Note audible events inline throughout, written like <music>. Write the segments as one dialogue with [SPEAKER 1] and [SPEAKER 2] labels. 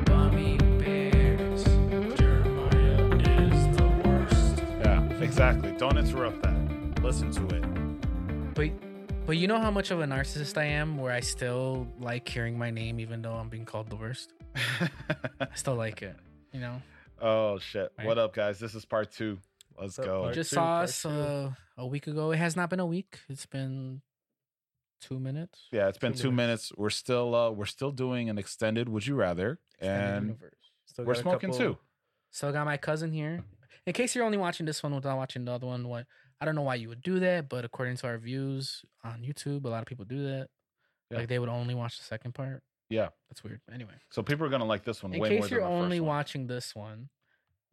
[SPEAKER 1] <laughs> Exactly. Don't interrupt that. Listen to it.
[SPEAKER 2] But but you know how much of a narcissist I am where I still like hearing my name even though I'm being called the worst? I still like it, you know?
[SPEAKER 1] <laughs> oh shit.
[SPEAKER 2] Right.
[SPEAKER 1] What up guys? This is part 2. Let's
[SPEAKER 3] So-
[SPEAKER 1] go.
[SPEAKER 2] You
[SPEAKER 3] Part
[SPEAKER 2] just
[SPEAKER 3] two,
[SPEAKER 2] saw
[SPEAKER 3] part
[SPEAKER 2] us
[SPEAKER 3] two.
[SPEAKER 2] uh, a week ago. It has not been a week. It's been two minutes.
[SPEAKER 1] yeah, it's been
[SPEAKER 3] two
[SPEAKER 1] 2 minutes. We're still uh we're still doing an extended would you rather
[SPEAKER 2] Extended
[SPEAKER 1] and
[SPEAKER 2] universe.
[SPEAKER 3] Still
[SPEAKER 1] we're
[SPEAKER 3] got a
[SPEAKER 1] smoking
[SPEAKER 3] couple- <laughs>
[SPEAKER 1] too.
[SPEAKER 2] So I got my cousin here. In case you're only watching this one without watching the other one, what I don't know why you would do that, but according to our views on YouTube, a lot of people do that.
[SPEAKER 1] Yeah.
[SPEAKER 2] Like they would only watch the second part.
[SPEAKER 1] Yeah.
[SPEAKER 2] That's weird. Anyway,
[SPEAKER 1] So people are going to like this one
[SPEAKER 2] in
[SPEAKER 1] way more
[SPEAKER 2] case
[SPEAKER 1] than
[SPEAKER 2] you're
[SPEAKER 1] the first
[SPEAKER 2] only
[SPEAKER 1] one.
[SPEAKER 2] watching this one,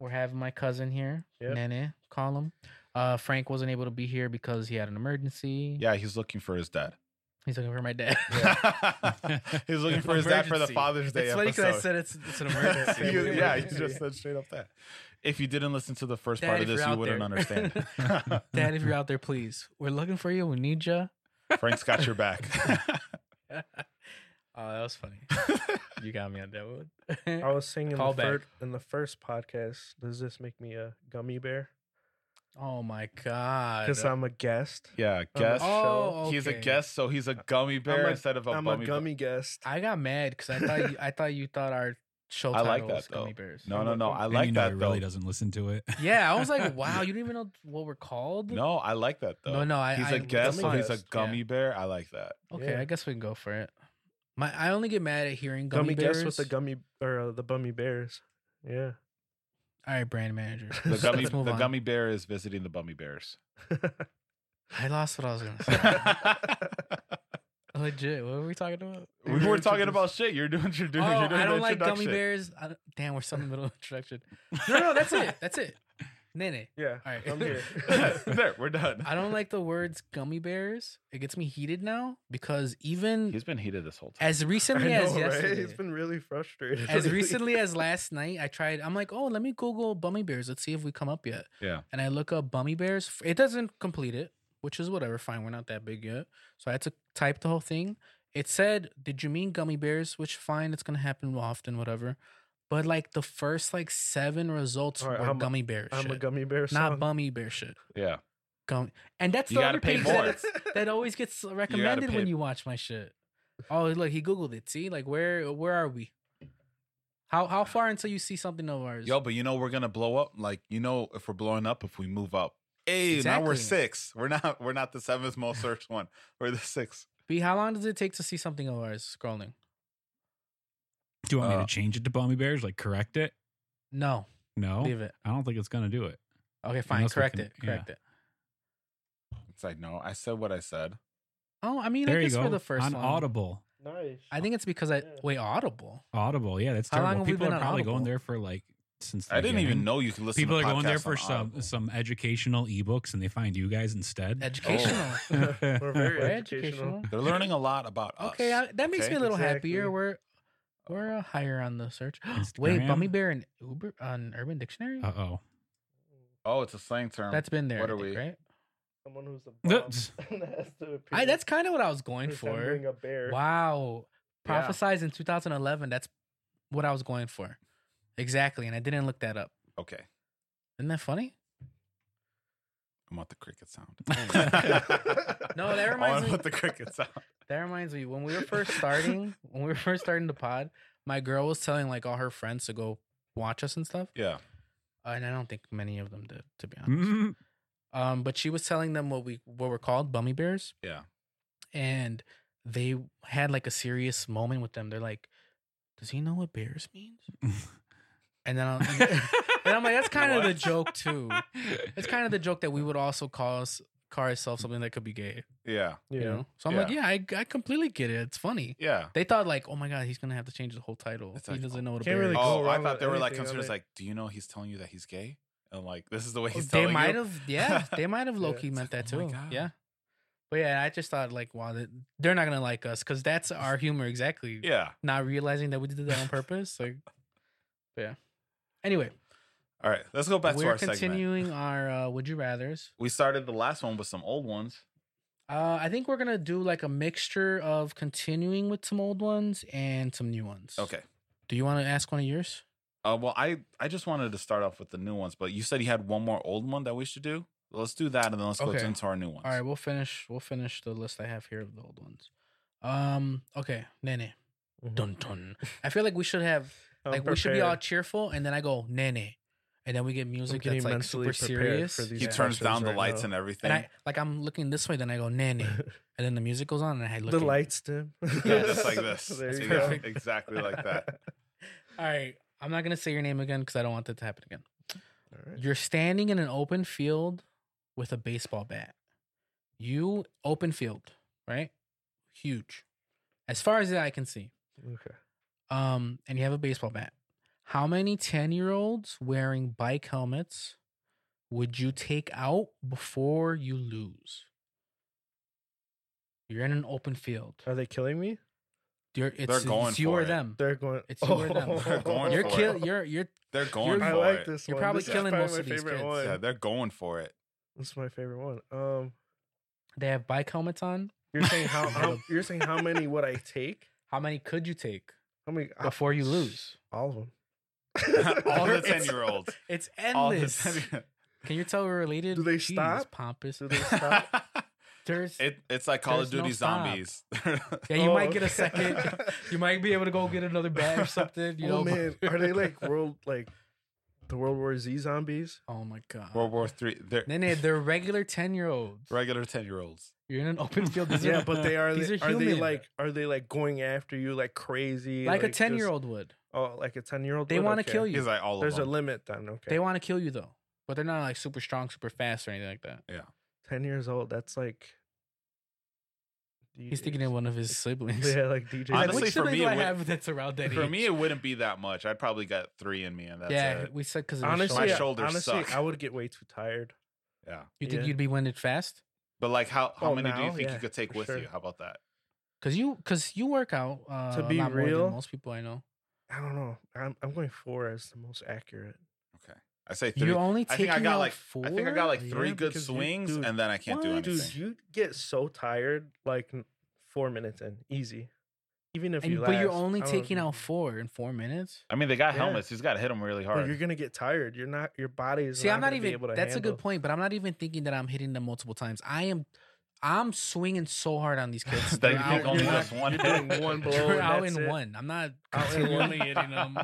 [SPEAKER 2] we're having my cousin here,
[SPEAKER 3] Yep.
[SPEAKER 2] Nene, call him. Uh, Frank wasn't able to be here because he had an emergency.
[SPEAKER 1] Yeah, he's looking for his
[SPEAKER 2] <laughs>
[SPEAKER 1] dad.
[SPEAKER 2] He's looking for my dad.
[SPEAKER 1] <laughs>
[SPEAKER 2] <laughs>
[SPEAKER 1] he's looking for his dad for the
[SPEAKER 2] Emergency.
[SPEAKER 1] Father's Day
[SPEAKER 2] it's funny
[SPEAKER 1] episode.
[SPEAKER 2] because I said it's, it's an <laughs>
[SPEAKER 1] <laughs>
[SPEAKER 2] emergency.
[SPEAKER 1] You-
[SPEAKER 3] Emergency.
[SPEAKER 1] yeah, you just said straight up that. If you didn't listen to the first part
[SPEAKER 2] Dad,
[SPEAKER 1] of
[SPEAKER 2] if you're
[SPEAKER 1] this, you
[SPEAKER 2] out
[SPEAKER 1] wouldn't
[SPEAKER 2] there.
[SPEAKER 1] understand.
[SPEAKER 2] <laughs>
[SPEAKER 1] <laughs>
[SPEAKER 2] Dad, if you're out there, please. We're looking for you. We need you.
[SPEAKER 1] Frank's got your back. <laughs>
[SPEAKER 2] <laughs> oh, that was funny. you got me on that one.
[SPEAKER 1] Oh.
[SPEAKER 3] I was singing
[SPEAKER 2] Call
[SPEAKER 3] the
[SPEAKER 2] back.
[SPEAKER 3] fir- in the first podcast. Does this make me a gummy bear?
[SPEAKER 2] <laughs> oh my god.
[SPEAKER 3] Because I'm a guest.
[SPEAKER 2] <laughs>
[SPEAKER 1] yeah,
[SPEAKER 3] a
[SPEAKER 1] guest.
[SPEAKER 2] oh,
[SPEAKER 1] He's a
[SPEAKER 2] okay.
[SPEAKER 1] guest, so he's a gummy bear
[SPEAKER 3] a-
[SPEAKER 1] instead of a
[SPEAKER 3] I'm
[SPEAKER 1] bummy
[SPEAKER 3] a
[SPEAKER 1] bear.
[SPEAKER 3] gummy guest.
[SPEAKER 2] I got mad because I thought you, I thought you thought our show
[SPEAKER 1] I
[SPEAKER 2] title
[SPEAKER 1] like
[SPEAKER 2] was
[SPEAKER 1] that, though.
[SPEAKER 2] Gummy Bears.
[SPEAKER 1] No, no, no. I
[SPEAKER 3] And
[SPEAKER 1] like
[SPEAKER 4] and you know
[SPEAKER 1] that
[SPEAKER 4] he
[SPEAKER 1] though.
[SPEAKER 4] really doesn't listen to it.
[SPEAKER 2] <laughs> Yeah, I was
[SPEAKER 1] <laughs>
[SPEAKER 2] like, wow, you don't even know what we're called.
[SPEAKER 1] No, I like that though.
[SPEAKER 2] no, no. I,
[SPEAKER 1] he's
[SPEAKER 2] I,
[SPEAKER 1] a guest, so
[SPEAKER 3] gummy
[SPEAKER 1] he's a
[SPEAKER 3] guest, yeah.
[SPEAKER 1] gummy bear. I like <laughs> that.
[SPEAKER 2] Okay,
[SPEAKER 3] Yeah.
[SPEAKER 2] I guess we can go for it. My, I only get mad at hearing gummy,
[SPEAKER 3] gummy
[SPEAKER 2] bears
[SPEAKER 3] guest with the gummy or uh, the bummy bears. Yeah.
[SPEAKER 2] All right, brand manager.
[SPEAKER 1] The
[SPEAKER 2] Let's- <laughs>
[SPEAKER 1] gummy,
[SPEAKER 2] let's move
[SPEAKER 1] the
[SPEAKER 2] on.
[SPEAKER 1] gummy bear is visiting the bummy bears. <laughs>
[SPEAKER 2] I lost what I was gonna say.
[SPEAKER 1] we
[SPEAKER 2] Legit, what were we talking about?
[SPEAKER 1] were talking about shit. You're doing, you're doing,
[SPEAKER 2] oh,
[SPEAKER 1] you're doing
[SPEAKER 2] I don't
[SPEAKER 1] the
[SPEAKER 2] like gummy
[SPEAKER 1] introduction.
[SPEAKER 2] bears. I don't- damn, we're still in the middle of
[SPEAKER 1] <laughs>
[SPEAKER 2] introduction. No, no, that's it. That's it. Nene.
[SPEAKER 3] yeah.
[SPEAKER 2] All right.
[SPEAKER 3] I'm <laughs> here.
[SPEAKER 1] <laughs> there, we're done.
[SPEAKER 2] I don't like the words gummy bears. It gets me heated now because even
[SPEAKER 1] He's been heated this whole time.
[SPEAKER 2] as
[SPEAKER 3] I
[SPEAKER 2] recently as
[SPEAKER 3] know, right?
[SPEAKER 2] yesterday,
[SPEAKER 3] It's been really
[SPEAKER 1] <laughs>
[SPEAKER 3] frustrating. <laughs>
[SPEAKER 2] as
[SPEAKER 3] lately.
[SPEAKER 2] recently as last night, I tried. I'm like, oh, let me Google bummy bears. Let's see if we come up yet.
[SPEAKER 1] Yeah.
[SPEAKER 2] And I look up bummy bears. It doesn't complete it, which is whatever. Fine, we're not that big yet. So I had to type the whole thing. It said, "Did you mean gummy bears?" Which fine, it's gonna happen often, whatever. But like the first like seven results
[SPEAKER 3] All right,
[SPEAKER 2] were
[SPEAKER 3] I'm a-
[SPEAKER 2] gummy bear
[SPEAKER 3] I'm
[SPEAKER 2] shit,
[SPEAKER 3] a gummy bear.
[SPEAKER 2] not
[SPEAKER 3] <laughs> song.
[SPEAKER 2] bummy bear shit.
[SPEAKER 1] Yeah.
[SPEAKER 2] Gummy, and that's
[SPEAKER 1] You
[SPEAKER 2] the
[SPEAKER 1] gotta
[SPEAKER 2] other
[SPEAKER 1] pay
[SPEAKER 2] page
[SPEAKER 1] more.
[SPEAKER 2] that,
[SPEAKER 3] <laughs>
[SPEAKER 2] it's- that always
[SPEAKER 4] <laughs>
[SPEAKER 2] gets recommended when
[SPEAKER 1] pay-
[SPEAKER 2] you watch my shit. Oh, look, he googled it. See, like where where are we? How how far until you see something of ours?
[SPEAKER 1] Yo, but you know we're gonna blow up. Like you know, if we're blowing up, if we move up, hey, now we're
[SPEAKER 2] Exactly.
[SPEAKER 1] six. We're not. We're not the seventh most searched one. We're the sixth.
[SPEAKER 2] B, how long does it take to see something of ours scrolling?
[SPEAKER 4] Do you want me
[SPEAKER 1] Uh,
[SPEAKER 4] to change it to Bummy Bears? Like correct it?
[SPEAKER 2] No,
[SPEAKER 4] No,
[SPEAKER 2] leave it.
[SPEAKER 4] I don't think it's gonna do it.
[SPEAKER 2] Okay, fine.
[SPEAKER 4] Oh. Unless we
[SPEAKER 2] correct
[SPEAKER 4] can-
[SPEAKER 2] it. Correct it.
[SPEAKER 1] It's like no, I said what I said.
[SPEAKER 2] Oh, I mean,
[SPEAKER 4] there
[SPEAKER 2] I
[SPEAKER 4] you
[SPEAKER 2] guess
[SPEAKER 4] go.
[SPEAKER 2] for the first
[SPEAKER 4] on
[SPEAKER 2] one.
[SPEAKER 4] Audible,
[SPEAKER 3] Nice.
[SPEAKER 2] I think it's because I
[SPEAKER 3] Yeah.
[SPEAKER 2] wait Audible.
[SPEAKER 4] Audible. Yeah, that's
[SPEAKER 2] How long
[SPEAKER 4] terrible.
[SPEAKER 2] have we
[SPEAKER 4] People
[SPEAKER 2] been
[SPEAKER 4] are
[SPEAKER 2] on
[SPEAKER 4] probably
[SPEAKER 2] Audible?
[SPEAKER 4] going there for like since. the
[SPEAKER 1] I didn't even
[SPEAKER 4] beginning.
[SPEAKER 1] know you could listen.
[SPEAKER 4] People
[SPEAKER 1] to
[SPEAKER 4] are going there
[SPEAKER 1] podcasts on
[SPEAKER 4] for some
[SPEAKER 1] Audible.
[SPEAKER 4] some educational ebooks, and they find you guys instead. <laughs>
[SPEAKER 2] Educational.
[SPEAKER 3] We're very
[SPEAKER 2] We're
[SPEAKER 3] educational.
[SPEAKER 2] educational.
[SPEAKER 4] Uh,
[SPEAKER 1] They're learning a lot about us.
[SPEAKER 2] Okay, I, that makes
[SPEAKER 1] Okay.
[SPEAKER 2] me a little
[SPEAKER 3] Exactly.
[SPEAKER 2] happier. We're we're uh, higher on the search. wait, Bummy
[SPEAKER 4] Instagram.
[SPEAKER 2] Bear and Uber on Urban Dictionary.
[SPEAKER 4] Uh
[SPEAKER 2] <laughs>
[SPEAKER 4] oh.
[SPEAKER 1] Oh, it's a slang term.
[SPEAKER 2] that's been there.
[SPEAKER 1] what
[SPEAKER 2] I
[SPEAKER 1] are
[SPEAKER 2] think,
[SPEAKER 1] we?
[SPEAKER 2] Right.
[SPEAKER 3] Mm, Someone who's a <laughs> bomb
[SPEAKER 4] That's-
[SPEAKER 3] and has to appear
[SPEAKER 2] I, that's kind of what I was going for.
[SPEAKER 3] resembling a bear.
[SPEAKER 2] Wow.
[SPEAKER 1] Yeah.
[SPEAKER 2] Prophesize in 2011. That's what I was going for. Exactly. And I didn't look that up.
[SPEAKER 1] okay.
[SPEAKER 2] Isn't that funny?
[SPEAKER 1] I want the cricket sound.
[SPEAKER 2] Oh,
[SPEAKER 1] <laughs> Oh,
[SPEAKER 2] No, that
[SPEAKER 1] I
[SPEAKER 2] reminds
[SPEAKER 1] want
[SPEAKER 2] me-
[SPEAKER 1] the cricket sound.
[SPEAKER 2] That reminds me when we were <laughs> first starting, when we were first starting the pod, my girl was telling like all her friends to go watch us and stuff.
[SPEAKER 1] Yeah.
[SPEAKER 2] Uh, and I don't think many of them did, to be honest.
[SPEAKER 4] Mm,
[SPEAKER 2] Um, but she was telling them what we what we're called, bummy bears.
[SPEAKER 1] Yeah.
[SPEAKER 2] And they had like a serious moment with them. They're like, "Does he know what bears means?" And then <laughs> I'm, and I'm like, "That's kind of the
[SPEAKER 1] What?
[SPEAKER 2] joke too." It's kind of the joke that we would also call us call ourselves something that could be gay.
[SPEAKER 1] Yeah.
[SPEAKER 3] yeah.
[SPEAKER 2] You know. So I'm like, "Yeah, I, I completely get it. It's funny."
[SPEAKER 1] Yeah.
[SPEAKER 2] They thought like, oh my god, he's gonna have to change the whole title.
[SPEAKER 1] It's
[SPEAKER 2] he
[SPEAKER 1] like,
[SPEAKER 2] doesn't know what a
[SPEAKER 3] can't
[SPEAKER 2] bear
[SPEAKER 3] really
[SPEAKER 2] is.
[SPEAKER 3] go
[SPEAKER 1] Oh, I
[SPEAKER 3] wrong
[SPEAKER 1] thought
[SPEAKER 3] with
[SPEAKER 1] they were like
[SPEAKER 3] anything, are
[SPEAKER 1] considered
[SPEAKER 3] they?
[SPEAKER 1] like, do you know he's telling you that he's gay? And like, this is the way he's
[SPEAKER 2] Oh, they
[SPEAKER 1] telling
[SPEAKER 2] might
[SPEAKER 1] you.
[SPEAKER 2] <laughs> have, yeah, they might have low key
[SPEAKER 1] It's
[SPEAKER 2] meant
[SPEAKER 1] like,
[SPEAKER 2] that
[SPEAKER 1] oh my
[SPEAKER 2] too.
[SPEAKER 1] God.
[SPEAKER 2] yeah, but yeah, I just thought like, wow, that- they're not gonna like us because that's our humor exactly.
[SPEAKER 1] Yeah.
[SPEAKER 2] Not realizing that we did that on purpose. Like, but yeah. Anyway,
[SPEAKER 1] All right. Let's go back to
[SPEAKER 2] we're
[SPEAKER 1] our segment.
[SPEAKER 2] continuing our uh, would you rather's.
[SPEAKER 1] We started the last one with some old ones.
[SPEAKER 2] Uh, I think we're gonna do like a mixture of continuing with some old ones and some new ones.
[SPEAKER 1] Okay.
[SPEAKER 2] Do you want to ask one of yours?
[SPEAKER 1] Uh, well, I I just wanted to start off with the new ones, but you said you had one more old one that we should do. Well, let's do that, and then let's go
[SPEAKER 2] Okay.
[SPEAKER 1] to, into our new ones.
[SPEAKER 2] All right, we'll finish. We'll finish the list I have here of the old ones. Um. Okay, Nene.
[SPEAKER 3] Mhm.
[SPEAKER 2] Dun dun. I feel like we should have
[SPEAKER 3] <laughs> I'm
[SPEAKER 2] like we should be all
[SPEAKER 3] prepared.
[SPEAKER 2] cheerful, and then I go Nene, and then we get music
[SPEAKER 3] getting
[SPEAKER 2] that's like
[SPEAKER 3] mentally
[SPEAKER 2] super
[SPEAKER 3] prepared for
[SPEAKER 2] serious.
[SPEAKER 3] these
[SPEAKER 1] He
[SPEAKER 3] Yeah.
[SPEAKER 1] turns
[SPEAKER 3] questions
[SPEAKER 1] down the
[SPEAKER 3] right
[SPEAKER 1] lights
[SPEAKER 3] now.
[SPEAKER 1] and everything.
[SPEAKER 2] And I like I'm looking this way, then I go
[SPEAKER 3] <laughs>
[SPEAKER 2] Nene, and then the music goes on, and I look.
[SPEAKER 3] the
[SPEAKER 2] at-
[SPEAKER 3] lights dim.
[SPEAKER 1] <laughs> <laughs> yeah, just
[SPEAKER 3] <laughs>
[SPEAKER 1] like this.
[SPEAKER 3] there
[SPEAKER 1] See,
[SPEAKER 3] you
[SPEAKER 1] yeah,
[SPEAKER 3] go.
[SPEAKER 2] perfect.
[SPEAKER 1] Exactly like
[SPEAKER 3] <laughs>
[SPEAKER 1] that.
[SPEAKER 2] All right, I'm not gonna say your name again because I don't want that to happen again.
[SPEAKER 3] All right.
[SPEAKER 2] You're standing in an open field with a baseball bat. You open field, right? Huge, as far as the eye can see.
[SPEAKER 3] Okay.
[SPEAKER 2] um, and you have a baseball bat, how many 10 year olds wearing bike helmets would you take out before you lose? You're in an open field.
[SPEAKER 3] Are they killing me?
[SPEAKER 2] You're, it's, it's
[SPEAKER 1] going
[SPEAKER 2] you
[SPEAKER 1] for
[SPEAKER 2] or
[SPEAKER 1] it.
[SPEAKER 2] them.
[SPEAKER 3] They're going.
[SPEAKER 2] It's you or
[SPEAKER 3] <laughs>
[SPEAKER 2] them.
[SPEAKER 1] They're going
[SPEAKER 2] You're
[SPEAKER 1] for
[SPEAKER 2] kill.
[SPEAKER 1] it.
[SPEAKER 2] You're you're.
[SPEAKER 1] They're going
[SPEAKER 3] I
[SPEAKER 1] for
[SPEAKER 3] like
[SPEAKER 1] it.
[SPEAKER 3] this
[SPEAKER 2] You're
[SPEAKER 3] one.
[SPEAKER 2] probably
[SPEAKER 3] This is
[SPEAKER 2] killing
[SPEAKER 3] probably
[SPEAKER 2] most
[SPEAKER 3] my
[SPEAKER 2] of these
[SPEAKER 3] favorite
[SPEAKER 2] kids.
[SPEAKER 3] One.
[SPEAKER 1] Yeah, they're going for
[SPEAKER 3] <laughs>
[SPEAKER 1] it. <laughs>
[SPEAKER 3] This is my favorite one. Um,
[SPEAKER 2] They have bike helmets on.
[SPEAKER 3] you're saying
[SPEAKER 1] <laughs>
[SPEAKER 3] how, how you're saying how many would I take?
[SPEAKER 2] How many could you take
[SPEAKER 3] How many?
[SPEAKER 1] Ah,
[SPEAKER 3] I-
[SPEAKER 2] before you lose?
[SPEAKER 3] <laughs> all of them.
[SPEAKER 1] <laughs> All the
[SPEAKER 3] <laughs>
[SPEAKER 2] It's-
[SPEAKER 1] ten year olds.
[SPEAKER 2] It's
[SPEAKER 1] All the
[SPEAKER 2] endless.
[SPEAKER 1] 10
[SPEAKER 2] Can you tell we're related?
[SPEAKER 3] Do they
[SPEAKER 2] Jeez,
[SPEAKER 3] stop?
[SPEAKER 2] Pompous.
[SPEAKER 3] Do they stop?
[SPEAKER 2] There's.
[SPEAKER 1] <laughs> It, it's like Call of
[SPEAKER 2] There's no
[SPEAKER 1] Duty
[SPEAKER 2] stop.
[SPEAKER 1] zombies.
[SPEAKER 2] <laughs> yeah, you
[SPEAKER 3] Oh,
[SPEAKER 2] might get a
[SPEAKER 3] okay.
[SPEAKER 2] second.
[SPEAKER 3] <laughs>
[SPEAKER 2] You might be able to go get another bat or something. <laughs> You know?
[SPEAKER 3] oh man, are they like world like the World War Z zombies?
[SPEAKER 2] <laughs> Oh my god.
[SPEAKER 1] <laughs> World War Three. They're
[SPEAKER 2] Nene, they're regular ten year olds.
[SPEAKER 1] regular ten year olds.
[SPEAKER 2] You're in an open field. <laughs> These
[SPEAKER 3] <laughs> Yeah,
[SPEAKER 2] are
[SPEAKER 3] but they are.
[SPEAKER 2] These
[SPEAKER 3] they,
[SPEAKER 2] are
[SPEAKER 3] are, they
[SPEAKER 2] human.
[SPEAKER 3] like? Are they like going after you like crazy?
[SPEAKER 2] like a
[SPEAKER 3] just-
[SPEAKER 2] ten year old would.
[SPEAKER 3] Oh, like a ten year old.
[SPEAKER 2] They want to kill you.
[SPEAKER 1] He's like all
[SPEAKER 3] There's
[SPEAKER 1] of
[SPEAKER 3] a
[SPEAKER 1] them.
[SPEAKER 3] limit then. Okay.
[SPEAKER 2] They want to kill you though, but they're not like super strong, super fast, or anything like that.
[SPEAKER 3] ten years old. That's like.
[SPEAKER 2] He's thinking
[SPEAKER 3] <laughs>
[SPEAKER 2] of one of his siblings.
[SPEAKER 3] Yeah, like
[SPEAKER 2] <laughs>
[SPEAKER 3] DJ.
[SPEAKER 2] He's like,
[SPEAKER 1] Honestly,
[SPEAKER 2] which
[SPEAKER 1] for
[SPEAKER 2] sibling
[SPEAKER 1] me,
[SPEAKER 2] do
[SPEAKER 1] it
[SPEAKER 2] I
[SPEAKER 1] would-
[SPEAKER 2] have that's around that
[SPEAKER 1] For
[SPEAKER 2] age?"
[SPEAKER 1] me, it wouldn't be that much. I'd probably got three in me, and that's
[SPEAKER 2] yeah,
[SPEAKER 1] it.
[SPEAKER 2] we said because
[SPEAKER 3] honestly,
[SPEAKER 1] My
[SPEAKER 3] I-
[SPEAKER 1] shoulders
[SPEAKER 3] honestly,
[SPEAKER 1] suck.
[SPEAKER 3] I would get way too tired.
[SPEAKER 1] Yeah.
[SPEAKER 2] you think
[SPEAKER 3] yeah.
[SPEAKER 2] you'd be winded fast
[SPEAKER 1] But like, how how
[SPEAKER 3] Oh,
[SPEAKER 1] many do you
[SPEAKER 3] now?
[SPEAKER 1] think
[SPEAKER 3] Yeah,
[SPEAKER 1] you could take
[SPEAKER 3] for
[SPEAKER 1] with you?
[SPEAKER 3] sure.
[SPEAKER 1] How about that?
[SPEAKER 2] because you because you work out uh,
[SPEAKER 3] be
[SPEAKER 2] a lot more
[SPEAKER 3] real,
[SPEAKER 2] than most people I know.
[SPEAKER 3] I don't know. I'm I'm going four as the most accurate.
[SPEAKER 1] Okay, I say three.
[SPEAKER 2] You only
[SPEAKER 1] I
[SPEAKER 2] taking
[SPEAKER 1] think I got
[SPEAKER 2] out
[SPEAKER 1] like
[SPEAKER 2] four.
[SPEAKER 1] I think I got like
[SPEAKER 3] Yeah,
[SPEAKER 1] three good
[SPEAKER 3] because you-
[SPEAKER 1] swings,
[SPEAKER 3] dude,
[SPEAKER 1] and then I can't do
[SPEAKER 3] What?
[SPEAKER 1] anything.
[SPEAKER 3] Dude, you get so tired like n- four minutes in, easy. Even if
[SPEAKER 2] And-
[SPEAKER 3] you,
[SPEAKER 2] but you're
[SPEAKER 3] last,
[SPEAKER 2] only
[SPEAKER 3] I don't
[SPEAKER 2] taking
[SPEAKER 3] know.
[SPEAKER 2] out four in four minutes.
[SPEAKER 1] I mean, they got
[SPEAKER 3] Yeah.
[SPEAKER 1] helmets. He's got to hit them really
[SPEAKER 3] But
[SPEAKER 1] hard.
[SPEAKER 3] you're gonna get tired. You're not. Your body is.
[SPEAKER 2] See, I'm not
[SPEAKER 3] gonna Be
[SPEAKER 2] even.
[SPEAKER 3] able to
[SPEAKER 2] That's a
[SPEAKER 3] handle.
[SPEAKER 2] good point, but I'm not even thinking that I'm hitting them multiple times. I am, I'm swinging so hard
[SPEAKER 1] <laughs>
[SPEAKER 2] on these kids.
[SPEAKER 1] That
[SPEAKER 2] They're
[SPEAKER 1] you
[SPEAKER 2] out,
[SPEAKER 1] think only
[SPEAKER 2] you're
[SPEAKER 1] just
[SPEAKER 2] not-
[SPEAKER 1] one
[SPEAKER 3] You're
[SPEAKER 1] hit?
[SPEAKER 2] <laughs>
[SPEAKER 3] doing one blow.
[SPEAKER 2] you're
[SPEAKER 3] and
[SPEAKER 2] out
[SPEAKER 3] that's
[SPEAKER 2] in
[SPEAKER 3] it.
[SPEAKER 2] one. I'm not
[SPEAKER 3] <laughs> Out in one.
[SPEAKER 2] continually hitting
[SPEAKER 3] <laughs>
[SPEAKER 2] them.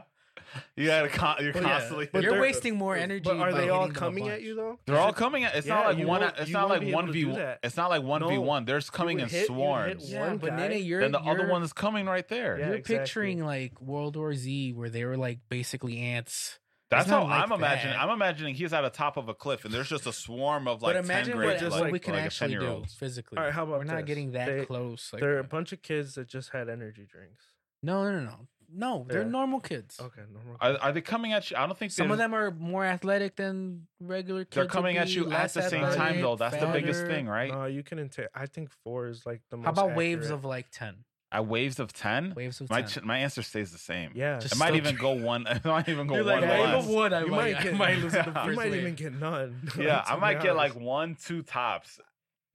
[SPEAKER 1] You gotta con- you're
[SPEAKER 2] Well, yeah.
[SPEAKER 1] constantly.
[SPEAKER 3] But
[SPEAKER 2] you're
[SPEAKER 3] they're-
[SPEAKER 2] wasting more energy.
[SPEAKER 3] But are
[SPEAKER 2] by
[SPEAKER 3] they all
[SPEAKER 2] hitting them a
[SPEAKER 3] coming at
[SPEAKER 2] bunch.
[SPEAKER 3] you though?
[SPEAKER 1] They're all coming. at It's
[SPEAKER 3] Yeah,
[SPEAKER 1] not like
[SPEAKER 3] you
[SPEAKER 1] one.
[SPEAKER 3] won't-
[SPEAKER 1] It's
[SPEAKER 3] you
[SPEAKER 1] not
[SPEAKER 3] won't
[SPEAKER 1] like
[SPEAKER 3] be able
[SPEAKER 1] one
[SPEAKER 3] to
[SPEAKER 1] v
[SPEAKER 3] do
[SPEAKER 1] one.
[SPEAKER 3] that.
[SPEAKER 1] It's not like one v one. There's coming in
[SPEAKER 3] would hit- you would hit
[SPEAKER 1] swarms.
[SPEAKER 3] one
[SPEAKER 2] Yeah, but
[SPEAKER 3] guy,
[SPEAKER 2] Nene, you're
[SPEAKER 1] Then the other
[SPEAKER 2] you're-
[SPEAKER 1] one is coming right there.
[SPEAKER 3] Yeah,
[SPEAKER 2] You're
[SPEAKER 3] exactly.
[SPEAKER 2] picturing like World War Z, where they were like basically ants.
[SPEAKER 1] That's
[SPEAKER 2] It's not
[SPEAKER 1] how
[SPEAKER 2] like
[SPEAKER 1] I'm imagining.
[SPEAKER 2] that.
[SPEAKER 1] I'm imagining he's at the top of a cliff, and there's just a swarm of like
[SPEAKER 2] but imagine
[SPEAKER 1] ten
[SPEAKER 2] what,
[SPEAKER 1] grade,
[SPEAKER 3] just
[SPEAKER 2] what
[SPEAKER 1] like,
[SPEAKER 2] we can
[SPEAKER 1] like a
[SPEAKER 2] actually do
[SPEAKER 1] 10-year-olds.
[SPEAKER 2] physically.
[SPEAKER 3] All right, how about
[SPEAKER 2] we're not
[SPEAKER 3] this?
[SPEAKER 2] getting that
[SPEAKER 3] They-
[SPEAKER 2] close. Like,
[SPEAKER 3] They're a
[SPEAKER 2] that.
[SPEAKER 3] bunch of kids that just had energy drinks.
[SPEAKER 2] no, no, no, no, no. They're
[SPEAKER 3] Yeah.
[SPEAKER 2] normal kids.
[SPEAKER 3] Okay, normal.
[SPEAKER 1] Are, are they coming at you? I don't think
[SPEAKER 2] Some of
[SPEAKER 1] they're-
[SPEAKER 2] them are more athletic than regular kids.
[SPEAKER 1] They're
[SPEAKER 2] would
[SPEAKER 1] coming at
[SPEAKER 2] be,
[SPEAKER 1] you at
[SPEAKER 2] less
[SPEAKER 1] the same time,
[SPEAKER 2] athletic,
[SPEAKER 1] though. That's the biggest
[SPEAKER 2] fatter.
[SPEAKER 1] thing, right?
[SPEAKER 3] No, you can intake. I think four is like the most.
[SPEAKER 2] How about waves
[SPEAKER 3] accurate.
[SPEAKER 2] of like 10?
[SPEAKER 1] At waves of ten,
[SPEAKER 2] Waves of
[SPEAKER 1] my
[SPEAKER 2] 10.
[SPEAKER 1] ch- my answer stays the same.
[SPEAKER 3] Yeah,
[SPEAKER 2] Just
[SPEAKER 1] It might
[SPEAKER 2] still
[SPEAKER 1] even
[SPEAKER 2] tr-
[SPEAKER 1] go one. <laughs> It might even go
[SPEAKER 3] You're
[SPEAKER 1] one
[SPEAKER 3] like, "Wave
[SPEAKER 1] less.
[SPEAKER 3] of
[SPEAKER 2] one, I <laughs>
[SPEAKER 3] You
[SPEAKER 2] might,
[SPEAKER 3] might
[SPEAKER 2] I
[SPEAKER 3] get-
[SPEAKER 2] might lose in the
[SPEAKER 1] You
[SPEAKER 2] first
[SPEAKER 3] you might
[SPEAKER 2] wave.
[SPEAKER 3] even get none. <laughs>
[SPEAKER 1] Yeah,
[SPEAKER 3] to
[SPEAKER 1] I
[SPEAKER 3] be
[SPEAKER 1] might get like
[SPEAKER 3] honest.
[SPEAKER 1] one, two tops,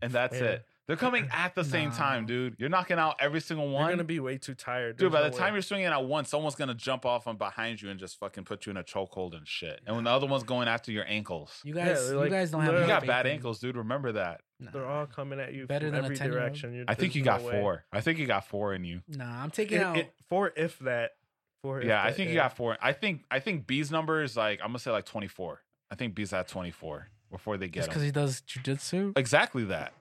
[SPEAKER 1] and that's
[SPEAKER 3] Yeah.
[SPEAKER 1] it. They're coming
[SPEAKER 3] <laughs>
[SPEAKER 1] at the same time,
[SPEAKER 2] Nah.
[SPEAKER 1] dude. You're knocking out every single
[SPEAKER 3] You're
[SPEAKER 1] one.
[SPEAKER 3] gonna be way too tired,
[SPEAKER 1] Dude, by
[SPEAKER 3] There's
[SPEAKER 1] the
[SPEAKER 3] no
[SPEAKER 1] time
[SPEAKER 3] way.
[SPEAKER 1] you're swinging at one, someone's gonna jump off from behind you and just fucking put you in a chokehold and shit. And when the other one's going after your ankles, you,
[SPEAKER 2] You guys,
[SPEAKER 3] they're like-
[SPEAKER 2] you guys don't have.
[SPEAKER 3] they're-
[SPEAKER 2] much
[SPEAKER 1] got
[SPEAKER 2] faith
[SPEAKER 1] bad
[SPEAKER 2] in-
[SPEAKER 1] ankles, dude. Remember that.
[SPEAKER 2] Nah.
[SPEAKER 3] they're all coming at you
[SPEAKER 2] Better
[SPEAKER 3] from
[SPEAKER 2] than a
[SPEAKER 3] every
[SPEAKER 2] 10-year-old.
[SPEAKER 3] direction. You're,
[SPEAKER 1] I think
[SPEAKER 3] there's
[SPEAKER 1] you
[SPEAKER 3] no
[SPEAKER 1] got
[SPEAKER 3] way.
[SPEAKER 1] four. I think you got four in you.
[SPEAKER 2] Nah, I'm taking
[SPEAKER 3] It,
[SPEAKER 2] out.
[SPEAKER 3] it- four, if that. Four.
[SPEAKER 1] Yeah,
[SPEAKER 3] if
[SPEAKER 1] I
[SPEAKER 3] that,
[SPEAKER 1] think you
[SPEAKER 3] yeah.
[SPEAKER 1] got four. I think I think B's number is like I'm gonna say like 24. I think B's at 24 before they
[SPEAKER 2] just
[SPEAKER 1] get
[SPEAKER 2] because
[SPEAKER 1] him.
[SPEAKER 2] he does jujitsu.
[SPEAKER 1] Exactly
[SPEAKER 3] <laughs>
[SPEAKER 1] that.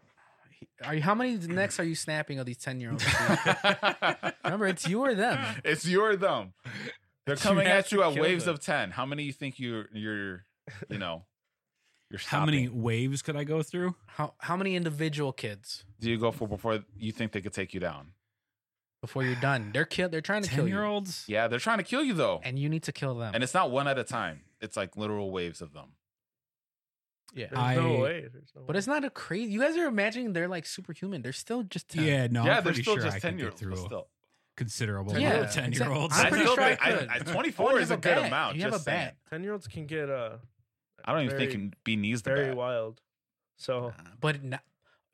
[SPEAKER 2] Are you, how many necks are you snapping of these ten
[SPEAKER 1] <laughs>
[SPEAKER 2] year olds? Remember, it's you or them.
[SPEAKER 1] It's you or them.
[SPEAKER 2] Uh-huh.
[SPEAKER 1] They're
[SPEAKER 2] You
[SPEAKER 1] coming
[SPEAKER 2] have
[SPEAKER 1] at
[SPEAKER 2] to
[SPEAKER 1] you at
[SPEAKER 2] kill
[SPEAKER 1] waves
[SPEAKER 2] them.
[SPEAKER 1] of ten. How many you think you're you're you know you're
[SPEAKER 4] How many
[SPEAKER 1] stopping?
[SPEAKER 4] waves could I go through?
[SPEAKER 2] How how many individual kids
[SPEAKER 1] do you go for before you think they could take you down?
[SPEAKER 2] before you're done? They're kill. They're trying to
[SPEAKER 4] Ten
[SPEAKER 2] kill
[SPEAKER 4] year
[SPEAKER 2] you,
[SPEAKER 4] olds?
[SPEAKER 1] Yeah, they're trying to kill you though, and,
[SPEAKER 2] and um, you need to kill them.
[SPEAKER 1] it's not one at a time. It's like literal waves of them.
[SPEAKER 2] yeah,
[SPEAKER 3] There's no
[SPEAKER 4] I-
[SPEAKER 3] way. There's no
[SPEAKER 2] but
[SPEAKER 3] way.
[SPEAKER 2] it's not a crazy. You guys are imagining they're like superhuman. They're still just 10.
[SPEAKER 4] Yeah, no,
[SPEAKER 1] yeah,
[SPEAKER 4] I'm
[SPEAKER 1] they're
[SPEAKER 4] pretty
[SPEAKER 1] still
[SPEAKER 4] sure I
[SPEAKER 1] just
[SPEAKER 4] could
[SPEAKER 1] ten
[SPEAKER 4] get
[SPEAKER 1] years old.
[SPEAKER 4] through
[SPEAKER 1] Still,
[SPEAKER 4] considerable
[SPEAKER 2] Yeah,
[SPEAKER 4] <laughs> amount of
[SPEAKER 2] exactly.
[SPEAKER 4] 10 year olds.
[SPEAKER 2] I'm
[SPEAKER 1] I
[SPEAKER 2] pretty
[SPEAKER 1] still
[SPEAKER 2] sure I
[SPEAKER 1] think- I-
[SPEAKER 2] could.
[SPEAKER 1] I-
[SPEAKER 2] Oh,
[SPEAKER 1] 24
[SPEAKER 2] you
[SPEAKER 1] is a
[SPEAKER 2] have
[SPEAKER 1] good
[SPEAKER 2] bat.
[SPEAKER 1] amount.
[SPEAKER 2] You
[SPEAKER 1] just
[SPEAKER 2] have a
[SPEAKER 1] saying.
[SPEAKER 2] bat.
[SPEAKER 3] ten-year-olds can get uh.
[SPEAKER 1] I don't even
[SPEAKER 3] very,
[SPEAKER 1] think B needs the
[SPEAKER 3] very
[SPEAKER 1] bat.
[SPEAKER 3] wild. So
[SPEAKER 2] But no,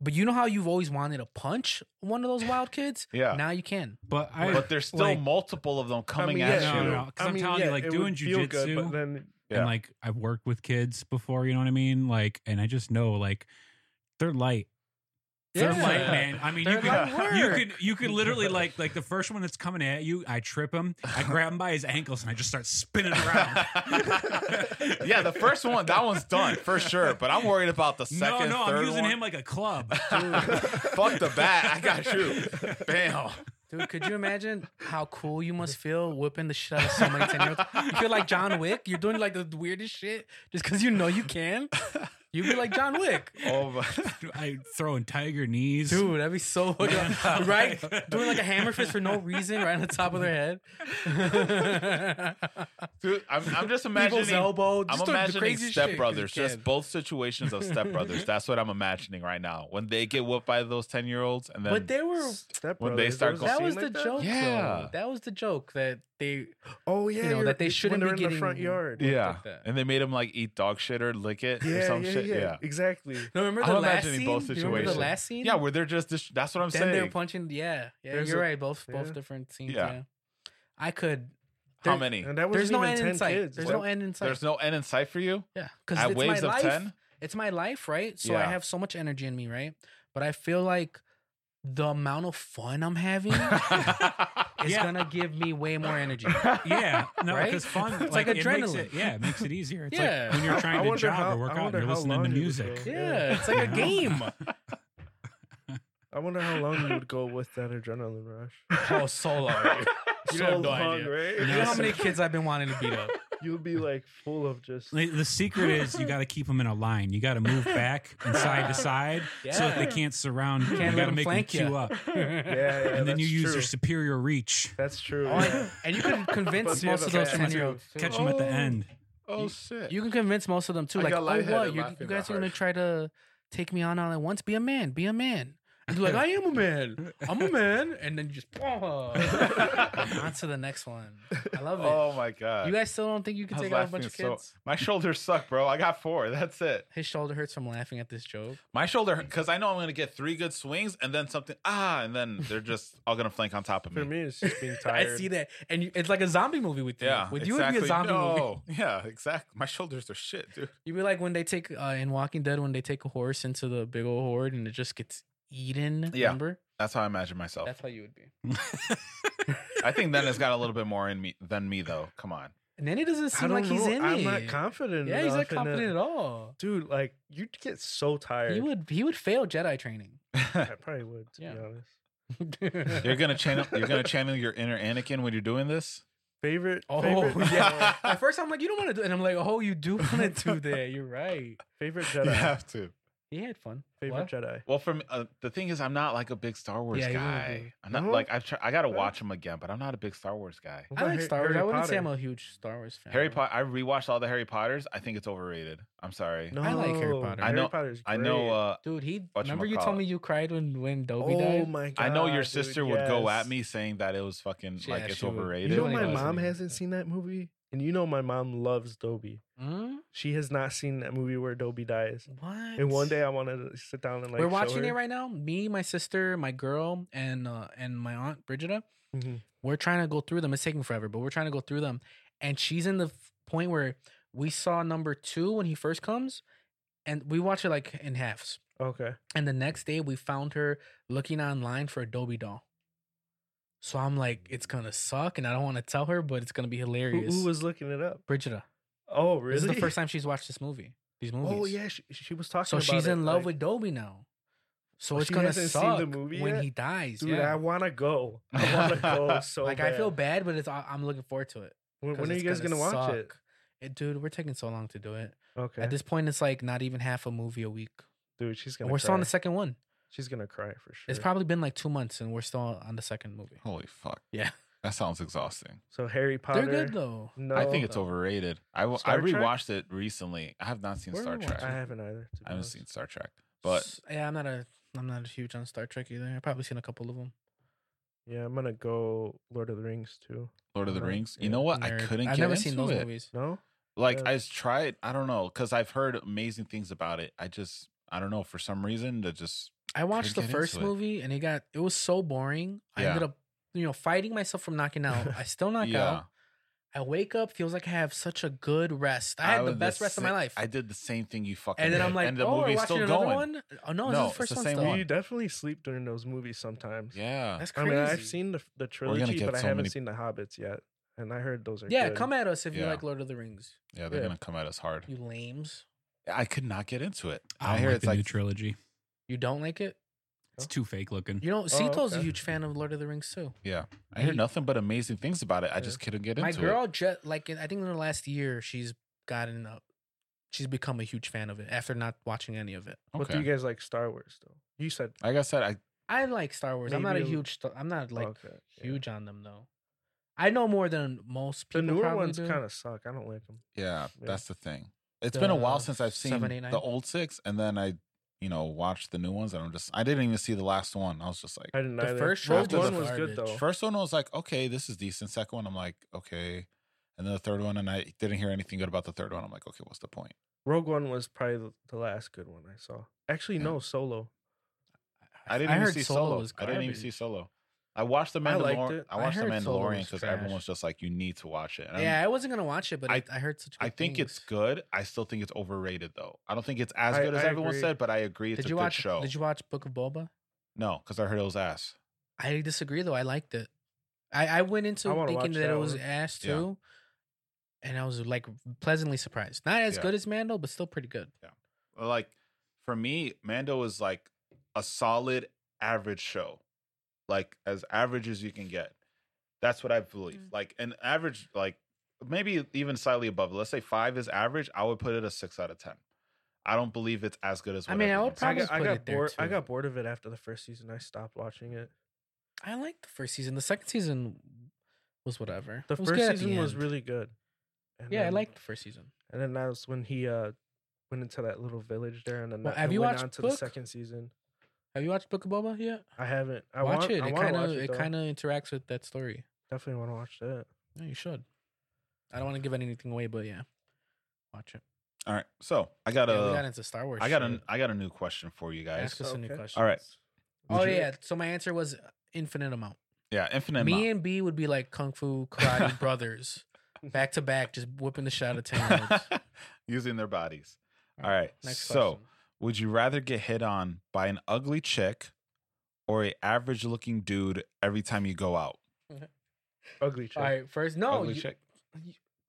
[SPEAKER 2] But you know how you've always wanted to punch one of
[SPEAKER 1] <laughs>
[SPEAKER 2] those wild kids?
[SPEAKER 1] Yeah.
[SPEAKER 2] Now you can.
[SPEAKER 4] But I
[SPEAKER 1] but there's still
[SPEAKER 4] like-
[SPEAKER 1] multiple of them coming
[SPEAKER 3] mean,
[SPEAKER 1] at
[SPEAKER 4] no,
[SPEAKER 3] yeah,
[SPEAKER 1] you.
[SPEAKER 4] no, no. Because I'm telling you, like
[SPEAKER 3] it
[SPEAKER 4] doing
[SPEAKER 3] would feel good,
[SPEAKER 4] jujitsu,
[SPEAKER 3] but then
[SPEAKER 1] Yeah.
[SPEAKER 4] and like I've worked with kids before, you know what I mean? Like, and I just know like they're light. They're
[SPEAKER 2] <laughs>
[SPEAKER 1] Yeah.
[SPEAKER 4] light, man. I mean,
[SPEAKER 2] They're
[SPEAKER 4] you could,
[SPEAKER 1] light
[SPEAKER 4] you
[SPEAKER 2] work.
[SPEAKER 4] could,
[SPEAKER 2] <laughs>
[SPEAKER 4] you could literally like, like the first one that's coming at you, I trip him, I grab him by his ankles, and I just start
[SPEAKER 2] <laughs>
[SPEAKER 4] spinning <laughs> around.
[SPEAKER 1] yeah, the first one, that one's done for sure. But I'm worried about the second,
[SPEAKER 4] no, no,
[SPEAKER 1] third
[SPEAKER 4] I'm using
[SPEAKER 1] one. <laughs>
[SPEAKER 4] him like a
[SPEAKER 2] <laughs>
[SPEAKER 4] club.
[SPEAKER 1] Fuck the bat. I got you.
[SPEAKER 4] <laughs>
[SPEAKER 1] Bam.
[SPEAKER 2] Dude, could you imagine how cool you
[SPEAKER 4] <laughs>
[SPEAKER 2] must feel whipping the shit out of somebody 10 year old? You feel like John Wick. You're doing like the weirdest shit just because you know you
[SPEAKER 1] <laughs>
[SPEAKER 2] can. You'd be like John Wick.
[SPEAKER 1] Oh my.
[SPEAKER 4] <laughs> I throwing
[SPEAKER 1] <laughs>
[SPEAKER 4] tiger knees.
[SPEAKER 2] Dude, that'd be so
[SPEAKER 4] Man.
[SPEAKER 2] <laughs> right? Doing like a hammer fist for no reason right on the top of
[SPEAKER 1] <laughs>
[SPEAKER 2] their head.
[SPEAKER 1] Dude, I'm, I'm just
[SPEAKER 2] People's
[SPEAKER 1] imagining.
[SPEAKER 2] elbow.
[SPEAKER 1] I'm
[SPEAKER 2] just doing the
[SPEAKER 1] imagining
[SPEAKER 2] craziest shit 'cause
[SPEAKER 1] Step
[SPEAKER 2] you
[SPEAKER 1] Brothers, just
[SPEAKER 2] can.
[SPEAKER 1] both situations of
[SPEAKER 2] <laughs>
[SPEAKER 1] Step Brothers. That's what I'm imagining right now. When they get whooped by those ten year olds, and then
[SPEAKER 2] But they were.
[SPEAKER 3] Step
[SPEAKER 1] When they
[SPEAKER 3] Brothers,
[SPEAKER 1] start
[SPEAKER 3] there
[SPEAKER 2] That
[SPEAKER 1] going-
[SPEAKER 3] a scene
[SPEAKER 2] was
[SPEAKER 3] like
[SPEAKER 2] the joke. though.
[SPEAKER 1] Yeah.
[SPEAKER 2] that was the joke that they
[SPEAKER 3] Oh yeah,
[SPEAKER 2] you know
[SPEAKER 3] you're-
[SPEAKER 2] that they
[SPEAKER 3] it's when
[SPEAKER 2] shouldn't be
[SPEAKER 3] they're
[SPEAKER 2] getting
[SPEAKER 3] in the front yard.
[SPEAKER 2] looked
[SPEAKER 1] yeah,
[SPEAKER 2] like that.
[SPEAKER 1] and they made him like eat dog shit or lick it or
[SPEAKER 3] Yeah,
[SPEAKER 1] some
[SPEAKER 3] yeah,
[SPEAKER 1] shit.
[SPEAKER 3] yeah,
[SPEAKER 1] Yeah,
[SPEAKER 3] exactly.
[SPEAKER 2] No, remember
[SPEAKER 1] I'm
[SPEAKER 2] the last
[SPEAKER 1] imagining
[SPEAKER 2] scene?
[SPEAKER 1] both
[SPEAKER 2] Do you remember the
[SPEAKER 1] situations.
[SPEAKER 2] last scene?
[SPEAKER 1] yeah, where they're just. dis- That's what I'm
[SPEAKER 2] then they're
[SPEAKER 1] saying.
[SPEAKER 2] punching. Yeah, yeah,
[SPEAKER 3] There's
[SPEAKER 2] you're
[SPEAKER 3] a-
[SPEAKER 2] right. Both
[SPEAKER 3] yeah.
[SPEAKER 2] both different scenes.
[SPEAKER 1] Yeah.
[SPEAKER 2] Yeah. I could.
[SPEAKER 1] How
[SPEAKER 2] there-
[SPEAKER 1] many?
[SPEAKER 3] And that was
[SPEAKER 2] There's no
[SPEAKER 3] even
[SPEAKER 2] end in
[SPEAKER 3] ten
[SPEAKER 2] sight.
[SPEAKER 3] kids.
[SPEAKER 2] There's
[SPEAKER 3] That-
[SPEAKER 2] no end in sight.
[SPEAKER 1] There's no end in sight for
[SPEAKER 2] <laughs>
[SPEAKER 1] you <laughs>
[SPEAKER 2] yeah, because
[SPEAKER 1] at
[SPEAKER 2] it's my
[SPEAKER 1] waves of
[SPEAKER 2] life.
[SPEAKER 1] ten.
[SPEAKER 2] It's my life, right? So I
[SPEAKER 1] Yeah.
[SPEAKER 2] have so much energy in me, right? But I feel like the amount of fun I'm having is
[SPEAKER 4] Yeah.
[SPEAKER 2] gonna give me way more energy.
[SPEAKER 4] yeah, no,
[SPEAKER 2] Right?
[SPEAKER 4] because fun.
[SPEAKER 2] It's like
[SPEAKER 4] it makes
[SPEAKER 2] adrenaline.
[SPEAKER 4] it, yeah, it makes it easier. It's
[SPEAKER 2] Yeah.
[SPEAKER 4] like when you're
[SPEAKER 3] I
[SPEAKER 4] trying to
[SPEAKER 3] wonder
[SPEAKER 4] jog
[SPEAKER 3] how-
[SPEAKER 4] or work
[SPEAKER 3] I
[SPEAKER 4] out,
[SPEAKER 3] wonder
[SPEAKER 4] you're
[SPEAKER 3] how
[SPEAKER 4] listening
[SPEAKER 3] long
[SPEAKER 4] to
[SPEAKER 3] it would
[SPEAKER 4] music.
[SPEAKER 3] go.
[SPEAKER 2] Yeah, it's like a game.
[SPEAKER 3] <laughs> I wonder how long you would go with that adrenaline rush.
[SPEAKER 2] Oh, solo. <laughs> You
[SPEAKER 3] so
[SPEAKER 2] have no
[SPEAKER 3] long,
[SPEAKER 2] idea.
[SPEAKER 3] right?
[SPEAKER 2] You know how
[SPEAKER 3] <laughs>
[SPEAKER 2] many kids I've been wanting to beat up?
[SPEAKER 3] You'll be like full of just.
[SPEAKER 4] The the secret is you got to keep them in a line. You got to move back and side
[SPEAKER 2] <laughs>
[SPEAKER 4] to side so that they
[SPEAKER 2] Yeah.
[SPEAKER 4] can't surround. You,
[SPEAKER 2] Can't let
[SPEAKER 4] got to
[SPEAKER 2] 'em
[SPEAKER 4] make them
[SPEAKER 2] flank ya.
[SPEAKER 4] queue up,
[SPEAKER 3] <laughs> Yeah, yeah.
[SPEAKER 4] <laughs> and then
[SPEAKER 3] that's
[SPEAKER 4] you use
[SPEAKER 3] true.
[SPEAKER 4] your superior reach.
[SPEAKER 3] That's true.
[SPEAKER 2] Oh,
[SPEAKER 3] yeah.
[SPEAKER 2] and- and you can convince
[SPEAKER 3] But you
[SPEAKER 2] most
[SPEAKER 3] have
[SPEAKER 2] of
[SPEAKER 3] a
[SPEAKER 2] those
[SPEAKER 3] fan.
[SPEAKER 2] ten year olds.
[SPEAKER 4] Catch them at the end.
[SPEAKER 1] Oh shit!
[SPEAKER 2] You can convince most of them too.
[SPEAKER 1] I
[SPEAKER 2] Like,
[SPEAKER 1] got
[SPEAKER 2] oh, what?
[SPEAKER 1] lightheaded
[SPEAKER 2] You,
[SPEAKER 1] laughing
[SPEAKER 2] you guys
[SPEAKER 1] that
[SPEAKER 2] are gonna
[SPEAKER 1] hard."
[SPEAKER 2] try to take me on all at once? Be a man. Be a man. And you're like, I am a man. I'm a man. And then you just <laughs> oh, on to the next one. I love it.
[SPEAKER 1] oh my god!
[SPEAKER 2] you guys still don't think you can
[SPEAKER 1] I was
[SPEAKER 2] take out a bunch
[SPEAKER 1] laughing
[SPEAKER 2] of
[SPEAKER 1] so-
[SPEAKER 2] kids?
[SPEAKER 1] my shoulders suck, bro. I got four. That's it.
[SPEAKER 2] His shoulder hurts from laughing at this joke.
[SPEAKER 1] My shoulder, because I know I'm gonna get three good swings and then something ah, and then they're just all gonna flank on top of
[SPEAKER 3] For
[SPEAKER 1] me.
[SPEAKER 3] me, it's just being tired.
[SPEAKER 2] <laughs> <laughs> I see that, and you, it's like a zombie movie with you.
[SPEAKER 1] Yeah,
[SPEAKER 2] with you it'd be a zombie movie.
[SPEAKER 1] movie. <laughs> Yeah, exactly. My shoulders are shit, dude.
[SPEAKER 2] You'd be like when they take uh, in Walking Dead when they take a horse into the big old horde and it just gets eaten.
[SPEAKER 1] Yeah. Oh.
[SPEAKER 2] Remember?
[SPEAKER 1] That's how I imagine myself.
[SPEAKER 2] That's how you would be.
[SPEAKER 1] I think then it's got a little bit more in me than me though. Come on.
[SPEAKER 2] And then he doesn't
[SPEAKER 3] I
[SPEAKER 2] seem
[SPEAKER 3] don't
[SPEAKER 2] like he's
[SPEAKER 3] know.
[SPEAKER 2] in
[SPEAKER 3] I'm
[SPEAKER 2] it.
[SPEAKER 3] not confident.
[SPEAKER 2] Yeah, he's not
[SPEAKER 3] enough in
[SPEAKER 2] confident
[SPEAKER 3] it.
[SPEAKER 2] at all.
[SPEAKER 3] Dude, like you'd get so tired.
[SPEAKER 2] He would he would fail Jedi <laughs> training.
[SPEAKER 3] I probably would, to
[SPEAKER 2] Yeah.
[SPEAKER 3] be
[SPEAKER 1] <laughs>
[SPEAKER 3] honest.
[SPEAKER 1] You're gonna channel. You're gonna channel your inner Anakin when you're doing this.
[SPEAKER 3] Favorite.
[SPEAKER 2] Oh, <laughs>
[SPEAKER 3] favorite,
[SPEAKER 1] yeah.
[SPEAKER 2] At first, I'm like, you don't want to do, and I'm like, oh, you do want to do that. You're right. <laughs>
[SPEAKER 3] Favorite Jedi.
[SPEAKER 1] to.
[SPEAKER 2] He had fun.
[SPEAKER 3] Favorite
[SPEAKER 2] What?
[SPEAKER 3] Jedi.
[SPEAKER 1] Well, for me, uh, the thing is, I'm not like a big Star Wars
[SPEAKER 2] Yeah, you wouldn't
[SPEAKER 1] guy.
[SPEAKER 2] be.
[SPEAKER 1] I'm not
[SPEAKER 3] No?
[SPEAKER 1] like I've tr- I gotta
[SPEAKER 3] Yeah.
[SPEAKER 1] watch them again, but I'm not a big Star Wars guy.
[SPEAKER 3] What
[SPEAKER 2] I
[SPEAKER 3] about
[SPEAKER 2] like
[SPEAKER 3] Har-
[SPEAKER 2] Star Wars.
[SPEAKER 3] Harry
[SPEAKER 2] I wouldn't say I'm
[SPEAKER 3] Potter?
[SPEAKER 2] a huge Star Wars fan.
[SPEAKER 1] Harry Potter. I rewatched all the Harry Potters. I think it's overrated. I'm sorry.
[SPEAKER 3] No,
[SPEAKER 2] I like Harry Potter. I
[SPEAKER 1] know-
[SPEAKER 3] Harry Potter's
[SPEAKER 1] I
[SPEAKER 3] great.
[SPEAKER 1] know. Uh,
[SPEAKER 2] dude. He
[SPEAKER 1] Whatchamacallit.
[SPEAKER 2] remember you told me you cried when when Dobby
[SPEAKER 3] oh
[SPEAKER 2] died.
[SPEAKER 3] my god!
[SPEAKER 1] I know your
[SPEAKER 3] dude,
[SPEAKER 1] sister would go at
[SPEAKER 3] yes.
[SPEAKER 1] me saying that it was fucking
[SPEAKER 2] Yeah,
[SPEAKER 1] like it's
[SPEAKER 2] she would. You
[SPEAKER 1] overrated.
[SPEAKER 3] You know
[SPEAKER 2] It
[SPEAKER 3] my
[SPEAKER 2] was.
[SPEAKER 3] mom hasn't seen that movie, and you know my mom loves Dobby.
[SPEAKER 2] Mm?
[SPEAKER 3] She has not seen that movie where Dobie dies.
[SPEAKER 2] What?
[SPEAKER 3] And one day I wanted to sit down and like
[SPEAKER 2] we're
[SPEAKER 3] show
[SPEAKER 2] watching it
[SPEAKER 3] her.
[SPEAKER 2] right now. Me, my sister, my girl, and uh, and my aunt Brigida.
[SPEAKER 3] Mhm.
[SPEAKER 2] we're trying to go through them. It's taking forever, but we're trying to go through them. And she's in the f- point where we saw number two when he first comes, and we watch it like in halves.
[SPEAKER 3] Okay.
[SPEAKER 2] And the next day, we found her looking online for a Dobie doll. So I'm like, it's gonna suck, and I don't want to tell her, but it's gonna be
[SPEAKER 3] Who,
[SPEAKER 2] hilarious.
[SPEAKER 3] who was looking it up?
[SPEAKER 2] Brigida?
[SPEAKER 3] Oh, really?
[SPEAKER 2] This is the first time she's watched this movie. These movies.
[SPEAKER 3] Oh yeah, she, she was talking.
[SPEAKER 2] So
[SPEAKER 3] about
[SPEAKER 2] she's
[SPEAKER 3] it,
[SPEAKER 2] in love
[SPEAKER 3] like,
[SPEAKER 2] with Dobie now. So
[SPEAKER 3] Oh,
[SPEAKER 2] it's
[SPEAKER 3] she
[SPEAKER 2] gonna
[SPEAKER 3] hasn't
[SPEAKER 2] suck
[SPEAKER 3] seen the movie
[SPEAKER 2] when
[SPEAKER 3] yet?
[SPEAKER 2] he dies.
[SPEAKER 3] Dude,
[SPEAKER 2] yeah.
[SPEAKER 3] I want
[SPEAKER 2] <laughs>
[SPEAKER 3] to go. I want to go so
[SPEAKER 2] like
[SPEAKER 3] bad.
[SPEAKER 2] I feel bad, but it's I- I'm looking forward to it.
[SPEAKER 3] When,
[SPEAKER 2] 'cause
[SPEAKER 3] when are you
[SPEAKER 2] it's
[SPEAKER 3] guys gonna, watch it?
[SPEAKER 2] suck. It- Dude, we're taking so long to do it.
[SPEAKER 3] Okay.
[SPEAKER 2] At this point, it's like not even half a movie a week.
[SPEAKER 3] Dude, she's
[SPEAKER 2] And
[SPEAKER 3] gonna.
[SPEAKER 2] we're still on the
[SPEAKER 3] cry.
[SPEAKER 2] second one.
[SPEAKER 3] She's gonna cry for sure.
[SPEAKER 2] It's probably been like two months, and we're still on the second movie.
[SPEAKER 1] Holy fuck.
[SPEAKER 2] Yeah.
[SPEAKER 1] That sounds exhausting.
[SPEAKER 3] so Harry Potter.
[SPEAKER 2] They're good though.
[SPEAKER 3] No,
[SPEAKER 1] I think it's overrated. I, w- I
[SPEAKER 3] Star Trek?
[SPEAKER 1] rewatched it recently. I have not seen
[SPEAKER 2] We're
[SPEAKER 1] Star
[SPEAKER 2] rewatching.
[SPEAKER 1] Trek.
[SPEAKER 3] I haven't either. to be
[SPEAKER 1] I haven't
[SPEAKER 3] honest.
[SPEAKER 1] seen Star Trek, but
[SPEAKER 2] S- yeah, I'm not a I'm not a huge on Star Trek either. I've probably seen a couple of them.
[SPEAKER 3] Yeah, I'm gonna go Lord of the Rings too.
[SPEAKER 1] Lord of the
[SPEAKER 3] Mhm.
[SPEAKER 1] Rings. You
[SPEAKER 3] Yeah.
[SPEAKER 1] know what? I
[SPEAKER 2] Nerd.
[SPEAKER 1] couldn't.
[SPEAKER 2] I've
[SPEAKER 1] get
[SPEAKER 2] never
[SPEAKER 1] into
[SPEAKER 2] seen those
[SPEAKER 1] it.
[SPEAKER 2] movies.
[SPEAKER 3] No.
[SPEAKER 1] Like
[SPEAKER 3] Yeah.
[SPEAKER 1] I just tried. I don't know because I've heard amazing things about it. I just I don't know for some reason that just
[SPEAKER 2] I watched the
[SPEAKER 1] get
[SPEAKER 2] first
[SPEAKER 1] into it.
[SPEAKER 2] movie and it got it was so boring. I
[SPEAKER 1] Yeah.
[SPEAKER 2] ended up you know fighting myself from knocking out. I still knock
[SPEAKER 1] <laughs> Yeah.
[SPEAKER 2] out. I wake up feels like I have such a good rest. I had the
[SPEAKER 1] was
[SPEAKER 2] best rest of my
[SPEAKER 1] sa-
[SPEAKER 2] life.
[SPEAKER 1] I did the same thing you fucking
[SPEAKER 2] and then
[SPEAKER 1] did.
[SPEAKER 2] I'm like,
[SPEAKER 1] and the
[SPEAKER 2] oh, we're
[SPEAKER 1] movie's
[SPEAKER 2] watching
[SPEAKER 1] still
[SPEAKER 2] another
[SPEAKER 1] going.
[SPEAKER 2] one. Oh no,
[SPEAKER 1] No,
[SPEAKER 2] this is the
[SPEAKER 1] it's
[SPEAKER 2] first
[SPEAKER 1] the
[SPEAKER 2] one.
[SPEAKER 1] same
[SPEAKER 2] still.
[SPEAKER 1] one.
[SPEAKER 3] You definitely sleep during those movies sometimes.
[SPEAKER 1] Yeah.
[SPEAKER 2] That's
[SPEAKER 3] I
[SPEAKER 2] crazy.
[SPEAKER 3] mean, I've seen the the trilogy,
[SPEAKER 1] get
[SPEAKER 3] but I
[SPEAKER 1] so
[SPEAKER 3] haven't
[SPEAKER 1] many-
[SPEAKER 3] seen the Hobbits yet, and I heard those are
[SPEAKER 2] yeah,
[SPEAKER 3] good.
[SPEAKER 2] come at us if you
[SPEAKER 1] Yeah.
[SPEAKER 2] like Lord of the Rings,
[SPEAKER 1] yeah, they're
[SPEAKER 3] Yeah.
[SPEAKER 1] gonna come at us hard.
[SPEAKER 2] you lames.
[SPEAKER 1] I could not get into it.
[SPEAKER 4] I,
[SPEAKER 1] I, hear it's
[SPEAKER 4] the new
[SPEAKER 1] like
[SPEAKER 4] trilogy.
[SPEAKER 2] You don't like it?
[SPEAKER 4] It's too fake looking.
[SPEAKER 2] You
[SPEAKER 1] Oh,
[SPEAKER 2] know, Sito's a
[SPEAKER 3] okay.
[SPEAKER 2] huge fan of Lord of the Rings too.
[SPEAKER 1] yeah. I hear
[SPEAKER 2] He-
[SPEAKER 1] nothing but amazing things about it. I
[SPEAKER 3] Yeah.
[SPEAKER 1] just couldn't get
[SPEAKER 2] My
[SPEAKER 1] into
[SPEAKER 2] girl,
[SPEAKER 1] it.
[SPEAKER 2] ju- like in, I think in the last year, she's gotten up. She's become a huge fan of it after not watching any of it.
[SPEAKER 3] But
[SPEAKER 1] Okay.
[SPEAKER 3] do you guys like Star Wars though? You said
[SPEAKER 1] like I said, I
[SPEAKER 2] I like Star Wars. I'm not a
[SPEAKER 3] Maybe a-
[SPEAKER 2] huge. Star- I'm not like
[SPEAKER 3] okay, yeah.
[SPEAKER 2] huge on them though. I know more than most
[SPEAKER 3] The
[SPEAKER 2] people.
[SPEAKER 3] newer
[SPEAKER 2] probably
[SPEAKER 3] ones
[SPEAKER 2] do.
[SPEAKER 3] kind of suck. I don't like them.
[SPEAKER 1] yeah,
[SPEAKER 3] Yeah.
[SPEAKER 1] that's the thing. It's been a while
[SPEAKER 2] The
[SPEAKER 1] since I've seen
[SPEAKER 2] 789?
[SPEAKER 1] the old six, and then I, you know, watched the new ones, and I'm just I didn't even see the last one. I was just like,
[SPEAKER 3] I didn't
[SPEAKER 2] The
[SPEAKER 3] either.
[SPEAKER 2] first
[SPEAKER 3] Rogue
[SPEAKER 1] trilogy
[SPEAKER 3] One
[SPEAKER 1] was
[SPEAKER 3] was good
[SPEAKER 2] garbage.
[SPEAKER 3] though.
[SPEAKER 1] First one I was like, okay, this is decent. Second one, I'm like, okay. And then the third one, and I didn't hear anything good about the third one. I'm like, okay, what's the point?
[SPEAKER 3] Rogue One was probably the, the last good one I saw. Actually,
[SPEAKER 1] Yeah.
[SPEAKER 3] no, Solo.
[SPEAKER 1] I didn't even see Solo. I didn't even see
[SPEAKER 2] garbage.
[SPEAKER 1] Solo. I watched the
[SPEAKER 3] I liked
[SPEAKER 1] Mandalorian.
[SPEAKER 3] it.
[SPEAKER 1] I,
[SPEAKER 2] I
[SPEAKER 1] watched the
[SPEAKER 2] heard Solo
[SPEAKER 1] Mandalorian
[SPEAKER 2] was
[SPEAKER 1] because
[SPEAKER 2] trash.
[SPEAKER 1] everyone's just like, you need to watch it. And I'm-
[SPEAKER 2] Yeah, I wasn't gonna watch it, but
[SPEAKER 1] I-
[SPEAKER 2] I, I heard such. Good
[SPEAKER 1] I think it's
[SPEAKER 2] things.
[SPEAKER 1] good. I still think it's overrated though. I don't think it's as
[SPEAKER 3] I-
[SPEAKER 1] good as
[SPEAKER 3] I
[SPEAKER 1] everyone
[SPEAKER 3] agree.
[SPEAKER 1] said, but I agree it's
[SPEAKER 2] Did
[SPEAKER 1] a
[SPEAKER 2] you
[SPEAKER 1] good
[SPEAKER 2] watch?
[SPEAKER 1] show.
[SPEAKER 2] Did you watch Book of Boba?
[SPEAKER 1] No, because I heard it was ass.
[SPEAKER 2] I disagree though. I liked it. I, I went into
[SPEAKER 3] I wanna
[SPEAKER 2] thinking
[SPEAKER 3] watch
[SPEAKER 2] that, it
[SPEAKER 3] that
[SPEAKER 2] was
[SPEAKER 3] one.
[SPEAKER 2] ass
[SPEAKER 1] Yeah.
[SPEAKER 2] too, and I was like pleasantly surprised. Not as
[SPEAKER 1] Yeah.
[SPEAKER 2] good as Mando, but still pretty good.
[SPEAKER 1] Like for me, Mando is like a solid average show. Like as average as you can get. That's what I believe.
[SPEAKER 2] Mm.
[SPEAKER 1] Like an average, like maybe even slightly above. Let's say five is average. I would put it a six out of ten. I don't believe it's as good as.
[SPEAKER 2] I
[SPEAKER 1] what
[SPEAKER 2] mean, I
[SPEAKER 1] everyone
[SPEAKER 2] would
[SPEAKER 1] said.
[SPEAKER 3] I
[SPEAKER 2] probably-
[SPEAKER 3] got, I
[SPEAKER 2] put
[SPEAKER 3] got
[SPEAKER 2] it there,
[SPEAKER 3] bored. I
[SPEAKER 2] too.
[SPEAKER 3] got bored of it after the first season. I stopped watching it.
[SPEAKER 2] I liked the first season. The second season was whatever.
[SPEAKER 3] The
[SPEAKER 2] It was
[SPEAKER 3] first
[SPEAKER 2] good at the
[SPEAKER 3] season was
[SPEAKER 2] end.
[SPEAKER 3] really good. And
[SPEAKER 2] Yeah, I
[SPEAKER 3] then-
[SPEAKER 2] liked the first season.
[SPEAKER 3] And then that was when he uh went into that little village there, and then
[SPEAKER 2] Well,
[SPEAKER 3] that-
[SPEAKER 2] have
[SPEAKER 3] it
[SPEAKER 2] you
[SPEAKER 3] went
[SPEAKER 2] watched
[SPEAKER 3] on to the
[SPEAKER 2] Book?
[SPEAKER 3] second season.
[SPEAKER 2] Have you watched Book of Boba yet?
[SPEAKER 3] I haven't. I
[SPEAKER 2] watch
[SPEAKER 3] want,
[SPEAKER 2] it.
[SPEAKER 3] I
[SPEAKER 2] it
[SPEAKER 3] wanna
[SPEAKER 2] kind
[SPEAKER 3] watch
[SPEAKER 2] of
[SPEAKER 3] it,
[SPEAKER 2] it,
[SPEAKER 3] though.
[SPEAKER 2] kind of interacts with that story.
[SPEAKER 3] definitely want to watch that.
[SPEAKER 2] Yeah, you should. I don't want to give anything away, but yeah, watch it.
[SPEAKER 1] All right, so I got
[SPEAKER 2] yeah, we got
[SPEAKER 1] a,
[SPEAKER 2] into Star Wars.
[SPEAKER 1] I got
[SPEAKER 2] shit.
[SPEAKER 1] a, I got a new question for you guys.
[SPEAKER 2] Ask us a new
[SPEAKER 3] Okay.
[SPEAKER 2] question.
[SPEAKER 1] All right. Would
[SPEAKER 2] Oh
[SPEAKER 1] you-
[SPEAKER 2] yeah. So my answer was infinite amount.
[SPEAKER 1] Yeah, infinite.
[SPEAKER 2] Me
[SPEAKER 1] amount.
[SPEAKER 2] and B would be like kung fu
[SPEAKER 1] <laughs>
[SPEAKER 2] karate brothers, back to back, just whipping the shit out of ten.
[SPEAKER 1] <laughs> using their bodies.
[SPEAKER 2] All
[SPEAKER 1] All right.
[SPEAKER 2] Next
[SPEAKER 1] so,
[SPEAKER 2] question.
[SPEAKER 1] would you rather get hit on by an ugly chick or a average looking dude every time you go out?
[SPEAKER 3] Ugly chick.
[SPEAKER 2] All right. First, no.
[SPEAKER 1] ugly
[SPEAKER 2] Oh, you-
[SPEAKER 1] chick.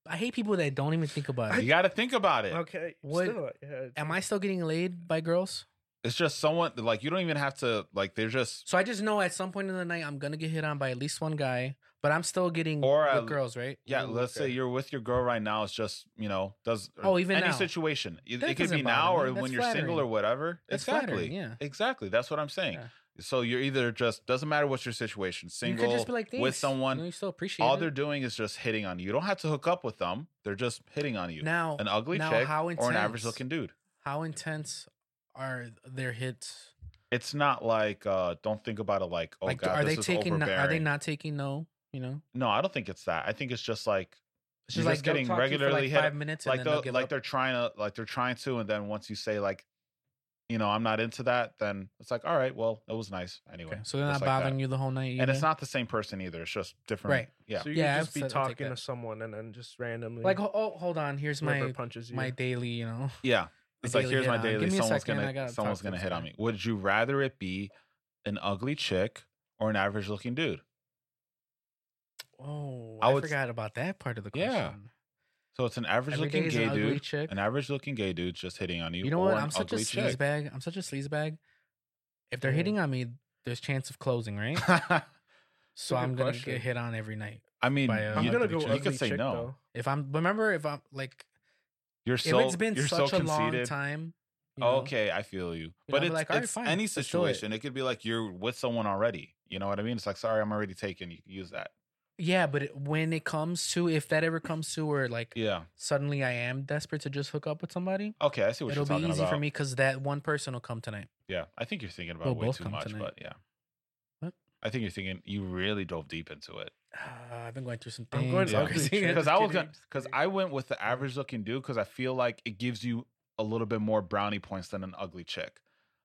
[SPEAKER 2] I hate people that don't even think about
[SPEAKER 1] You
[SPEAKER 2] it.
[SPEAKER 1] got to think about it.
[SPEAKER 3] Okay.
[SPEAKER 2] What-
[SPEAKER 3] still, yeah,
[SPEAKER 2] Am I still getting laid by girls?
[SPEAKER 1] It's just someone like you don't even have to like. They're just
[SPEAKER 2] So I just know at some point in the night I'm gonna get hit on by at least one guy, but I'm still getting
[SPEAKER 1] Or
[SPEAKER 2] with
[SPEAKER 1] I-
[SPEAKER 2] girls, right?
[SPEAKER 1] yeah.
[SPEAKER 3] Ooh,
[SPEAKER 1] Let's say
[SPEAKER 3] okay.
[SPEAKER 1] you're with your girl right now. It's just you know does or
[SPEAKER 2] Oh, even
[SPEAKER 1] any
[SPEAKER 2] now.
[SPEAKER 1] situation. It,
[SPEAKER 2] That
[SPEAKER 1] it could
[SPEAKER 2] doesn't
[SPEAKER 1] be now
[SPEAKER 2] bother me.
[SPEAKER 1] or when
[SPEAKER 2] That's
[SPEAKER 1] you're single or
[SPEAKER 2] flattering.
[SPEAKER 1] whatever.
[SPEAKER 2] That's
[SPEAKER 1] exactly.
[SPEAKER 2] flattering, yeah.
[SPEAKER 1] Exactly. That's what I'm saying.
[SPEAKER 2] Yeah.
[SPEAKER 1] So you're either just doesn't matter what your situation,
[SPEAKER 2] You
[SPEAKER 1] single,
[SPEAKER 2] could just be like
[SPEAKER 1] with
[SPEAKER 2] "Thanks,"
[SPEAKER 1] someone,
[SPEAKER 2] You, know, you still appreciate
[SPEAKER 1] all
[SPEAKER 2] it.
[SPEAKER 1] they're doing is just hitting on you. You don't have to hook up with them. They're just hitting on you.
[SPEAKER 2] now.
[SPEAKER 1] an ugly
[SPEAKER 2] now
[SPEAKER 1] chick
[SPEAKER 2] how
[SPEAKER 1] or an
[SPEAKER 2] intense?
[SPEAKER 1] average looking dude.
[SPEAKER 2] How intense are their hits?
[SPEAKER 1] It's not like uh don't think about it like oh
[SPEAKER 2] like,
[SPEAKER 1] god,
[SPEAKER 2] are
[SPEAKER 1] this
[SPEAKER 2] they
[SPEAKER 1] is
[SPEAKER 2] taking? No, are they
[SPEAKER 1] overbearing.
[SPEAKER 2] not taking no? You know,
[SPEAKER 1] No, I don't think it's that. I think it's just like
[SPEAKER 2] it's
[SPEAKER 1] You're
[SPEAKER 2] just like
[SPEAKER 1] just
[SPEAKER 2] they'll
[SPEAKER 1] getting
[SPEAKER 2] talk to you for,
[SPEAKER 1] regularly
[SPEAKER 2] like
[SPEAKER 1] hit-
[SPEAKER 2] five minutes, and
[SPEAKER 1] like
[SPEAKER 2] then
[SPEAKER 1] the,
[SPEAKER 2] they'll give
[SPEAKER 1] like
[SPEAKER 2] up.
[SPEAKER 1] they're trying to like they're trying to, and then once you say like, you know, I'm not into that, then it's like all right, well, it was nice anyway.
[SPEAKER 2] Okay, So they're not bothering you the whole night,
[SPEAKER 1] and it's
[SPEAKER 2] either?
[SPEAKER 1] not the same person either. It's just different.
[SPEAKER 2] Right.
[SPEAKER 1] Yeah.
[SPEAKER 3] So you
[SPEAKER 2] Yeah,
[SPEAKER 3] could
[SPEAKER 2] I've
[SPEAKER 3] just be
[SPEAKER 2] said I'll take
[SPEAKER 3] talking
[SPEAKER 2] that.
[SPEAKER 3] to someone and then just randomly
[SPEAKER 2] like oh, oh, hold on, here's
[SPEAKER 3] whoever
[SPEAKER 2] my
[SPEAKER 3] punches you.
[SPEAKER 2] my daily, you know. <laughs>
[SPEAKER 1] Yeah. It's like
[SPEAKER 2] daily
[SPEAKER 1] here's
[SPEAKER 2] hit
[SPEAKER 1] my
[SPEAKER 2] on. Give
[SPEAKER 1] daily.
[SPEAKER 2] me a
[SPEAKER 1] Someone's
[SPEAKER 2] second, I
[SPEAKER 1] gonna
[SPEAKER 2] gotta
[SPEAKER 1] someone's
[SPEAKER 2] talk to
[SPEAKER 1] gonna
[SPEAKER 2] this
[SPEAKER 1] hit on
[SPEAKER 2] guy.
[SPEAKER 1] me. Would you rather it be an ugly chick or an average looking dude?
[SPEAKER 2] Oh,
[SPEAKER 1] I
[SPEAKER 2] I,
[SPEAKER 1] would-
[SPEAKER 2] forgot about that part of the question.
[SPEAKER 1] Yeah. So it's an average
[SPEAKER 2] Every
[SPEAKER 1] looking
[SPEAKER 2] day is
[SPEAKER 1] gay
[SPEAKER 2] an ugly
[SPEAKER 1] dude.
[SPEAKER 2] chick.
[SPEAKER 1] An average looking gay dude's just hitting on you.
[SPEAKER 2] You know
[SPEAKER 1] or
[SPEAKER 2] what?
[SPEAKER 1] an
[SPEAKER 2] I'm such a
[SPEAKER 1] ugly
[SPEAKER 2] sleaze
[SPEAKER 1] chick.
[SPEAKER 2] bag. I'm such a sleaze bag. If they're
[SPEAKER 3] Yeah.
[SPEAKER 2] hitting on me, there's chance of closing,
[SPEAKER 1] <laughs>
[SPEAKER 2] right? so
[SPEAKER 3] a good
[SPEAKER 2] I'm gonna
[SPEAKER 3] question.
[SPEAKER 2] get hit on every night.
[SPEAKER 1] I mean,
[SPEAKER 2] By, uh,
[SPEAKER 3] I'm
[SPEAKER 1] you,
[SPEAKER 3] gonna
[SPEAKER 2] ugly
[SPEAKER 3] go
[SPEAKER 2] chick.
[SPEAKER 1] you
[SPEAKER 3] ugly
[SPEAKER 1] could say
[SPEAKER 3] chick,
[SPEAKER 1] no.
[SPEAKER 3] though.
[SPEAKER 2] If I'm remember, if I'm like,
[SPEAKER 1] You're so
[SPEAKER 2] if it's been
[SPEAKER 1] you're
[SPEAKER 2] such
[SPEAKER 1] so
[SPEAKER 2] a long
[SPEAKER 1] conceited. Oh,
[SPEAKER 2] time. you know,
[SPEAKER 1] Okay, I feel you.
[SPEAKER 2] I'd
[SPEAKER 1] But
[SPEAKER 2] be
[SPEAKER 1] it's,
[SPEAKER 2] like, "All right,
[SPEAKER 1] it's
[SPEAKER 2] fine,
[SPEAKER 1] any
[SPEAKER 2] let's do it."
[SPEAKER 1] situation. It could be like you're with someone already. You know what I mean? It's like, sorry, I'm already taken. You can use that.
[SPEAKER 2] Yeah, but it, when it comes to if that ever comes to where like
[SPEAKER 1] Yeah.
[SPEAKER 2] suddenly I am desperate to just hook up with somebody,
[SPEAKER 1] Okay, I see what
[SPEAKER 2] it'll
[SPEAKER 1] you're
[SPEAKER 2] be
[SPEAKER 1] talking
[SPEAKER 2] easy
[SPEAKER 1] about.
[SPEAKER 2] for me because that one person will come tonight.
[SPEAKER 1] Yeah, I think you're thinking about
[SPEAKER 2] We'll
[SPEAKER 1] it way
[SPEAKER 2] both
[SPEAKER 1] too
[SPEAKER 2] come
[SPEAKER 1] much,
[SPEAKER 2] tonight.
[SPEAKER 1] but yeah.
[SPEAKER 2] What?
[SPEAKER 1] I think you're thinking you really dove deep into it
[SPEAKER 2] Uh, I've been going through some things.
[SPEAKER 3] I'm going
[SPEAKER 1] Yeah.
[SPEAKER 3] ugly
[SPEAKER 2] crazy.
[SPEAKER 3] chick.
[SPEAKER 1] because
[SPEAKER 3] Just
[SPEAKER 1] I was
[SPEAKER 3] kidding,
[SPEAKER 1] gonna
[SPEAKER 3] just
[SPEAKER 1] because
[SPEAKER 3] kidding.
[SPEAKER 1] I went with the average looking dude because I feel like it gives you a little bit more brownie points than an ugly chick.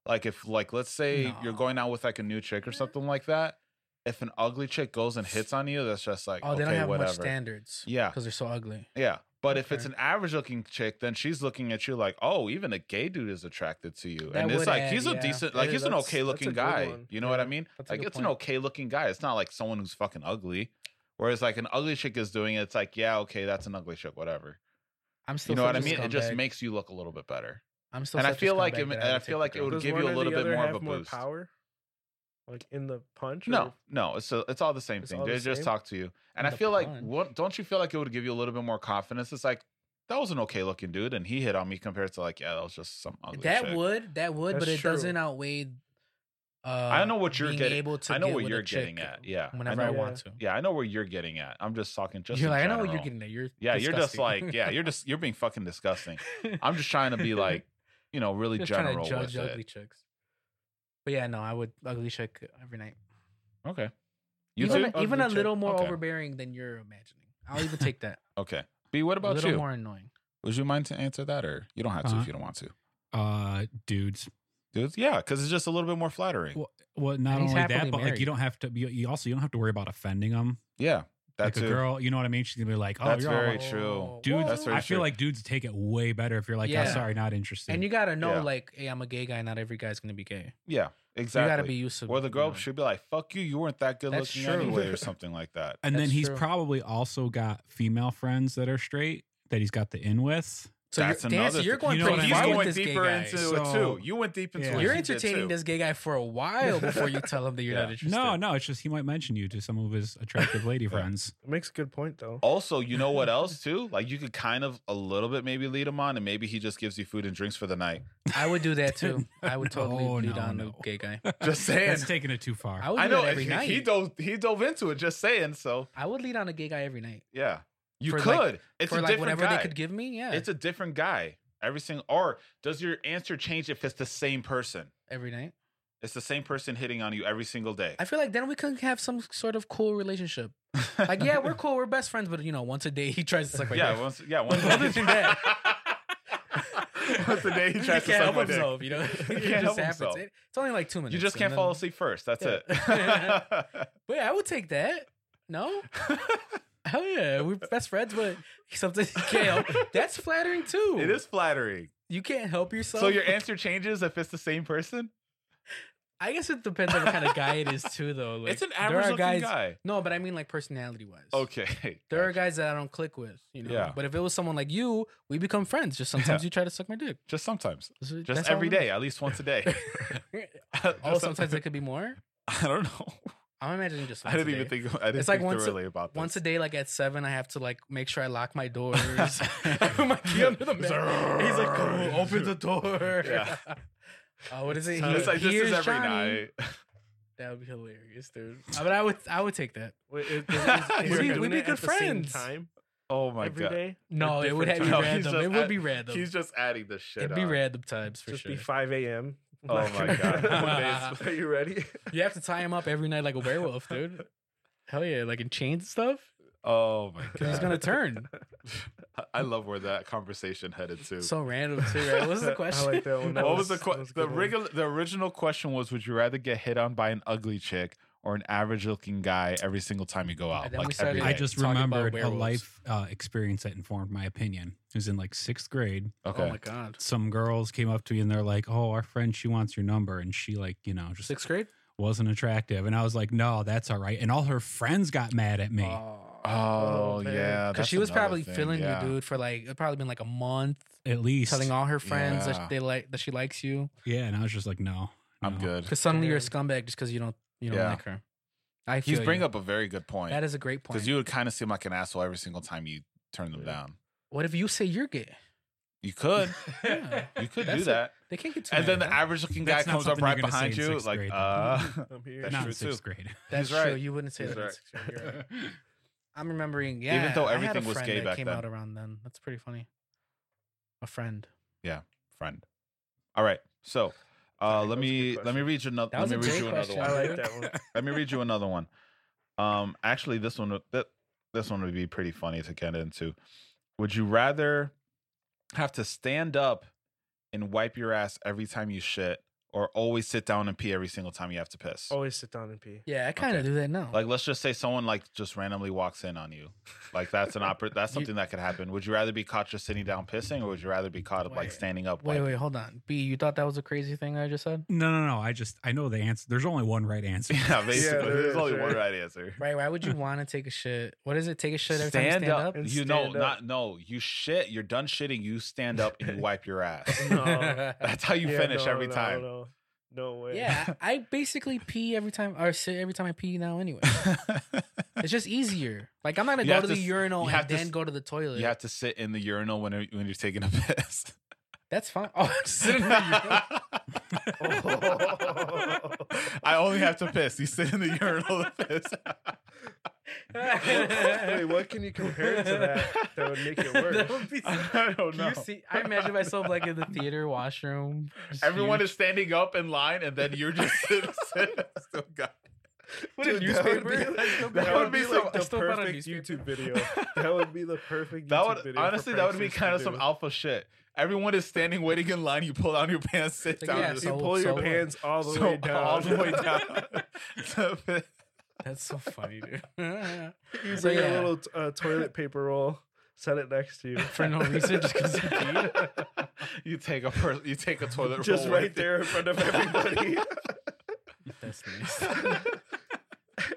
[SPEAKER 1] Like if like let's say you're
[SPEAKER 2] No.
[SPEAKER 1] going out with like a new chick or something like that, if an ugly chick goes and hits on you, that's just like
[SPEAKER 2] <laughs> Oh, they
[SPEAKER 1] okay,
[SPEAKER 2] don't have
[SPEAKER 1] whatever.
[SPEAKER 2] much standards.
[SPEAKER 1] Yeah.
[SPEAKER 2] Because they're so ugly.
[SPEAKER 1] Yeah. But if it's
[SPEAKER 2] Okay.
[SPEAKER 1] an average looking chick, then she's looking at you like, oh, even a gay dude is attracted to you.
[SPEAKER 2] That
[SPEAKER 1] and it's
[SPEAKER 2] would
[SPEAKER 1] like,
[SPEAKER 2] add,
[SPEAKER 1] he's a
[SPEAKER 2] yeah.
[SPEAKER 1] decent, like,
[SPEAKER 3] Yeah,
[SPEAKER 1] he's an
[SPEAKER 3] that's-
[SPEAKER 1] okay looking
[SPEAKER 3] that's a good
[SPEAKER 1] guy.
[SPEAKER 3] one.
[SPEAKER 1] You know what I
[SPEAKER 3] Yeah,
[SPEAKER 1] mean?
[SPEAKER 2] that's a
[SPEAKER 1] Like,
[SPEAKER 2] good
[SPEAKER 1] it's an
[SPEAKER 2] point.
[SPEAKER 1] okay looking guy. It's not like someone who's fucking ugly. Whereas, like, an ugly chick is doing it, it's like, yeah, okay, that's an ugly chick, whatever.
[SPEAKER 2] I'm
[SPEAKER 1] You
[SPEAKER 2] still.
[SPEAKER 1] know
[SPEAKER 2] such
[SPEAKER 1] what I
[SPEAKER 2] a
[SPEAKER 1] mean? It just
[SPEAKER 2] scumbag.
[SPEAKER 1] makes you look a little bit better.
[SPEAKER 2] I'm still.
[SPEAKER 1] and I
[SPEAKER 2] such a
[SPEAKER 1] feel like
[SPEAKER 2] scumbag
[SPEAKER 1] it-
[SPEAKER 2] that
[SPEAKER 1] and I
[SPEAKER 2] would
[SPEAKER 1] feel
[SPEAKER 2] take
[SPEAKER 1] like
[SPEAKER 2] the
[SPEAKER 1] it would
[SPEAKER 2] girl.
[SPEAKER 3] Does
[SPEAKER 1] give you
[SPEAKER 3] one
[SPEAKER 1] a
[SPEAKER 3] or the
[SPEAKER 1] little bit
[SPEAKER 3] other
[SPEAKER 1] more of
[SPEAKER 3] have
[SPEAKER 1] a boost.
[SPEAKER 3] Power, like in the punch. or-
[SPEAKER 1] No, no, it's a, it's all the same
[SPEAKER 3] It's
[SPEAKER 1] thing.
[SPEAKER 3] all
[SPEAKER 1] They
[SPEAKER 3] the
[SPEAKER 1] just
[SPEAKER 3] same?
[SPEAKER 1] talk to you, and I
[SPEAKER 2] The
[SPEAKER 1] feel like
[SPEAKER 2] punch.
[SPEAKER 1] what don't you feel like it would give you a little bit more confidence? It's like that was an okay looking dude, and he hit on me compared to like yeah, that was just some ugly.
[SPEAKER 2] That
[SPEAKER 1] chick.
[SPEAKER 2] would that would, but
[SPEAKER 3] That's
[SPEAKER 2] it
[SPEAKER 3] true.
[SPEAKER 2] doesn't outweigh. Uh,
[SPEAKER 1] I know what you're
[SPEAKER 2] being
[SPEAKER 1] getting-
[SPEAKER 2] Able to
[SPEAKER 1] I know
[SPEAKER 2] get
[SPEAKER 1] what
[SPEAKER 2] with a
[SPEAKER 1] you're getting
[SPEAKER 2] chick
[SPEAKER 1] at. Yeah, I
[SPEAKER 2] whenever I,
[SPEAKER 1] know-
[SPEAKER 2] want to.
[SPEAKER 1] Yeah, I know where you're getting at. I'm just talking just.
[SPEAKER 2] you're
[SPEAKER 1] in
[SPEAKER 2] like I know what you're
[SPEAKER 1] general.
[SPEAKER 2] getting at. You're
[SPEAKER 1] Yeah, you're just
[SPEAKER 2] disgusting."
[SPEAKER 1] like yeah,
[SPEAKER 2] <laughs>
[SPEAKER 1] you're just you're being fucking disgusting. I'm just trying to be like you know really
[SPEAKER 2] Just trying
[SPEAKER 1] general
[SPEAKER 2] to judge
[SPEAKER 1] with
[SPEAKER 2] ugly
[SPEAKER 1] it.
[SPEAKER 2] chicks. But yeah, no, I would ugly chick every night.
[SPEAKER 1] Okay,
[SPEAKER 2] You
[SPEAKER 1] you too?
[SPEAKER 2] even a, even a
[SPEAKER 3] Ugly chick.
[SPEAKER 2] little more
[SPEAKER 1] Okay.
[SPEAKER 2] overbearing than you're imagining. I'll even take that.
[SPEAKER 1] Okay, B, what
[SPEAKER 2] a
[SPEAKER 1] about
[SPEAKER 2] little
[SPEAKER 1] you?
[SPEAKER 2] more annoying.
[SPEAKER 1] Would you mind to answer that, or you don't have to
[SPEAKER 4] Uh-huh.
[SPEAKER 1] if you don't want to,
[SPEAKER 4] uh, dudes.
[SPEAKER 1] dudes? Yeah, because it's just a little bit more flattering.
[SPEAKER 4] Well, well not
[SPEAKER 2] And he's
[SPEAKER 4] only that,
[SPEAKER 2] happily
[SPEAKER 4] but like you
[SPEAKER 2] married.
[SPEAKER 4] don't have to. You, you also you don't have to worry about offending them.
[SPEAKER 1] yeah, that's
[SPEAKER 4] like a
[SPEAKER 1] it.
[SPEAKER 4] girl, you know what I mean? She's gonna be like, "Oh,
[SPEAKER 1] That's
[SPEAKER 4] you're all
[SPEAKER 1] very
[SPEAKER 4] like-
[SPEAKER 1] true.
[SPEAKER 2] Whoa.
[SPEAKER 4] dudes."
[SPEAKER 1] That's very
[SPEAKER 4] I feel
[SPEAKER 1] true.
[SPEAKER 4] like dudes take it way better if you're like, "I'm
[SPEAKER 2] Yeah.
[SPEAKER 4] sorry, not interested."
[SPEAKER 2] And you gotta know,
[SPEAKER 1] Yeah.
[SPEAKER 2] like, hey, I'm a gay guy. Not every guy's gonna be gay.
[SPEAKER 1] Yeah, exactly.
[SPEAKER 2] You gotta be used to.
[SPEAKER 1] Or the
[SPEAKER 2] you
[SPEAKER 1] girl
[SPEAKER 2] know.
[SPEAKER 1] should be like, "Fuck you, you weren't that good
[SPEAKER 2] That's
[SPEAKER 1] looking
[SPEAKER 2] true. <laughs>
[SPEAKER 1] anyway," or something like that.
[SPEAKER 4] And then
[SPEAKER 2] That's
[SPEAKER 4] he's
[SPEAKER 2] true.
[SPEAKER 4] probably also got female friends that are straight that he's got the in with.
[SPEAKER 2] So
[SPEAKER 1] That's
[SPEAKER 2] you're,
[SPEAKER 1] another
[SPEAKER 2] Dan, so you're
[SPEAKER 1] thing.
[SPEAKER 2] going
[SPEAKER 4] You know
[SPEAKER 2] pretty
[SPEAKER 4] what I
[SPEAKER 2] deep
[SPEAKER 4] mean?
[SPEAKER 2] with
[SPEAKER 1] I went
[SPEAKER 2] this gay
[SPEAKER 1] deeper
[SPEAKER 2] guy.
[SPEAKER 1] into it
[SPEAKER 4] so-
[SPEAKER 1] too. You went deep into
[SPEAKER 4] Yeah.
[SPEAKER 1] it.
[SPEAKER 2] You're
[SPEAKER 1] He did
[SPEAKER 2] entertaining
[SPEAKER 1] too.
[SPEAKER 2] this gay guy
[SPEAKER 1] <laughs>
[SPEAKER 2] for a while before you tell him that you're
[SPEAKER 1] Yeah.
[SPEAKER 2] not interested.
[SPEAKER 4] No, no, it's just he might mention you to some of his attractive
[SPEAKER 1] <laughs>
[SPEAKER 4] lady
[SPEAKER 1] Yeah.
[SPEAKER 4] friends.
[SPEAKER 3] Makes a good point though.
[SPEAKER 1] Also, you know
[SPEAKER 2] <laughs>
[SPEAKER 1] what else too? Like you could kind of a little bit maybe lead him on, and maybe he just gives you food and drinks for the night.
[SPEAKER 2] I would do that
[SPEAKER 1] <laughs>
[SPEAKER 2] too. I would totally
[SPEAKER 4] No,
[SPEAKER 2] bleed
[SPEAKER 4] no,
[SPEAKER 2] on
[SPEAKER 4] no.
[SPEAKER 2] a gay guy.
[SPEAKER 1] Just saying.
[SPEAKER 4] That's taking it too far.
[SPEAKER 2] I would do
[SPEAKER 1] Oh, I know
[SPEAKER 2] that every
[SPEAKER 1] he,
[SPEAKER 2] night.
[SPEAKER 1] he dove he dove into it. Just saying. So
[SPEAKER 2] I would lead on a gay guy every night
[SPEAKER 1] yeah, you
[SPEAKER 2] For,
[SPEAKER 1] could.
[SPEAKER 2] like-
[SPEAKER 1] it's
[SPEAKER 2] for
[SPEAKER 1] a
[SPEAKER 2] like
[SPEAKER 1] different
[SPEAKER 2] whatever
[SPEAKER 1] guy.
[SPEAKER 2] they could give me. Yeah,
[SPEAKER 1] It's a different guy. Every single or does your answer change if it's the same person?
[SPEAKER 2] every night.
[SPEAKER 1] It's the same person hitting on you every single day.
[SPEAKER 2] I feel like then we can have some sort of cool relationship. Like, yeah, we're cool, we're best friends, but you know, once a day <laughs> he tries to suck my
[SPEAKER 1] yeah,
[SPEAKER 2] dick.
[SPEAKER 1] once,
[SPEAKER 2] <laughs>
[SPEAKER 1] yeah, once
[SPEAKER 2] Other than that-
[SPEAKER 1] <laughs> once a day he tries
[SPEAKER 2] <laughs> he
[SPEAKER 1] to
[SPEAKER 2] can't
[SPEAKER 1] suck
[SPEAKER 2] help
[SPEAKER 1] my dick.
[SPEAKER 2] himself, you know. <laughs> It
[SPEAKER 1] can't
[SPEAKER 2] just
[SPEAKER 1] help
[SPEAKER 2] happens.
[SPEAKER 1] himself.
[SPEAKER 2] It- it's only like two minutes.
[SPEAKER 1] You just
[SPEAKER 2] and
[SPEAKER 1] can't fall
[SPEAKER 2] then-
[SPEAKER 1] asleep first. That's
[SPEAKER 2] Yeah.
[SPEAKER 1] it. <laughs>
[SPEAKER 2] But yeah, I would take that. No, hell yeah, we're best friends, but sometimes you can't.
[SPEAKER 1] <laughs>
[SPEAKER 2] Help. That's flattering too.
[SPEAKER 1] it is flattering.
[SPEAKER 2] You can't help yourself.
[SPEAKER 1] So your answer changes if it's the same person.
[SPEAKER 2] I guess it depends on what kind of guy it is too, though. Like,
[SPEAKER 1] <laughs> it's an
[SPEAKER 2] there
[SPEAKER 1] average
[SPEAKER 2] are
[SPEAKER 1] looking
[SPEAKER 2] guys,
[SPEAKER 1] guy.
[SPEAKER 2] No, but I mean like personality wise.
[SPEAKER 1] Okay. <laughs>
[SPEAKER 2] There are guys that I don't click with, you know.
[SPEAKER 1] Yeah.
[SPEAKER 2] But if it was someone like you, we become friends. Just sometimes
[SPEAKER 1] Yeah.
[SPEAKER 2] you try to suck my dick.
[SPEAKER 1] just sometimes,
[SPEAKER 2] That's-
[SPEAKER 1] just
[SPEAKER 2] that's all
[SPEAKER 1] every
[SPEAKER 2] it is.
[SPEAKER 1] day, at least once a day. <laughs> Just
[SPEAKER 2] <laughs> oh, sometimes it could be more.
[SPEAKER 1] <laughs> I don't know.
[SPEAKER 2] I'm imagining just. Once
[SPEAKER 1] <laughs> I didn't
[SPEAKER 2] a
[SPEAKER 1] even
[SPEAKER 2] day.
[SPEAKER 1] think. I didn't
[SPEAKER 2] It's like
[SPEAKER 1] think
[SPEAKER 2] once a-
[SPEAKER 1] thoroughly about this. <laughs>
[SPEAKER 2] Once a day, like at seven, I have to like make sure I lock my doors. <laughs> I put my key under the mat. He's like, "Come on,
[SPEAKER 1] <laughs>
[SPEAKER 2] open the door."
[SPEAKER 1] Yeah.
[SPEAKER 2] <laughs> Oh, what is it?
[SPEAKER 3] Sounds
[SPEAKER 1] It's like this
[SPEAKER 2] "Here's
[SPEAKER 1] is every
[SPEAKER 2] Johnny."
[SPEAKER 1] night. <laughs>
[SPEAKER 2] That would be hilarious, dude. I mean, I would, I would take that.
[SPEAKER 3] Wait,
[SPEAKER 1] <laughs>
[SPEAKER 3] is, is,
[SPEAKER 2] <laughs>
[SPEAKER 3] is, is
[SPEAKER 1] We'd-
[SPEAKER 3] he doing
[SPEAKER 2] we'd be
[SPEAKER 3] it
[SPEAKER 2] good
[SPEAKER 3] at the same
[SPEAKER 2] friends.
[SPEAKER 3] time
[SPEAKER 1] Oh my
[SPEAKER 3] every
[SPEAKER 1] god.
[SPEAKER 3] day?
[SPEAKER 2] No,
[SPEAKER 3] Or
[SPEAKER 2] it would have
[SPEAKER 3] different
[SPEAKER 2] be
[SPEAKER 1] No,
[SPEAKER 3] times?
[SPEAKER 2] random.
[SPEAKER 1] he's just
[SPEAKER 2] It would
[SPEAKER 1] at-
[SPEAKER 2] be random.
[SPEAKER 1] He's just adding the shit. uh,
[SPEAKER 2] It'd be
[SPEAKER 1] on.
[SPEAKER 2] random times for
[SPEAKER 3] Just
[SPEAKER 2] sure.
[SPEAKER 3] be 5 a.m. <laughs>
[SPEAKER 1] Oh my God.
[SPEAKER 2] One day <laughs> it's-
[SPEAKER 3] Are you ready?
[SPEAKER 2] You have to tie him up every night like a werewolf, dude. Hell yeah, like in chains and stuff.
[SPEAKER 1] Oh my
[SPEAKER 2] Because
[SPEAKER 1] god.
[SPEAKER 2] he's gonna turn.
[SPEAKER 1] I love where that conversation headed to.
[SPEAKER 2] So random too. Right? What was the
[SPEAKER 3] <laughs> I
[SPEAKER 2] question?
[SPEAKER 3] like that one. That
[SPEAKER 1] what was, the
[SPEAKER 3] that
[SPEAKER 1] que-
[SPEAKER 3] was a
[SPEAKER 1] the
[SPEAKER 3] good one.
[SPEAKER 1] regular the original question was would you rather get hit on by an ugly chick or an average looking guy every single time you go out
[SPEAKER 2] And then we
[SPEAKER 1] like
[SPEAKER 2] started-
[SPEAKER 1] every
[SPEAKER 4] I
[SPEAKER 1] day?
[SPEAKER 4] just
[SPEAKER 2] Talking about
[SPEAKER 4] remembered a
[SPEAKER 2] werewolves.
[SPEAKER 4] life uh, experience that informed my opinion. It was in like sixth grade.
[SPEAKER 1] okay
[SPEAKER 2] Oh my god.
[SPEAKER 4] Some girls came up to me and they're like, "Oh, our friend, she wants your number," and she like, you know, just
[SPEAKER 2] Sixth grade.
[SPEAKER 4] wasn't attractive. And I was like, "No, that's all right." And all her friends got mad at me.
[SPEAKER 1] oh,
[SPEAKER 3] Oh, man.
[SPEAKER 1] yeah
[SPEAKER 2] Because
[SPEAKER 1] that's
[SPEAKER 2] she was
[SPEAKER 1] another
[SPEAKER 2] probably
[SPEAKER 1] thing,
[SPEAKER 2] feeling
[SPEAKER 1] yeah.
[SPEAKER 2] you, dude, for like it probably been like a month,
[SPEAKER 4] at least,
[SPEAKER 2] telling all her friends
[SPEAKER 1] Yeah.
[SPEAKER 2] that they like that she likes you.
[SPEAKER 4] yeah. And I was just like, "No,
[SPEAKER 1] i'm
[SPEAKER 4] no.
[SPEAKER 1] good
[SPEAKER 2] Because suddenly you're a
[SPEAKER 3] Yeah.
[SPEAKER 2] scumbag just because you don't you don't
[SPEAKER 1] Yeah.
[SPEAKER 2] like her. I feel
[SPEAKER 1] he's bringing
[SPEAKER 2] you.
[SPEAKER 1] up a very good point
[SPEAKER 2] that is a great point.
[SPEAKER 1] because you would kind of seem like an asshole every single time you turn them
[SPEAKER 3] Yeah.
[SPEAKER 1] down
[SPEAKER 2] what if you say you're gay?
[SPEAKER 1] you could
[SPEAKER 2] <laughs> Yeah.
[SPEAKER 1] you could
[SPEAKER 2] That's
[SPEAKER 1] do
[SPEAKER 2] it.
[SPEAKER 1] that
[SPEAKER 2] They can't get too
[SPEAKER 1] and
[SPEAKER 2] mad
[SPEAKER 1] then
[SPEAKER 2] at <laughs>
[SPEAKER 1] the
[SPEAKER 2] that.
[SPEAKER 1] average looking guy
[SPEAKER 4] That's not
[SPEAKER 1] comes up
[SPEAKER 4] something you're
[SPEAKER 1] right
[SPEAKER 4] gonna say
[SPEAKER 1] behind
[SPEAKER 4] in
[SPEAKER 1] you
[SPEAKER 4] sixth
[SPEAKER 1] like
[SPEAKER 4] grade, though.
[SPEAKER 1] uh
[SPEAKER 3] <laughs> I'm here.
[SPEAKER 1] That's
[SPEAKER 4] Not
[SPEAKER 1] true,
[SPEAKER 4] in
[SPEAKER 1] too.
[SPEAKER 4] sixth grade. <laughs>
[SPEAKER 2] That's
[SPEAKER 1] He's right.
[SPEAKER 2] true. You wouldn't say
[SPEAKER 1] He's
[SPEAKER 2] that. in
[SPEAKER 1] right.
[SPEAKER 2] sixth grade, you're right. I'm remembering. Yeah,
[SPEAKER 1] Even though
[SPEAKER 2] I had a
[SPEAKER 1] everything was
[SPEAKER 2] friend
[SPEAKER 1] gay
[SPEAKER 2] that
[SPEAKER 1] back
[SPEAKER 2] came
[SPEAKER 1] then.
[SPEAKER 2] out around then. That's pretty funny. A friend.
[SPEAKER 1] <laughs> friend all right so uh,
[SPEAKER 3] Sorry, that was
[SPEAKER 1] let
[SPEAKER 3] a
[SPEAKER 1] me
[SPEAKER 3] good
[SPEAKER 1] let me
[SPEAKER 3] question.
[SPEAKER 1] read you another.
[SPEAKER 2] That
[SPEAKER 1] Let
[SPEAKER 2] was
[SPEAKER 1] me
[SPEAKER 2] a
[SPEAKER 1] read
[SPEAKER 2] great
[SPEAKER 1] you another
[SPEAKER 2] question.
[SPEAKER 1] one.
[SPEAKER 3] I like that one.
[SPEAKER 2] <laughs>
[SPEAKER 1] Let me read you another one. Um, actually, this one would- that this one would be pretty funny to get into. Would you rather have to stand up and wipe your ass every time you shit, or always sit down and pee every single time you have to piss?
[SPEAKER 3] Always sit down and pee.
[SPEAKER 2] Yeah, I kind of
[SPEAKER 1] Okay.
[SPEAKER 2] do that now.
[SPEAKER 1] Like let's just say someone like just randomly walks in on you. Like that's an oper- that's
[SPEAKER 2] You-
[SPEAKER 1] something that could happen. Would you rather be caught just sitting down pissing or would you rather be caught like
[SPEAKER 2] Wait.
[SPEAKER 1] standing up?
[SPEAKER 2] wait,
[SPEAKER 1] wiping?
[SPEAKER 2] wait, hold on. B, you thought that was a crazy thing I just said?
[SPEAKER 4] No, no, no. I just I know the answer. There's only one
[SPEAKER 2] <laughs>
[SPEAKER 4] right
[SPEAKER 1] <laughs>
[SPEAKER 4] answer.
[SPEAKER 1] Yeah, basically.
[SPEAKER 3] there
[SPEAKER 1] There's
[SPEAKER 3] is,
[SPEAKER 1] only one
[SPEAKER 3] right?
[SPEAKER 1] right answer.
[SPEAKER 2] Right? Why would you want to take a shit? What is it? Take a shit every time you stand up? <laughs>
[SPEAKER 3] And
[SPEAKER 1] You know,
[SPEAKER 3] stand up.
[SPEAKER 1] not no, you shit, you're done shitting, you stand up and
[SPEAKER 2] <laughs>
[SPEAKER 1] you wipe your ass.
[SPEAKER 3] No.
[SPEAKER 1] <laughs> That's how you
[SPEAKER 3] Yeah,
[SPEAKER 1] finish
[SPEAKER 3] no,
[SPEAKER 1] every
[SPEAKER 3] no,
[SPEAKER 1] time.
[SPEAKER 3] No, no way.
[SPEAKER 2] yeah, I I basically pee every time or sit every time I pee now anyway. It's just easier. Like I'm not gonna
[SPEAKER 1] You
[SPEAKER 2] go
[SPEAKER 1] have
[SPEAKER 2] to
[SPEAKER 1] to
[SPEAKER 2] the
[SPEAKER 1] s-
[SPEAKER 2] urinal
[SPEAKER 1] you
[SPEAKER 2] and
[SPEAKER 1] have to
[SPEAKER 2] then
[SPEAKER 1] s-
[SPEAKER 2] go to the toilet.
[SPEAKER 1] <laughs> you have to sit in the urinal when, when you're taking a piss. <laughs>
[SPEAKER 2] That's fine. <laughs> Oh, sit in the urinal.
[SPEAKER 1] I only have to piss. You sit in the urinal to piss.
[SPEAKER 3] <laughs>
[SPEAKER 1] <laughs>
[SPEAKER 3] Wait, what can you compare it to that that would make
[SPEAKER 1] <laughs>
[SPEAKER 2] <laughs>
[SPEAKER 3] it
[SPEAKER 2] That
[SPEAKER 3] worse?
[SPEAKER 2] would be so-
[SPEAKER 1] I
[SPEAKER 3] Oh,
[SPEAKER 1] don't
[SPEAKER 2] Can you see? I imagine myself like
[SPEAKER 3] <laughs>
[SPEAKER 2] in the theater washroom. just
[SPEAKER 1] Everyone
[SPEAKER 2] huge.
[SPEAKER 1] is standing up in line, and then you're just sitting. <laughs> sitting- still
[SPEAKER 2] <laughs>
[SPEAKER 1] got
[SPEAKER 2] What a
[SPEAKER 1] Dude, that would
[SPEAKER 2] newspaper.
[SPEAKER 1] be-
[SPEAKER 2] That's so
[SPEAKER 1] that
[SPEAKER 2] bad.
[SPEAKER 1] would be so-
[SPEAKER 2] I
[SPEAKER 3] like the
[SPEAKER 2] still found a
[SPEAKER 3] perfect
[SPEAKER 2] newspaper.
[SPEAKER 3] YouTube video.
[SPEAKER 1] <laughs>
[SPEAKER 3] That would be the perfect.
[SPEAKER 1] That
[SPEAKER 3] YouTube
[SPEAKER 1] would
[SPEAKER 3] video for
[SPEAKER 1] honestly, that would be
[SPEAKER 3] pranksters to
[SPEAKER 1] kind
[SPEAKER 3] <laughs>
[SPEAKER 1] of some
[SPEAKER 3] do.
[SPEAKER 1] alpha shit. Everyone is standing, waiting in line. You pull down your pants, sit
[SPEAKER 2] Like,
[SPEAKER 1] down,
[SPEAKER 2] yeah,
[SPEAKER 1] just
[SPEAKER 2] so-
[SPEAKER 3] You pull your
[SPEAKER 2] what?
[SPEAKER 3] pants
[SPEAKER 1] <laughs>
[SPEAKER 3] all the
[SPEAKER 1] so-
[SPEAKER 3] way down.
[SPEAKER 1] all the
[SPEAKER 3] <laughs>
[SPEAKER 1] way down.
[SPEAKER 2] <laughs> That's so funny, dude. <laughs>
[SPEAKER 3] you
[SPEAKER 2] So,
[SPEAKER 3] bring
[SPEAKER 2] yeah.
[SPEAKER 3] a little t- uh, toilet paper roll, set it next
[SPEAKER 1] <laughs>
[SPEAKER 3] to you.
[SPEAKER 2] For no reason, just
[SPEAKER 3] <laughs>
[SPEAKER 2] because you peed.
[SPEAKER 1] you take a per- you take a toilet
[SPEAKER 3] Just
[SPEAKER 1] roll
[SPEAKER 3] right
[SPEAKER 1] with you.
[SPEAKER 3] there in front of everybody <laughs>
[SPEAKER 2] That's nice.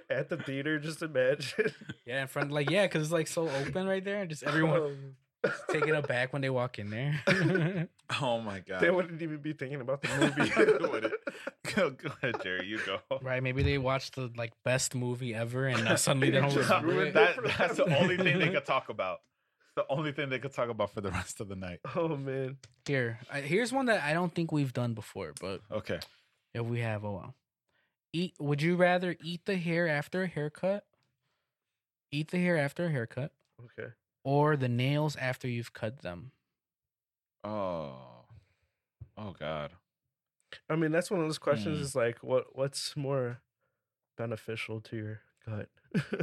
[SPEAKER 3] at the theater. Just imagine.
[SPEAKER 2] Yeah, in front, like yeah, because it's like so open right there, and
[SPEAKER 3] <laughs>
[SPEAKER 2] just everyone
[SPEAKER 3] Um,
[SPEAKER 2] taking it back when they walk in there. <laughs>
[SPEAKER 1] Oh my god! <laughs>
[SPEAKER 3] They wouldn't even be thinking about the
[SPEAKER 1] They
[SPEAKER 3] movie.
[SPEAKER 1] wouldn't. go, go ahead, Jerry. You go.
[SPEAKER 2] right? Maybe they watched the like best movie ever, and now suddenly they don't
[SPEAKER 3] <laughs> Just
[SPEAKER 2] remember
[SPEAKER 3] ruined
[SPEAKER 2] it.
[SPEAKER 3] that.
[SPEAKER 1] That, that's the only thing they could talk about. The only thing they could talk about for the rest of the night.
[SPEAKER 3] <laughs> oh man,
[SPEAKER 2] Here, I, here's one that I don't think we've done before, but
[SPEAKER 1] Okay.
[SPEAKER 2] if we have, oh well. Eat? Would you rather eat the hair after a haircut? Eat the hair after a haircut,
[SPEAKER 3] okay.
[SPEAKER 2] or the nails after you've cut them?
[SPEAKER 1] Oh. Oh God.
[SPEAKER 3] I mean, that's one of those questions.
[SPEAKER 1] Hmm.
[SPEAKER 3] Is like, what what's more beneficial to your gut?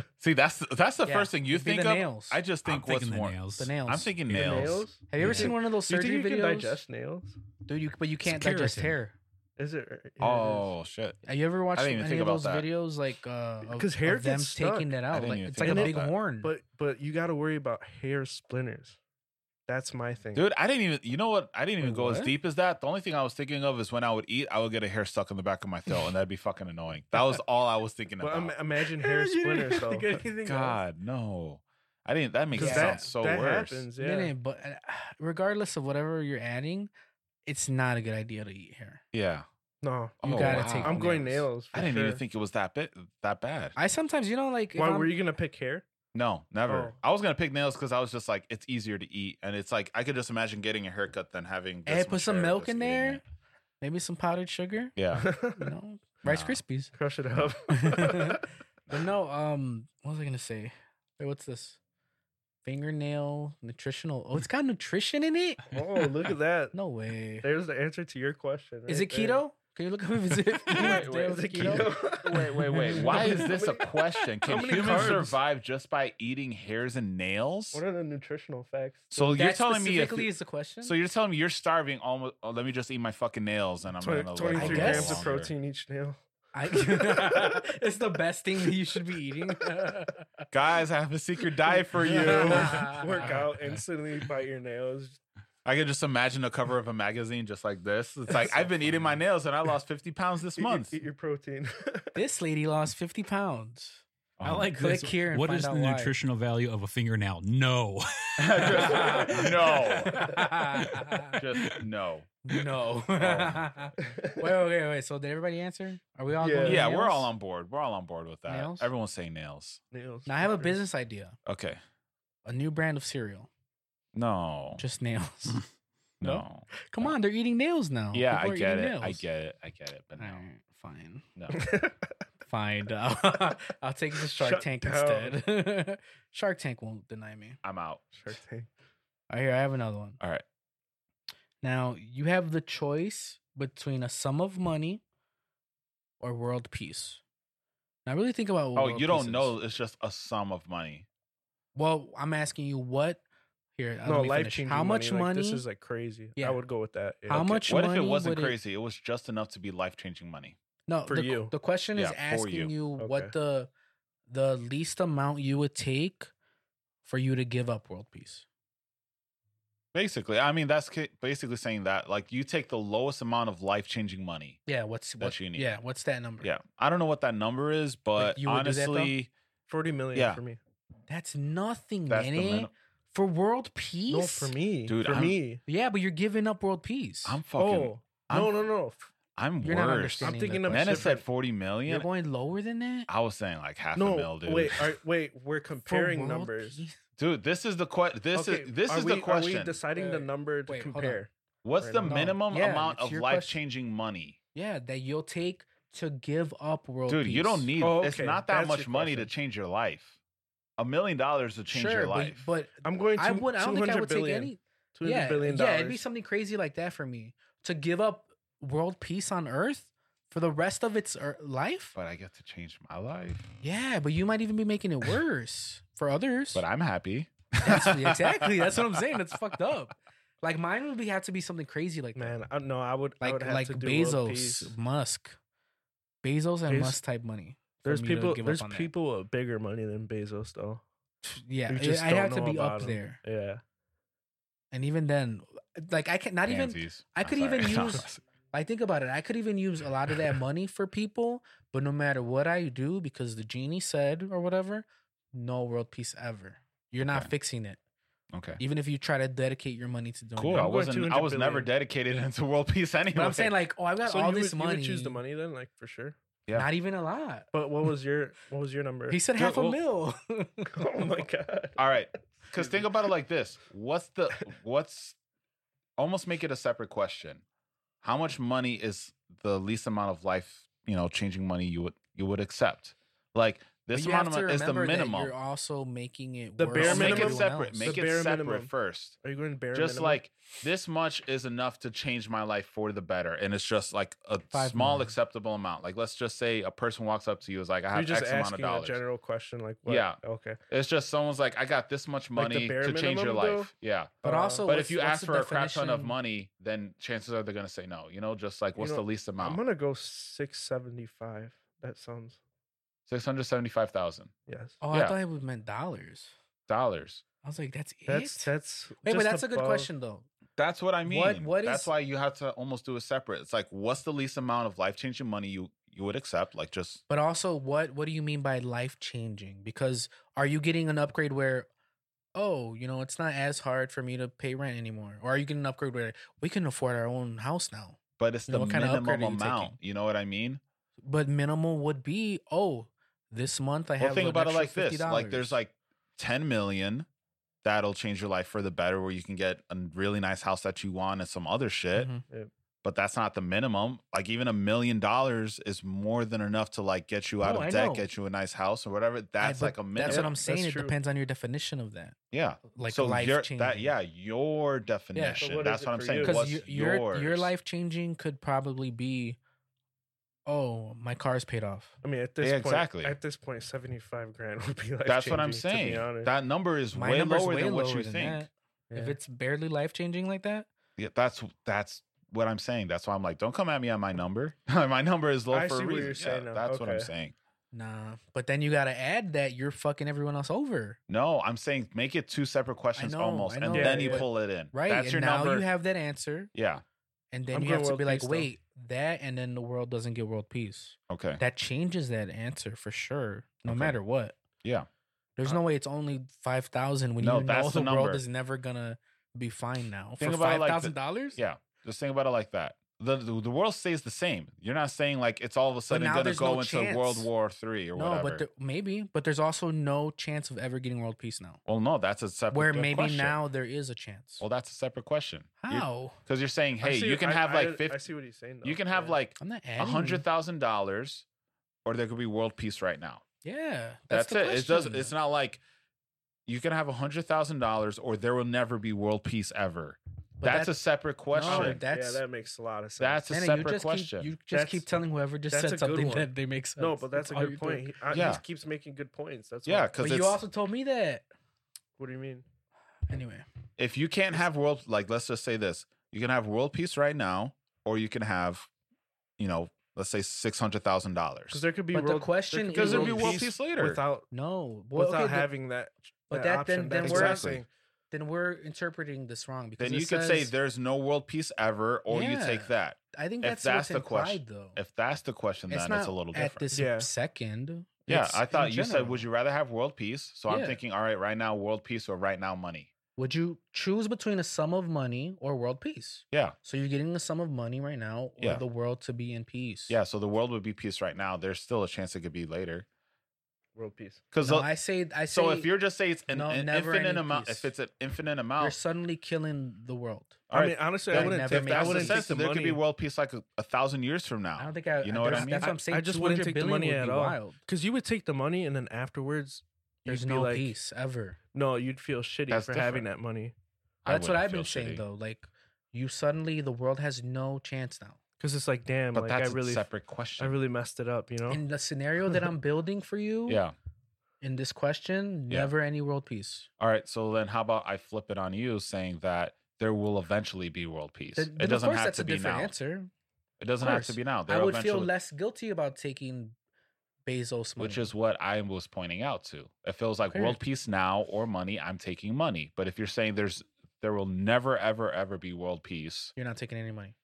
[SPEAKER 3] <laughs>
[SPEAKER 1] See, that's that's the
[SPEAKER 2] Yeah,
[SPEAKER 1] first thing you
[SPEAKER 2] it'd be
[SPEAKER 1] think
[SPEAKER 2] the
[SPEAKER 1] of.
[SPEAKER 2] nails.
[SPEAKER 1] I just
[SPEAKER 4] I'm
[SPEAKER 1] think what's
[SPEAKER 4] thinking the
[SPEAKER 1] more.
[SPEAKER 4] nails.
[SPEAKER 2] The nails.
[SPEAKER 1] I'm thinking
[SPEAKER 4] Yeah.
[SPEAKER 1] nails.
[SPEAKER 3] Nails?
[SPEAKER 2] Have you ever
[SPEAKER 1] Yeah.
[SPEAKER 2] seen one of those
[SPEAKER 3] Do you
[SPEAKER 2] surgery
[SPEAKER 3] think you can
[SPEAKER 2] videos?
[SPEAKER 3] digest nails?
[SPEAKER 2] Dude, you, but you can't digest
[SPEAKER 4] keratin.
[SPEAKER 2] hair.
[SPEAKER 3] Is it? er, yeah, it is.
[SPEAKER 1] Oh shit!
[SPEAKER 2] Have you ever watched
[SPEAKER 1] didn't
[SPEAKER 2] any
[SPEAKER 1] even think
[SPEAKER 2] of
[SPEAKER 1] about
[SPEAKER 2] those
[SPEAKER 1] that.
[SPEAKER 2] videos like uh, of,
[SPEAKER 3] 'Cause hair
[SPEAKER 2] of them
[SPEAKER 3] gets
[SPEAKER 2] taking
[SPEAKER 3] stuck.
[SPEAKER 2] that
[SPEAKER 1] I
[SPEAKER 2] out?
[SPEAKER 1] didn't
[SPEAKER 2] Like
[SPEAKER 1] even
[SPEAKER 2] it's
[SPEAKER 1] think
[SPEAKER 2] like a
[SPEAKER 3] about
[SPEAKER 2] big
[SPEAKER 1] that.
[SPEAKER 2] horn. <laughs>
[SPEAKER 3] But but you got to worry about hair splinters. That's my thing.
[SPEAKER 1] Dude, I didn't even. You know what? I didn't even
[SPEAKER 2] Wait,
[SPEAKER 1] go as
[SPEAKER 2] what?
[SPEAKER 1] deep as that. The only thing I was thinking of is when I would eat, I would get a hair stuck in the back of my tail, and that'd be fucking annoying. That was all I was
[SPEAKER 3] <laughs>
[SPEAKER 1] thinking
[SPEAKER 3] but
[SPEAKER 1] about.
[SPEAKER 3] um,
[SPEAKER 1] <laughs>
[SPEAKER 3] imagine hair splinters though.
[SPEAKER 1] God, no! I didn't. That makes it
[SPEAKER 3] Because
[SPEAKER 1] sound
[SPEAKER 3] that,
[SPEAKER 1] so
[SPEAKER 3] that
[SPEAKER 1] worse.
[SPEAKER 3] happens.
[SPEAKER 2] Yeah,
[SPEAKER 3] Yeah.
[SPEAKER 2] yeah, but uh, regardless of whatever you're adding, it's not a good idea to eat hair.
[SPEAKER 1] Yeah,
[SPEAKER 3] No,
[SPEAKER 2] You
[SPEAKER 1] Oh,
[SPEAKER 2] gotta
[SPEAKER 1] wow.
[SPEAKER 2] take.
[SPEAKER 3] I'm going
[SPEAKER 2] nails.
[SPEAKER 3] nails. for
[SPEAKER 1] I didn't
[SPEAKER 3] sure.
[SPEAKER 1] even think it was that bit that bad.
[SPEAKER 2] I sometimes you know like if
[SPEAKER 3] Why
[SPEAKER 2] I'm-
[SPEAKER 3] were you gonna pick
[SPEAKER 1] <laughs>
[SPEAKER 3] hair?
[SPEAKER 1] No, never.
[SPEAKER 3] Oh.
[SPEAKER 1] I was gonna pick nails because I was just like, it's easier to eat, and it's like I could just imagine getting a haircut than having.
[SPEAKER 2] Hey,
[SPEAKER 1] this
[SPEAKER 2] put
[SPEAKER 1] much
[SPEAKER 2] some
[SPEAKER 1] hair,
[SPEAKER 2] milk
[SPEAKER 1] just
[SPEAKER 2] in
[SPEAKER 1] eating
[SPEAKER 2] there.
[SPEAKER 1] it.
[SPEAKER 2] maybe some powdered sugar,
[SPEAKER 3] <laughs>
[SPEAKER 1] Yeah.
[SPEAKER 2] you know, Rice
[SPEAKER 1] Nah.
[SPEAKER 2] Krispies.
[SPEAKER 3] Crush
[SPEAKER 2] <laughs>
[SPEAKER 3] it up. <laughs>
[SPEAKER 2] But no, um, what was I gonna say? Wait, what's this? Fingernail nutritional. Oh, it's got nutrition in
[SPEAKER 1] <laughs>
[SPEAKER 2] it.
[SPEAKER 3] oh, look at that.
[SPEAKER 2] No way.
[SPEAKER 3] There's the answer to your question.
[SPEAKER 2] Is
[SPEAKER 3] right
[SPEAKER 2] it
[SPEAKER 3] there.
[SPEAKER 2] keto? Can you look up if it's <laughs> if
[SPEAKER 1] <laughs> Wait,
[SPEAKER 2] if
[SPEAKER 1] wait,
[SPEAKER 2] it's
[SPEAKER 3] Is it
[SPEAKER 2] keto?
[SPEAKER 3] keto?
[SPEAKER 1] <laughs> Wait, wait,
[SPEAKER 3] <laughs>
[SPEAKER 2] <laughs>
[SPEAKER 1] wait. Why is this a <laughs> question? Can
[SPEAKER 3] many
[SPEAKER 1] humans
[SPEAKER 3] carbs?
[SPEAKER 1] survive just by eating hairs and nails?
[SPEAKER 3] What are the nutritional facts?
[SPEAKER 1] So you're
[SPEAKER 2] That
[SPEAKER 1] telling me if
[SPEAKER 2] specifically is the question.
[SPEAKER 1] so you're telling me you're starving almost oh, let me just eat my fucking nails and I'm
[SPEAKER 3] Twen-
[SPEAKER 1] gonna live
[SPEAKER 3] 23
[SPEAKER 1] a
[SPEAKER 2] guess.
[SPEAKER 3] grams of
[SPEAKER 1] little longer.
[SPEAKER 3] protein each
[SPEAKER 1] <laughs>
[SPEAKER 3] nail.
[SPEAKER 2] I, <laughs> it's the best thing that you should be eating. <laughs>
[SPEAKER 1] Guys, I have a secret diet for
[SPEAKER 3] <laughs>
[SPEAKER 1] you. <laughs>
[SPEAKER 3] Work out instantly, bite your nails.
[SPEAKER 1] I could just imagine the cover of a magazine just like this. It's like I've been
[SPEAKER 3] <laughs>
[SPEAKER 1] eating my nails and I lost 50 pounds this
[SPEAKER 3] eat your- <laughs>
[SPEAKER 1] month. <laughs>
[SPEAKER 3] Eat, your protein.
[SPEAKER 2] this lady lost 50 pounds.
[SPEAKER 1] Oh,
[SPEAKER 4] I like
[SPEAKER 2] Oh. Click
[SPEAKER 4] this.
[SPEAKER 2] here and
[SPEAKER 4] What
[SPEAKER 2] find
[SPEAKER 4] is the
[SPEAKER 2] out why. <laughs>
[SPEAKER 4] nutritional value of a fingernail? No.
[SPEAKER 1] no. <laughs> Just no.
[SPEAKER 2] no. <laughs> wait, wait, wait, wait. So did everybody answer? Are we all
[SPEAKER 3] Yeah.
[SPEAKER 2] going to
[SPEAKER 1] Yeah, we're
[SPEAKER 2] nails?
[SPEAKER 1] all on board. We're all on board with that.
[SPEAKER 2] Nails?
[SPEAKER 1] Everyone's saying nails.
[SPEAKER 3] <laughs> nails.
[SPEAKER 2] Now I have a
[SPEAKER 3] for sure.
[SPEAKER 2] business idea.
[SPEAKER 1] Okay.
[SPEAKER 2] A new brand of cereal.
[SPEAKER 1] No.
[SPEAKER 2] Just nails.
[SPEAKER 1] <laughs>
[SPEAKER 2] <laughs>
[SPEAKER 1] no.
[SPEAKER 2] Come on, they're eating nails now.
[SPEAKER 1] Yeah, I
[SPEAKER 2] People are
[SPEAKER 1] get it.
[SPEAKER 2] eating
[SPEAKER 1] I
[SPEAKER 2] nails.
[SPEAKER 1] get it. I get it. But
[SPEAKER 2] All
[SPEAKER 1] no.
[SPEAKER 2] right, fine. <laughs>
[SPEAKER 1] No.
[SPEAKER 2] Fine. <laughs> I'll, I'll take the Shark
[SPEAKER 3] Shut
[SPEAKER 2] Tank
[SPEAKER 3] down.
[SPEAKER 2] instead. <laughs> Shark Tank won't deny me.
[SPEAKER 1] I'm out.
[SPEAKER 3] Shark Tank.
[SPEAKER 2] All right, here, I have another one.
[SPEAKER 1] All right.
[SPEAKER 2] Now you have the choice between a sum of money or world peace. Now really think about. what
[SPEAKER 1] Oh,
[SPEAKER 2] world
[SPEAKER 1] you don't
[SPEAKER 2] peace is.
[SPEAKER 1] know. It's just a sum of money.
[SPEAKER 2] Well, I'm asking you what. Here, uh,
[SPEAKER 3] no
[SPEAKER 2] let me
[SPEAKER 3] life
[SPEAKER 2] finish.
[SPEAKER 3] changing.
[SPEAKER 2] How much money?
[SPEAKER 3] Like, this is like crazy.
[SPEAKER 2] Yeah.
[SPEAKER 3] I would go with that. yeah.
[SPEAKER 2] How
[SPEAKER 3] Okay.
[SPEAKER 2] much
[SPEAKER 1] What if
[SPEAKER 2] money
[SPEAKER 1] it wasn't
[SPEAKER 2] would it-
[SPEAKER 1] crazy? It was just enough to be life changing money.
[SPEAKER 2] No,
[SPEAKER 3] For
[SPEAKER 2] the,
[SPEAKER 3] you.
[SPEAKER 2] The question is
[SPEAKER 1] Yeah, for
[SPEAKER 2] asking
[SPEAKER 1] you.
[SPEAKER 2] you, what
[SPEAKER 3] Okay.
[SPEAKER 2] the the least amount you would take for you to give up world peace.
[SPEAKER 1] Basically, I mean that's ca- basically saying that like you take the lowest amount of life changing money.
[SPEAKER 2] Yeah, what's
[SPEAKER 1] That
[SPEAKER 2] what
[SPEAKER 1] you need.
[SPEAKER 2] Yeah, what's that number?
[SPEAKER 1] Yeah, I don't know what that number is, but
[SPEAKER 2] you would do that, though?
[SPEAKER 1] honestly,
[SPEAKER 3] Forty million
[SPEAKER 1] Yeah.
[SPEAKER 3] for me.
[SPEAKER 2] That's nothing,
[SPEAKER 1] that's the
[SPEAKER 2] man. eh?
[SPEAKER 1] minimum.
[SPEAKER 2] For world peace?
[SPEAKER 3] No, for me,
[SPEAKER 1] Dude,
[SPEAKER 3] For
[SPEAKER 1] I'm-
[SPEAKER 3] me.
[SPEAKER 2] Yeah, but you're giving up world peace.
[SPEAKER 1] I'm fucking.
[SPEAKER 3] oh
[SPEAKER 1] I'm-
[SPEAKER 3] no, no, no. F-
[SPEAKER 1] I'm
[SPEAKER 2] you're
[SPEAKER 1] worse.
[SPEAKER 2] not understanding. the
[SPEAKER 3] thinking of
[SPEAKER 2] question.
[SPEAKER 1] Nana
[SPEAKER 3] shit,
[SPEAKER 1] said
[SPEAKER 3] but
[SPEAKER 1] forty
[SPEAKER 2] You're
[SPEAKER 1] million.
[SPEAKER 2] going lower than that.
[SPEAKER 1] I was saying like half a mil,
[SPEAKER 3] No,
[SPEAKER 1] dude.
[SPEAKER 3] wait, are, wait. We're
[SPEAKER 2] For
[SPEAKER 3] comparing
[SPEAKER 2] world
[SPEAKER 3] numbers.
[SPEAKER 2] peace?
[SPEAKER 1] dude, this is the question. This
[SPEAKER 3] Okay,
[SPEAKER 1] is this
[SPEAKER 3] are
[SPEAKER 1] is
[SPEAKER 3] we,
[SPEAKER 1] the
[SPEAKER 3] Are we
[SPEAKER 1] question.
[SPEAKER 3] deciding
[SPEAKER 2] Wait,
[SPEAKER 3] the
[SPEAKER 2] wait,
[SPEAKER 3] number to
[SPEAKER 2] wait, hold on.
[SPEAKER 3] compare?
[SPEAKER 1] What's
[SPEAKER 3] right
[SPEAKER 1] the
[SPEAKER 3] now? No.
[SPEAKER 1] minimum
[SPEAKER 2] Yeah,
[SPEAKER 1] amount
[SPEAKER 2] it's
[SPEAKER 1] of
[SPEAKER 2] your question.
[SPEAKER 1] life changing money?
[SPEAKER 2] Yeah, that you'll take to give up world
[SPEAKER 1] Dude,
[SPEAKER 2] peace.
[SPEAKER 1] you don't need.
[SPEAKER 3] Oh,
[SPEAKER 1] It's
[SPEAKER 3] okay,
[SPEAKER 1] not that
[SPEAKER 3] that's
[SPEAKER 1] much
[SPEAKER 3] your
[SPEAKER 1] money to
[SPEAKER 3] question.
[SPEAKER 1] change your life. A million dollars to change
[SPEAKER 2] sure,
[SPEAKER 1] your
[SPEAKER 2] but-
[SPEAKER 1] life.
[SPEAKER 2] But,
[SPEAKER 3] I'm going. To
[SPEAKER 2] I would. I don't think I
[SPEAKER 3] 200
[SPEAKER 2] would
[SPEAKER 3] billion.
[SPEAKER 2] take any.
[SPEAKER 3] Two hundred billion
[SPEAKER 2] yeah,
[SPEAKER 3] dollars.
[SPEAKER 2] it'd be something crazy like that for me to give up world peace on Earth for the rest of its er- life.
[SPEAKER 1] but I get to change my life.
[SPEAKER 2] Yeah, but you might even be making it worse for others.
[SPEAKER 1] But I'm happy.
[SPEAKER 2] <laughs>
[SPEAKER 3] <laughs>
[SPEAKER 2] That's, exactly. That's what I'm saying. That's fucked up. Like mine would be have to be something crazy like
[SPEAKER 3] man. I, no, I would.
[SPEAKER 2] that.
[SPEAKER 3] I
[SPEAKER 2] like
[SPEAKER 3] would have
[SPEAKER 2] like
[SPEAKER 3] to do
[SPEAKER 2] Bezos,
[SPEAKER 3] world peace.
[SPEAKER 2] Musk, Bezos and
[SPEAKER 3] Bez-
[SPEAKER 2] Musk type money. for
[SPEAKER 3] There's
[SPEAKER 2] me to
[SPEAKER 3] people.
[SPEAKER 2] give up
[SPEAKER 3] There's
[SPEAKER 2] on that.
[SPEAKER 3] people with bigger money than Bezos, though.
[SPEAKER 2] Yeah,
[SPEAKER 3] We
[SPEAKER 2] it-
[SPEAKER 3] just
[SPEAKER 2] I
[SPEAKER 3] don't
[SPEAKER 2] have to
[SPEAKER 3] know
[SPEAKER 2] be up
[SPEAKER 3] about 'em.
[SPEAKER 2] there,
[SPEAKER 3] Yeah.
[SPEAKER 2] and even then, like I can not even
[SPEAKER 1] Pansies.
[SPEAKER 2] I
[SPEAKER 1] I'm
[SPEAKER 2] could
[SPEAKER 1] sorry. <laughs>
[SPEAKER 2] even use- I think about it. I could even use a lot of that money for people, but no matter what I do, because the genie said or whatever, no world peace ever. You're not
[SPEAKER 1] Okay.
[SPEAKER 2] fixing it,
[SPEAKER 1] okay.
[SPEAKER 2] even if you try to dedicate your money to doing
[SPEAKER 1] Cool.
[SPEAKER 2] it.
[SPEAKER 1] I
[SPEAKER 3] going
[SPEAKER 1] wasn't. I
[SPEAKER 3] 200
[SPEAKER 1] was never
[SPEAKER 3] billion.
[SPEAKER 1] dedicated into world peace anyway.
[SPEAKER 2] But I'm saying, like, oh, I've got
[SPEAKER 3] So
[SPEAKER 2] all
[SPEAKER 3] you
[SPEAKER 2] this
[SPEAKER 3] would,
[SPEAKER 2] money.
[SPEAKER 3] You would choose the money then, like for sure.
[SPEAKER 1] Yeah.
[SPEAKER 2] Not even a lot.
[SPEAKER 3] But what was your what was your number?
[SPEAKER 2] He <laughs> said
[SPEAKER 1] Dude,
[SPEAKER 2] half a
[SPEAKER 1] well-
[SPEAKER 2] mil.
[SPEAKER 3] oh my god.
[SPEAKER 1] all right. <laughs>
[SPEAKER 2] <laughs>
[SPEAKER 1] Because think about it like this: What's the what's almost make it a separate question? How much money is the least amount of life you know changing money you would you would accept? Like
[SPEAKER 2] But
[SPEAKER 1] this
[SPEAKER 2] you have
[SPEAKER 1] amount of
[SPEAKER 2] to
[SPEAKER 1] money is the
[SPEAKER 2] remember that
[SPEAKER 1] minimum.
[SPEAKER 2] You're also making it
[SPEAKER 3] The
[SPEAKER 2] worse
[SPEAKER 3] bare
[SPEAKER 1] Don't
[SPEAKER 2] for
[SPEAKER 1] make it
[SPEAKER 3] minimum.
[SPEAKER 2] everyone
[SPEAKER 1] separate.
[SPEAKER 2] else.
[SPEAKER 1] Make
[SPEAKER 3] The
[SPEAKER 1] it
[SPEAKER 3] bare
[SPEAKER 1] separate
[SPEAKER 3] minimum.
[SPEAKER 1] first.
[SPEAKER 3] Are you going bare?
[SPEAKER 1] just
[SPEAKER 3] minimum?
[SPEAKER 1] like this much is enough to change my life for the better, and it's just like a
[SPEAKER 2] Five
[SPEAKER 1] small
[SPEAKER 2] million.
[SPEAKER 1] acceptable amount. Like let's just say a person walks up to you is like, I
[SPEAKER 3] you're
[SPEAKER 1] have
[SPEAKER 3] just
[SPEAKER 1] X amount of
[SPEAKER 3] asking a
[SPEAKER 1] dollars.
[SPEAKER 3] general question, like what?
[SPEAKER 1] Yeah.
[SPEAKER 3] Okay.
[SPEAKER 1] It's just someone's like, I got this much
[SPEAKER 3] Like the
[SPEAKER 1] money
[SPEAKER 3] bare
[SPEAKER 1] to change your
[SPEAKER 3] minimum,
[SPEAKER 1] life.
[SPEAKER 3] though?
[SPEAKER 1] Yeah.
[SPEAKER 2] But
[SPEAKER 3] Uh,
[SPEAKER 2] also,
[SPEAKER 1] But
[SPEAKER 2] what's-
[SPEAKER 1] if you
[SPEAKER 2] what's
[SPEAKER 1] ask
[SPEAKER 2] the
[SPEAKER 1] for a crap ton of
[SPEAKER 2] definition-
[SPEAKER 1] money, then chances are they're gonna say no. You know, just like
[SPEAKER 3] You
[SPEAKER 1] what's
[SPEAKER 3] know,
[SPEAKER 1] the least
[SPEAKER 3] I'm
[SPEAKER 1] amount?
[SPEAKER 3] gonna go six seventy five. That sounds
[SPEAKER 1] Six hundred seventy-five thousand
[SPEAKER 3] yes.
[SPEAKER 2] Oh, I
[SPEAKER 1] Yeah.
[SPEAKER 2] thought it would meant dollars.
[SPEAKER 1] dollars.
[SPEAKER 2] I was like, that's,
[SPEAKER 3] That's
[SPEAKER 2] it.
[SPEAKER 3] that's.
[SPEAKER 2] Wait, but
[SPEAKER 3] just
[SPEAKER 2] that's a good
[SPEAKER 3] above-
[SPEAKER 2] question though.
[SPEAKER 1] That's what I mean.
[SPEAKER 2] What- what
[SPEAKER 1] That's
[SPEAKER 2] is-
[SPEAKER 1] why you have to almost do it separate. It's like, what's the least amount of life-changing money you you would accept? Like just
[SPEAKER 2] But also, what what do you mean by life changing? Because are you getting an upgrade where, oh, you know, it's not as hard for me to pay rent anymore, or are you getting an upgrade where we can afford our own house now?
[SPEAKER 1] but it's
[SPEAKER 2] You know,
[SPEAKER 1] the
[SPEAKER 2] what kind of upgrade
[SPEAKER 1] minimum
[SPEAKER 2] are you
[SPEAKER 1] amount.
[SPEAKER 2] taking?
[SPEAKER 1] You know what I mean?
[SPEAKER 2] But minimal would be, oh, this month I
[SPEAKER 1] well,
[SPEAKER 2] have.
[SPEAKER 1] think
[SPEAKER 2] an
[SPEAKER 1] about it
[SPEAKER 2] extra
[SPEAKER 1] like this: like
[SPEAKER 2] $50.
[SPEAKER 1] there's like ten million that'll change your life for the better, where you can get a really nice house that you want and some other shit.
[SPEAKER 2] Mhm.
[SPEAKER 1] But that's not the minimum. Like even a million dollars is more than enough to like get you out
[SPEAKER 2] No,
[SPEAKER 1] of
[SPEAKER 2] I
[SPEAKER 1] debt,
[SPEAKER 2] know.
[SPEAKER 1] get you a nice house or whatever. That's
[SPEAKER 2] I-
[SPEAKER 1] like a
[SPEAKER 2] but
[SPEAKER 1] minimum.
[SPEAKER 2] That's what I'm
[SPEAKER 3] That's
[SPEAKER 2] saying. It
[SPEAKER 3] true.
[SPEAKER 2] depends on your definition of that,
[SPEAKER 1] yeah.
[SPEAKER 2] like
[SPEAKER 1] so
[SPEAKER 2] life
[SPEAKER 1] your,
[SPEAKER 2] changing.
[SPEAKER 1] that yeah, your definition.
[SPEAKER 3] what
[SPEAKER 1] that's
[SPEAKER 3] is
[SPEAKER 1] what
[SPEAKER 3] it
[SPEAKER 1] I'm
[SPEAKER 3] for
[SPEAKER 1] saying.
[SPEAKER 3] you?
[SPEAKER 2] because
[SPEAKER 1] What's
[SPEAKER 2] your your, your
[SPEAKER 1] yours?
[SPEAKER 2] life changing could probably be, oh, my car's paid off.
[SPEAKER 3] I mean, at this
[SPEAKER 1] Yeah,
[SPEAKER 3] point,
[SPEAKER 1] exactly.
[SPEAKER 3] at this point, seventy five grand <laughs> would be like.
[SPEAKER 1] That's what I'm saying. That number is
[SPEAKER 2] My
[SPEAKER 1] way
[SPEAKER 2] number's
[SPEAKER 1] lower
[SPEAKER 2] way
[SPEAKER 1] than what
[SPEAKER 2] lower
[SPEAKER 1] you
[SPEAKER 2] than
[SPEAKER 1] think.
[SPEAKER 2] that. If it's barely life changing like that,
[SPEAKER 1] Yeah, that's that's what I'm saying. That's why I'm like, don't come at me on my number. <laughs> my number is low
[SPEAKER 3] I
[SPEAKER 1] for a
[SPEAKER 3] see what
[SPEAKER 1] reason.
[SPEAKER 3] you're saying
[SPEAKER 1] yeah,
[SPEAKER 3] now.
[SPEAKER 1] that's what I'm
[SPEAKER 3] Okay.
[SPEAKER 1] saying.
[SPEAKER 2] Nah, but then you gotta add that you're fucking everyone else over,
[SPEAKER 1] No, I'm saying make it two separate questions
[SPEAKER 2] know,
[SPEAKER 1] almost,
[SPEAKER 2] I
[SPEAKER 1] and
[SPEAKER 2] know,
[SPEAKER 1] then
[SPEAKER 3] yeah,
[SPEAKER 1] you
[SPEAKER 3] yeah.
[SPEAKER 1] pull it in.
[SPEAKER 2] right?
[SPEAKER 1] That's
[SPEAKER 2] and
[SPEAKER 1] your
[SPEAKER 2] now
[SPEAKER 1] number.
[SPEAKER 2] you have that answer,
[SPEAKER 1] yeah.
[SPEAKER 2] and then
[SPEAKER 3] I'm
[SPEAKER 2] you have
[SPEAKER 3] going
[SPEAKER 2] to be
[SPEAKER 3] world
[SPEAKER 2] like,
[SPEAKER 3] peace, though.
[SPEAKER 2] wait, that, and then the world doesn't get world peace.
[SPEAKER 1] Okay.
[SPEAKER 2] That changes that answer for sure, no
[SPEAKER 1] Okay.
[SPEAKER 2] matter what.
[SPEAKER 1] Yeah. Uh,
[SPEAKER 2] There's no way it's only five thousand when
[SPEAKER 1] No,
[SPEAKER 2] you know
[SPEAKER 1] that's
[SPEAKER 2] the,
[SPEAKER 1] the
[SPEAKER 2] world
[SPEAKER 1] number.
[SPEAKER 2] is never gonna be fine now
[SPEAKER 1] Think
[SPEAKER 2] for
[SPEAKER 1] about it
[SPEAKER 2] five
[SPEAKER 1] like
[SPEAKER 2] thousand dollars.
[SPEAKER 1] Yeah. Just think about it like that. The, the the world stays the same. You're not saying like it's all of a sudden
[SPEAKER 2] now
[SPEAKER 1] going to
[SPEAKER 2] there's
[SPEAKER 1] go
[SPEAKER 2] no
[SPEAKER 1] into World
[SPEAKER 2] chance.
[SPEAKER 1] War Three or
[SPEAKER 2] no,
[SPEAKER 1] whatever.
[SPEAKER 2] but there, maybe, but there's also no chance of ever getting world peace now.
[SPEAKER 1] well, no, that's a separate.
[SPEAKER 2] Where
[SPEAKER 1] good
[SPEAKER 2] maybe
[SPEAKER 1] question.
[SPEAKER 2] now there is a chance.
[SPEAKER 1] Well, that's a separate question.
[SPEAKER 2] How?
[SPEAKER 1] Because you're saying,
[SPEAKER 3] I
[SPEAKER 1] hey,
[SPEAKER 3] see-
[SPEAKER 1] you can
[SPEAKER 3] I-
[SPEAKER 1] have
[SPEAKER 3] I-
[SPEAKER 1] like
[SPEAKER 3] I
[SPEAKER 1] fifty.
[SPEAKER 3] see what he's saying. Though.
[SPEAKER 1] You can have
[SPEAKER 3] Yeah.
[SPEAKER 1] like
[SPEAKER 2] I'm not
[SPEAKER 1] a
[SPEAKER 2] adding
[SPEAKER 1] hundred thousand dollars, or there could be world peace right now.
[SPEAKER 2] Yeah,
[SPEAKER 1] That's,
[SPEAKER 2] the
[SPEAKER 1] it. It does.
[SPEAKER 2] question.
[SPEAKER 1] It's not like you can have a hundred thousand dollars, or there will never be world peace ever.
[SPEAKER 2] But
[SPEAKER 1] That's, a
[SPEAKER 2] that-
[SPEAKER 1] separate question.
[SPEAKER 2] No, Oh, that's
[SPEAKER 3] yeah, that makes a lot of sense.
[SPEAKER 1] That's a
[SPEAKER 2] Nana, you
[SPEAKER 1] separate
[SPEAKER 2] just
[SPEAKER 1] question.
[SPEAKER 2] Keep, you just
[SPEAKER 3] That's-
[SPEAKER 2] keep telling whoever just
[SPEAKER 3] that's
[SPEAKER 2] said
[SPEAKER 3] a good
[SPEAKER 2] something <laughs>
[SPEAKER 3] one.
[SPEAKER 2] that they make sense.
[SPEAKER 3] no, but that's, a
[SPEAKER 2] all
[SPEAKER 3] good
[SPEAKER 2] you're doing.
[SPEAKER 3] point. He, I,
[SPEAKER 1] Yeah.
[SPEAKER 3] he keeps making good points. That's
[SPEAKER 1] yeah,
[SPEAKER 3] yeah.
[SPEAKER 1] because
[SPEAKER 2] But
[SPEAKER 1] it's
[SPEAKER 2] you also told me that
[SPEAKER 3] What do you mean?
[SPEAKER 2] anyway.
[SPEAKER 1] if you can't have world like let's just say this you can have world peace right now or you can have you know let's say six hundred thousand
[SPEAKER 3] Because
[SPEAKER 1] dollars
[SPEAKER 3] there could be
[SPEAKER 2] But the
[SPEAKER 3] world,
[SPEAKER 2] question
[SPEAKER 3] there could
[SPEAKER 1] because
[SPEAKER 2] is-
[SPEAKER 1] there'd be world peace later
[SPEAKER 3] without
[SPEAKER 2] No, well,
[SPEAKER 3] without
[SPEAKER 2] okay,
[SPEAKER 3] having that.
[SPEAKER 2] but that-
[SPEAKER 3] that
[SPEAKER 2] then-
[SPEAKER 3] option,
[SPEAKER 2] then
[SPEAKER 3] that's
[SPEAKER 1] we're-
[SPEAKER 3] what I'm
[SPEAKER 1] Exactly.
[SPEAKER 3] saying.
[SPEAKER 2] then, then we're interpreting this wrong because
[SPEAKER 1] then
[SPEAKER 2] it
[SPEAKER 1] you could say
[SPEAKER 2] says-
[SPEAKER 1] there's no world peace ever or you
[SPEAKER 2] Yeah.
[SPEAKER 1] take that
[SPEAKER 2] I think
[SPEAKER 1] if
[SPEAKER 2] that's,
[SPEAKER 1] that's
[SPEAKER 2] what's
[SPEAKER 1] the question-
[SPEAKER 2] implied, though.
[SPEAKER 1] if that's the question then it's a little different
[SPEAKER 2] at this
[SPEAKER 3] Yeah.
[SPEAKER 2] second.
[SPEAKER 1] yeah
[SPEAKER 2] It's
[SPEAKER 1] i thought
[SPEAKER 2] in
[SPEAKER 1] you said
[SPEAKER 2] general.
[SPEAKER 1] would you rather have world peace so i'm
[SPEAKER 2] Yeah.
[SPEAKER 1] thinking all right right now world peace or right now money
[SPEAKER 2] Would you choose between a sum of money or world peace?
[SPEAKER 1] Yeah.
[SPEAKER 2] So you're getting a sum of money right now, or
[SPEAKER 1] Yeah.
[SPEAKER 2] the world to be in peace.
[SPEAKER 1] yeah so the world would be peace right now there's still a chance it could be later
[SPEAKER 3] World peace.
[SPEAKER 1] because
[SPEAKER 2] No, I say, I say,
[SPEAKER 1] so if you're just say it's an,
[SPEAKER 2] No,
[SPEAKER 1] an
[SPEAKER 2] never
[SPEAKER 1] infinite
[SPEAKER 2] any
[SPEAKER 1] amount
[SPEAKER 2] peace.
[SPEAKER 1] if it's an infinite
[SPEAKER 2] you're
[SPEAKER 1] amount
[SPEAKER 2] suddenly killing the world.
[SPEAKER 1] all
[SPEAKER 3] I
[SPEAKER 1] right
[SPEAKER 3] mean, honestly,
[SPEAKER 2] That
[SPEAKER 3] I wouldn't.
[SPEAKER 2] never
[SPEAKER 3] Take,
[SPEAKER 1] if
[SPEAKER 2] makes
[SPEAKER 3] I
[SPEAKER 1] that's the
[SPEAKER 3] wouldn't take
[SPEAKER 1] sense,
[SPEAKER 3] the
[SPEAKER 1] then there could be
[SPEAKER 3] money.
[SPEAKER 1] world peace like a, a thousand years from now.
[SPEAKER 2] I don't think I.
[SPEAKER 1] You know what I
[SPEAKER 2] there's- That's
[SPEAKER 1] mean?
[SPEAKER 2] what I'm saying.
[SPEAKER 3] I just wouldn't
[SPEAKER 2] 200
[SPEAKER 3] take the
[SPEAKER 2] billion
[SPEAKER 3] money
[SPEAKER 2] would
[SPEAKER 3] at
[SPEAKER 2] be
[SPEAKER 3] all.
[SPEAKER 2] Wild.
[SPEAKER 3] Because you would take the money, and then afterwards, you'd
[SPEAKER 2] There's
[SPEAKER 3] be
[SPEAKER 2] no
[SPEAKER 3] like,
[SPEAKER 2] peace ever.
[SPEAKER 3] No, you'd feel shitty
[SPEAKER 1] That's
[SPEAKER 3] for having that money.
[SPEAKER 1] I
[SPEAKER 2] That's what
[SPEAKER 1] wouldn't
[SPEAKER 2] I've been
[SPEAKER 1] feel
[SPEAKER 2] saying
[SPEAKER 1] shitty.
[SPEAKER 2] though. Like you suddenly the world has no chance now.
[SPEAKER 3] Because it's like, damn,
[SPEAKER 1] But
[SPEAKER 3] like
[SPEAKER 1] that's
[SPEAKER 3] I really,
[SPEAKER 1] a separate
[SPEAKER 3] I
[SPEAKER 1] question.
[SPEAKER 3] really messed it up. You know.
[SPEAKER 2] In the scenario that
[SPEAKER 1] <laughs>
[SPEAKER 2] I'm building for you,
[SPEAKER 1] yeah.
[SPEAKER 2] in this question,
[SPEAKER 1] Yeah.
[SPEAKER 2] never any world peace.
[SPEAKER 1] All right. So then, how about I flip it on you, saying that there will eventually be world peace.
[SPEAKER 2] Then- then
[SPEAKER 1] it doesn't
[SPEAKER 2] of course
[SPEAKER 1] have
[SPEAKER 2] that's
[SPEAKER 1] to
[SPEAKER 2] a
[SPEAKER 1] be
[SPEAKER 2] different
[SPEAKER 1] now.
[SPEAKER 2] answer.
[SPEAKER 1] It doesn't have to
[SPEAKER 2] course.
[SPEAKER 1] be now.
[SPEAKER 2] I
[SPEAKER 1] There
[SPEAKER 2] would feel
[SPEAKER 1] eventually-
[SPEAKER 2] less guilty about taking Bezos money.
[SPEAKER 1] which is what I was pointing out to. If it was like
[SPEAKER 2] Okay.
[SPEAKER 1] world peace now or money, I'm taking money. But if you're saying there's there will never ever ever be world peace,
[SPEAKER 2] you're not taking any money.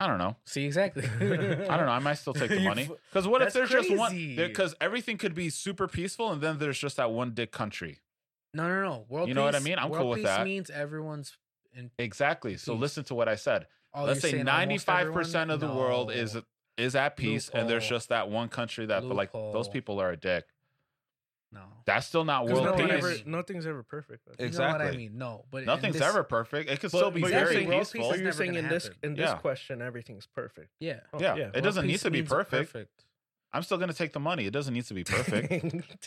[SPEAKER 1] I don't know.
[SPEAKER 2] See exactly.
[SPEAKER 3] I don't
[SPEAKER 1] <laughs> I don't know. I might still take the
[SPEAKER 2] You
[SPEAKER 1] money
[SPEAKER 2] fu-
[SPEAKER 1] because what if there's
[SPEAKER 2] That's
[SPEAKER 1] just one?
[SPEAKER 2] crazy.
[SPEAKER 1] Because everything could be super peaceful, and then there's just that one dick country.
[SPEAKER 2] <laughs> No, no, no. World
[SPEAKER 1] You know what I
[SPEAKER 2] peace-
[SPEAKER 1] mean? I'm
[SPEAKER 2] world
[SPEAKER 1] cool with
[SPEAKER 2] peace
[SPEAKER 1] that.
[SPEAKER 2] means everyone's in.
[SPEAKER 1] Exactly. So
[SPEAKER 2] Peace.
[SPEAKER 1] listen to what I said.
[SPEAKER 2] Oh,
[SPEAKER 1] Let's
[SPEAKER 2] you're
[SPEAKER 1] say
[SPEAKER 2] saying almost
[SPEAKER 1] 95% of the
[SPEAKER 2] everyone?
[SPEAKER 1] world is
[SPEAKER 2] No.
[SPEAKER 1] is at peace, and there's
[SPEAKER 2] Loophole.
[SPEAKER 1] just that one country that but like those
[SPEAKER 2] Loophole.
[SPEAKER 1] people are a dick.
[SPEAKER 2] no.
[SPEAKER 1] That's still not
[SPEAKER 3] 'Cause
[SPEAKER 1] world
[SPEAKER 2] no
[SPEAKER 1] peace.
[SPEAKER 2] one
[SPEAKER 3] nothing
[SPEAKER 2] ever-
[SPEAKER 3] ever, nothing's ever perfect. I think.
[SPEAKER 1] Ex-
[SPEAKER 2] You know what I
[SPEAKER 1] Exactly.
[SPEAKER 2] mean? No, but in
[SPEAKER 1] Nothing's
[SPEAKER 2] this-
[SPEAKER 1] ever perfect. It could
[SPEAKER 3] But-
[SPEAKER 1] still be
[SPEAKER 3] but you're
[SPEAKER 1] very
[SPEAKER 3] saying world
[SPEAKER 2] peace is
[SPEAKER 1] peaceful.
[SPEAKER 3] So
[SPEAKER 2] never
[SPEAKER 3] you're saying
[SPEAKER 2] gonna
[SPEAKER 3] in this
[SPEAKER 2] happen.
[SPEAKER 3] in this
[SPEAKER 1] Yeah.
[SPEAKER 3] question, everything's perfect.
[SPEAKER 2] Yeah.
[SPEAKER 3] Oh,
[SPEAKER 1] yeah, it
[SPEAKER 3] world
[SPEAKER 1] doesn't need
[SPEAKER 2] peace
[SPEAKER 1] to be
[SPEAKER 2] means
[SPEAKER 1] perfect.
[SPEAKER 2] perfect.
[SPEAKER 1] I'm still gonna take the money. It doesn't need to
[SPEAKER 2] <laughs>
[SPEAKER 1] be perfect.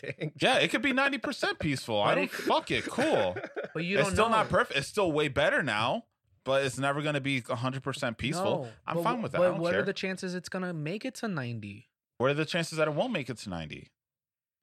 [SPEAKER 3] <laughs> Dang.
[SPEAKER 1] yeah, it could be 90% peaceful. I
[SPEAKER 2] But
[SPEAKER 1] don't
[SPEAKER 2] it-
[SPEAKER 1] fuck it. Cool.
[SPEAKER 2] But <laughs> you
[SPEAKER 1] it's
[SPEAKER 2] don't
[SPEAKER 1] still not
[SPEAKER 2] know.
[SPEAKER 1] perfect. It's still way better now, but it's never gonna be 100% peaceful.
[SPEAKER 2] No,
[SPEAKER 1] I'm
[SPEAKER 2] but
[SPEAKER 1] fine
[SPEAKER 2] wh-
[SPEAKER 1] with that. I
[SPEAKER 2] But
[SPEAKER 1] don't
[SPEAKER 2] what
[SPEAKER 1] care.
[SPEAKER 2] are the chances it's gonna make it to ninety?
[SPEAKER 1] what are the chances that it won't make it to 90?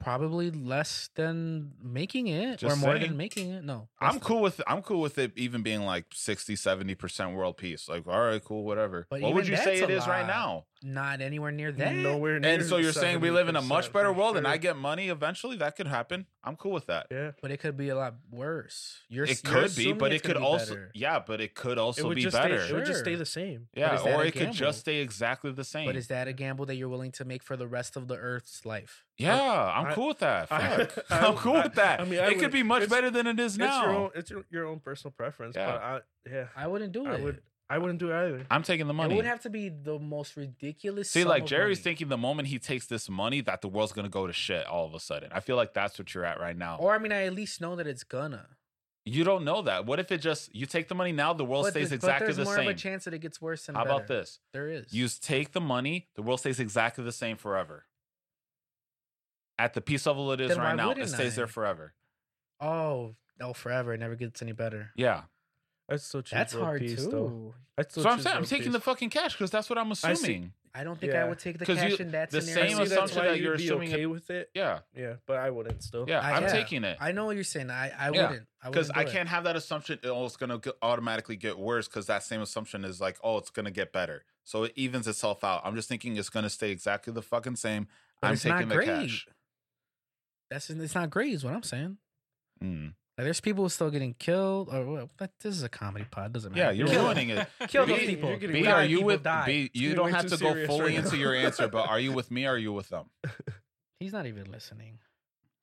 [SPEAKER 2] Probably less than making it, or
[SPEAKER 1] Just
[SPEAKER 2] more
[SPEAKER 1] saying.
[SPEAKER 2] than making it. No, less
[SPEAKER 1] I'm
[SPEAKER 2] than-
[SPEAKER 1] cool with I'm cool with it even being like 60 70% world peace. Like all right, cool, whatever.
[SPEAKER 2] But
[SPEAKER 1] what would
[SPEAKER 2] even
[SPEAKER 1] you say it
[SPEAKER 2] that's a
[SPEAKER 1] is right
[SPEAKER 2] lot.
[SPEAKER 1] now?
[SPEAKER 2] Not anywhere near that.
[SPEAKER 3] Nowhere near.
[SPEAKER 1] And so you're saying we live in a
[SPEAKER 3] 70%
[SPEAKER 1] much better
[SPEAKER 3] for
[SPEAKER 1] world and I
[SPEAKER 3] sure.
[SPEAKER 1] get money eventually? That could happen. I'm cool with that.
[SPEAKER 3] Yeah.
[SPEAKER 2] But it could be a lot worse. You're,
[SPEAKER 1] It
[SPEAKER 2] you're
[SPEAKER 1] could be,
[SPEAKER 2] assuming
[SPEAKER 1] but it
[SPEAKER 2] it's gonna
[SPEAKER 1] could
[SPEAKER 2] be
[SPEAKER 1] also
[SPEAKER 2] better.
[SPEAKER 1] yeah, but it could also be
[SPEAKER 3] just
[SPEAKER 1] better.
[SPEAKER 3] Stay, it would just stay
[SPEAKER 2] Sure.
[SPEAKER 3] the same.
[SPEAKER 1] Yeah,
[SPEAKER 2] is that
[SPEAKER 1] or
[SPEAKER 2] a
[SPEAKER 1] it could
[SPEAKER 2] gamble?
[SPEAKER 1] just stay exactly the same.
[SPEAKER 2] But is that a gamble that you're willing to make for the rest of the Earth's life?
[SPEAKER 1] yeah, I'm
[SPEAKER 3] I-
[SPEAKER 1] cool with that.
[SPEAKER 2] <laughs>
[SPEAKER 3] I-
[SPEAKER 1] Fuck. <laughs>
[SPEAKER 3] I-
[SPEAKER 1] I, am cool with that.
[SPEAKER 3] I
[SPEAKER 1] I
[SPEAKER 3] mean,
[SPEAKER 1] mean,
[SPEAKER 3] I
[SPEAKER 1] it
[SPEAKER 3] would-
[SPEAKER 1] could be much
[SPEAKER 3] it's-
[SPEAKER 1] better than it is
[SPEAKER 3] It's your
[SPEAKER 1] now.
[SPEAKER 3] own. It's your, your own personal preference.
[SPEAKER 1] Yeah.
[SPEAKER 3] But I, yeah,
[SPEAKER 2] I wouldn't do
[SPEAKER 3] I
[SPEAKER 2] it.
[SPEAKER 3] would. I wouldn't do it either.
[SPEAKER 1] I'm taking the
[SPEAKER 2] It
[SPEAKER 1] money.
[SPEAKER 2] would have to be the most ridiculous.
[SPEAKER 1] See,
[SPEAKER 2] sum
[SPEAKER 1] like
[SPEAKER 2] of
[SPEAKER 1] Jerry's
[SPEAKER 2] money.
[SPEAKER 1] thinking the moment he takes this money that the world's gonna go to shit all of a sudden. I feel like that's what you're at right now.
[SPEAKER 2] Or I mean, I at least know that it's gonna.
[SPEAKER 1] you don't know that. What if it just you take the money now, the world
[SPEAKER 2] but
[SPEAKER 1] stays
[SPEAKER 2] there's-
[SPEAKER 1] exactly
[SPEAKER 2] but there's
[SPEAKER 1] the
[SPEAKER 2] more of
[SPEAKER 1] same.
[SPEAKER 2] a chance that it gets worse than
[SPEAKER 1] How about
[SPEAKER 2] better.
[SPEAKER 1] this?
[SPEAKER 2] There is.
[SPEAKER 1] You take the money, the world stays exactly the same forever. At the peace level it is
[SPEAKER 2] Then why
[SPEAKER 1] right now, it
[SPEAKER 2] wouldn't
[SPEAKER 1] stays there
[SPEAKER 2] I?
[SPEAKER 1] forever.
[SPEAKER 2] oh, oh, forever. It never gets any better.
[SPEAKER 1] Yeah.
[SPEAKER 3] I'd still choose
[SPEAKER 2] That's
[SPEAKER 3] world
[SPEAKER 2] hard
[SPEAKER 3] peace,
[SPEAKER 2] too.
[SPEAKER 3] Though. I'd
[SPEAKER 1] So,
[SPEAKER 3] still
[SPEAKER 1] I'm
[SPEAKER 3] choose
[SPEAKER 1] saying I'm
[SPEAKER 3] world
[SPEAKER 1] taking
[SPEAKER 3] peace.
[SPEAKER 1] the fucking cash because that's what I'm
[SPEAKER 3] I see.
[SPEAKER 1] assuming.
[SPEAKER 2] I don't think
[SPEAKER 3] Yeah.
[SPEAKER 2] I would take the
[SPEAKER 1] 'Cause
[SPEAKER 2] cash
[SPEAKER 1] you-
[SPEAKER 2] in that
[SPEAKER 1] the
[SPEAKER 3] I
[SPEAKER 2] scenario.
[SPEAKER 1] same
[SPEAKER 3] see that's
[SPEAKER 1] assumption
[SPEAKER 3] why
[SPEAKER 1] that
[SPEAKER 3] you'd
[SPEAKER 1] you're
[SPEAKER 3] be
[SPEAKER 1] assuming
[SPEAKER 3] okay with it.
[SPEAKER 1] Yeah.
[SPEAKER 3] Yeah, but I wouldn't still.
[SPEAKER 1] Yeah.
[SPEAKER 2] I-
[SPEAKER 1] I, am
[SPEAKER 2] yeah.
[SPEAKER 1] taking it.
[SPEAKER 2] I know what you're saying. I, I
[SPEAKER 1] Yeah.
[SPEAKER 2] wouldn't. I
[SPEAKER 1] Because
[SPEAKER 2] wouldn't
[SPEAKER 1] I,
[SPEAKER 2] do it.
[SPEAKER 1] can't have that assumption. Oh, it's going to automatically get worse because that same assumption is like, oh, it's going to get better. So it evens itself out. I'm just thinking it's going to stay exactly the fucking same.
[SPEAKER 2] But
[SPEAKER 1] I'm
[SPEAKER 2] it's not
[SPEAKER 1] taking the
[SPEAKER 2] great.
[SPEAKER 1] cash.
[SPEAKER 2] That's it's not great. Is what I'm saying.
[SPEAKER 1] Mm.
[SPEAKER 2] Like, there's people still getting killed, or well, but this is a comedy pod. Doesn't matter.
[SPEAKER 1] Yeah, you're
[SPEAKER 2] Kill
[SPEAKER 1] ruining it.
[SPEAKER 2] <laughs> Kill
[SPEAKER 1] those
[SPEAKER 2] people.
[SPEAKER 3] getting
[SPEAKER 1] B,
[SPEAKER 3] way
[SPEAKER 2] Without
[SPEAKER 1] are
[SPEAKER 3] too-
[SPEAKER 1] you
[SPEAKER 2] people
[SPEAKER 1] with
[SPEAKER 2] die.
[SPEAKER 1] B?
[SPEAKER 3] It's
[SPEAKER 1] You
[SPEAKER 3] getting
[SPEAKER 1] don't
[SPEAKER 3] way
[SPEAKER 1] have
[SPEAKER 3] too
[SPEAKER 1] to go
[SPEAKER 3] serious
[SPEAKER 1] fully
[SPEAKER 3] right
[SPEAKER 1] into
[SPEAKER 3] now.
[SPEAKER 1] your answer, but are you with me? Or are you with them?
[SPEAKER 2] He's not even listening.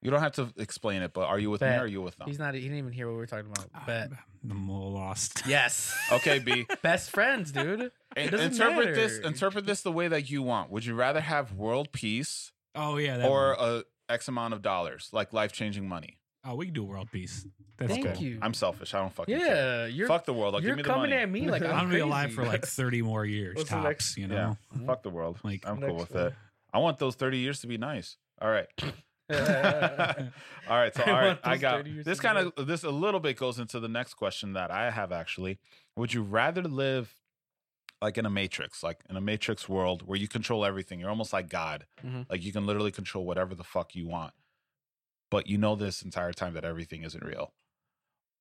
[SPEAKER 1] You don't have to explain it, but are you with me?
[SPEAKER 2] Bet.
[SPEAKER 1] Or are you with them?
[SPEAKER 2] He's not. He didn't even hear what we were talking
[SPEAKER 4] Ah,
[SPEAKER 2] about. Bet.
[SPEAKER 4] <laughs> I'm all lost.
[SPEAKER 2] Yes.
[SPEAKER 1] Okay, B.
[SPEAKER 2] <laughs> Best friends, dude.
[SPEAKER 1] in-
[SPEAKER 2] doesn't
[SPEAKER 1] interpret this.
[SPEAKER 2] matter.
[SPEAKER 1] Interpret this the way that you want. Would you rather have world peace
[SPEAKER 4] Oh yeah, that
[SPEAKER 1] or
[SPEAKER 4] one.
[SPEAKER 1] a X amount of dollars, like life changing money?
[SPEAKER 4] oh, we can do world peace. That's
[SPEAKER 2] Thank
[SPEAKER 4] cool.
[SPEAKER 2] you.
[SPEAKER 1] I'm selfish. I don't fucking care.
[SPEAKER 2] yeah, you're.
[SPEAKER 1] Fuck the world. Like,
[SPEAKER 2] you're
[SPEAKER 1] give me the
[SPEAKER 2] coming
[SPEAKER 1] money.
[SPEAKER 2] at me
[SPEAKER 4] <laughs>
[SPEAKER 2] like I'm,
[SPEAKER 4] I'm, gonna be
[SPEAKER 2] crazy.
[SPEAKER 4] alive for like 30 more years
[SPEAKER 3] What's the
[SPEAKER 4] tops.
[SPEAKER 3] next-
[SPEAKER 4] You
[SPEAKER 1] Yeah.
[SPEAKER 4] know,
[SPEAKER 1] Fuck the world.
[SPEAKER 4] like
[SPEAKER 1] I'm cool
[SPEAKER 3] <laughs> Next
[SPEAKER 1] with it. I want those 30 years to be nice. All right.
[SPEAKER 3] <laughs>
[SPEAKER 2] <laughs>
[SPEAKER 3] one.
[SPEAKER 1] all right. So,
[SPEAKER 3] I
[SPEAKER 1] all right.
[SPEAKER 3] want
[SPEAKER 1] I
[SPEAKER 3] those
[SPEAKER 1] got
[SPEAKER 3] 30 years
[SPEAKER 1] this
[SPEAKER 3] to
[SPEAKER 1] kind
[SPEAKER 3] be
[SPEAKER 1] of, this a little bit goes into the next question that I have actually. Would you rather live like in a matrix, like in a matrix world where you control everything? You're almost like God.
[SPEAKER 3] Mm-hmm.
[SPEAKER 2] Mhm.
[SPEAKER 1] Like you can literally control whatever the fuck you want. But you know this entire time that everything isn't real.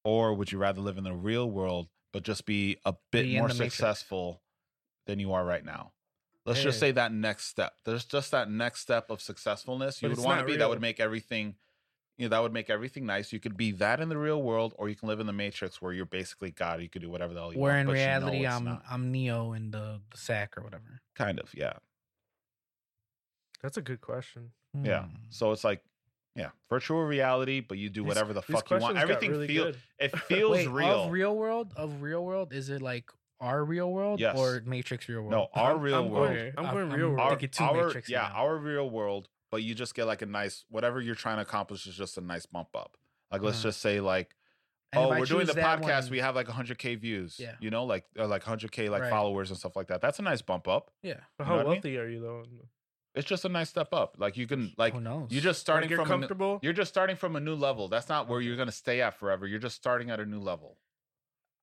[SPEAKER 1] or would you rather live in the real world but just be a bit
[SPEAKER 2] Be in
[SPEAKER 1] more
[SPEAKER 2] the matrix.
[SPEAKER 1] successful than you are right now? Let's just
[SPEAKER 3] Hey.
[SPEAKER 1] say that next step. There's just that next step of successfulness you
[SPEAKER 3] But
[SPEAKER 1] would
[SPEAKER 3] it's
[SPEAKER 1] want to
[SPEAKER 3] not
[SPEAKER 1] be that
[SPEAKER 3] real.
[SPEAKER 1] would make everything you know that would make everything nice. You could be that in the real world or you can live in the matrix where you're basically God, you could do whatever the hell you
[SPEAKER 2] Where
[SPEAKER 1] want.
[SPEAKER 2] in
[SPEAKER 1] but you know
[SPEAKER 2] reality, um,
[SPEAKER 1] it's
[SPEAKER 2] I'm
[SPEAKER 1] not.
[SPEAKER 2] I'm Neo in the, the sack or whatever.
[SPEAKER 1] kind of,
[SPEAKER 2] mm.
[SPEAKER 1] yeah.
[SPEAKER 3] That's a good question.
[SPEAKER 1] Yeah.
[SPEAKER 2] Hmm.
[SPEAKER 1] So it's like yeah, virtual reality, but you do
[SPEAKER 3] These-
[SPEAKER 1] whatever the
[SPEAKER 3] These
[SPEAKER 1] fuck you want.
[SPEAKER 3] questions got
[SPEAKER 1] Everything
[SPEAKER 3] really
[SPEAKER 1] feel
[SPEAKER 3] good.
[SPEAKER 2] <laughs>
[SPEAKER 1] it feels
[SPEAKER 2] Wait,
[SPEAKER 1] real.
[SPEAKER 2] Of real world, of real world, is it like our real world
[SPEAKER 1] Yes.
[SPEAKER 2] or Matrix real world?
[SPEAKER 1] No, our
[SPEAKER 3] I'm-
[SPEAKER 1] real
[SPEAKER 3] I'm
[SPEAKER 1] world.
[SPEAKER 3] Going, I'm
[SPEAKER 2] I'm-
[SPEAKER 3] going
[SPEAKER 2] I'm
[SPEAKER 3] real
[SPEAKER 2] thinking
[SPEAKER 3] world.
[SPEAKER 1] our,
[SPEAKER 2] Like it's two
[SPEAKER 1] our-
[SPEAKER 2] Matrix
[SPEAKER 1] yeah,
[SPEAKER 2] now.
[SPEAKER 1] our real world, but you just get like a nice whatever you're trying to accomplish is just a nice bump up. Like let's
[SPEAKER 2] Mhm.
[SPEAKER 1] just say like
[SPEAKER 2] And if
[SPEAKER 1] oh
[SPEAKER 2] I
[SPEAKER 1] we're doing
[SPEAKER 2] choose
[SPEAKER 1] the
[SPEAKER 2] that
[SPEAKER 1] podcast
[SPEAKER 2] one-
[SPEAKER 1] we have like 100k views
[SPEAKER 2] Yeah.
[SPEAKER 1] you know like or like 100k like
[SPEAKER 2] Right.
[SPEAKER 1] followers and stuff like that that's a nice bump up
[SPEAKER 2] yeah.
[SPEAKER 1] you know
[SPEAKER 3] But how
[SPEAKER 1] what I mean?
[SPEAKER 3] wealthy are you though?
[SPEAKER 1] it's just a nice step up like you can like
[SPEAKER 2] Who knows?
[SPEAKER 1] you just starting
[SPEAKER 3] Like, you're
[SPEAKER 1] from a, new-
[SPEAKER 3] comfortable.
[SPEAKER 1] you're just starting from a new level that's not where you're gonna stay at forever you're just starting at a new level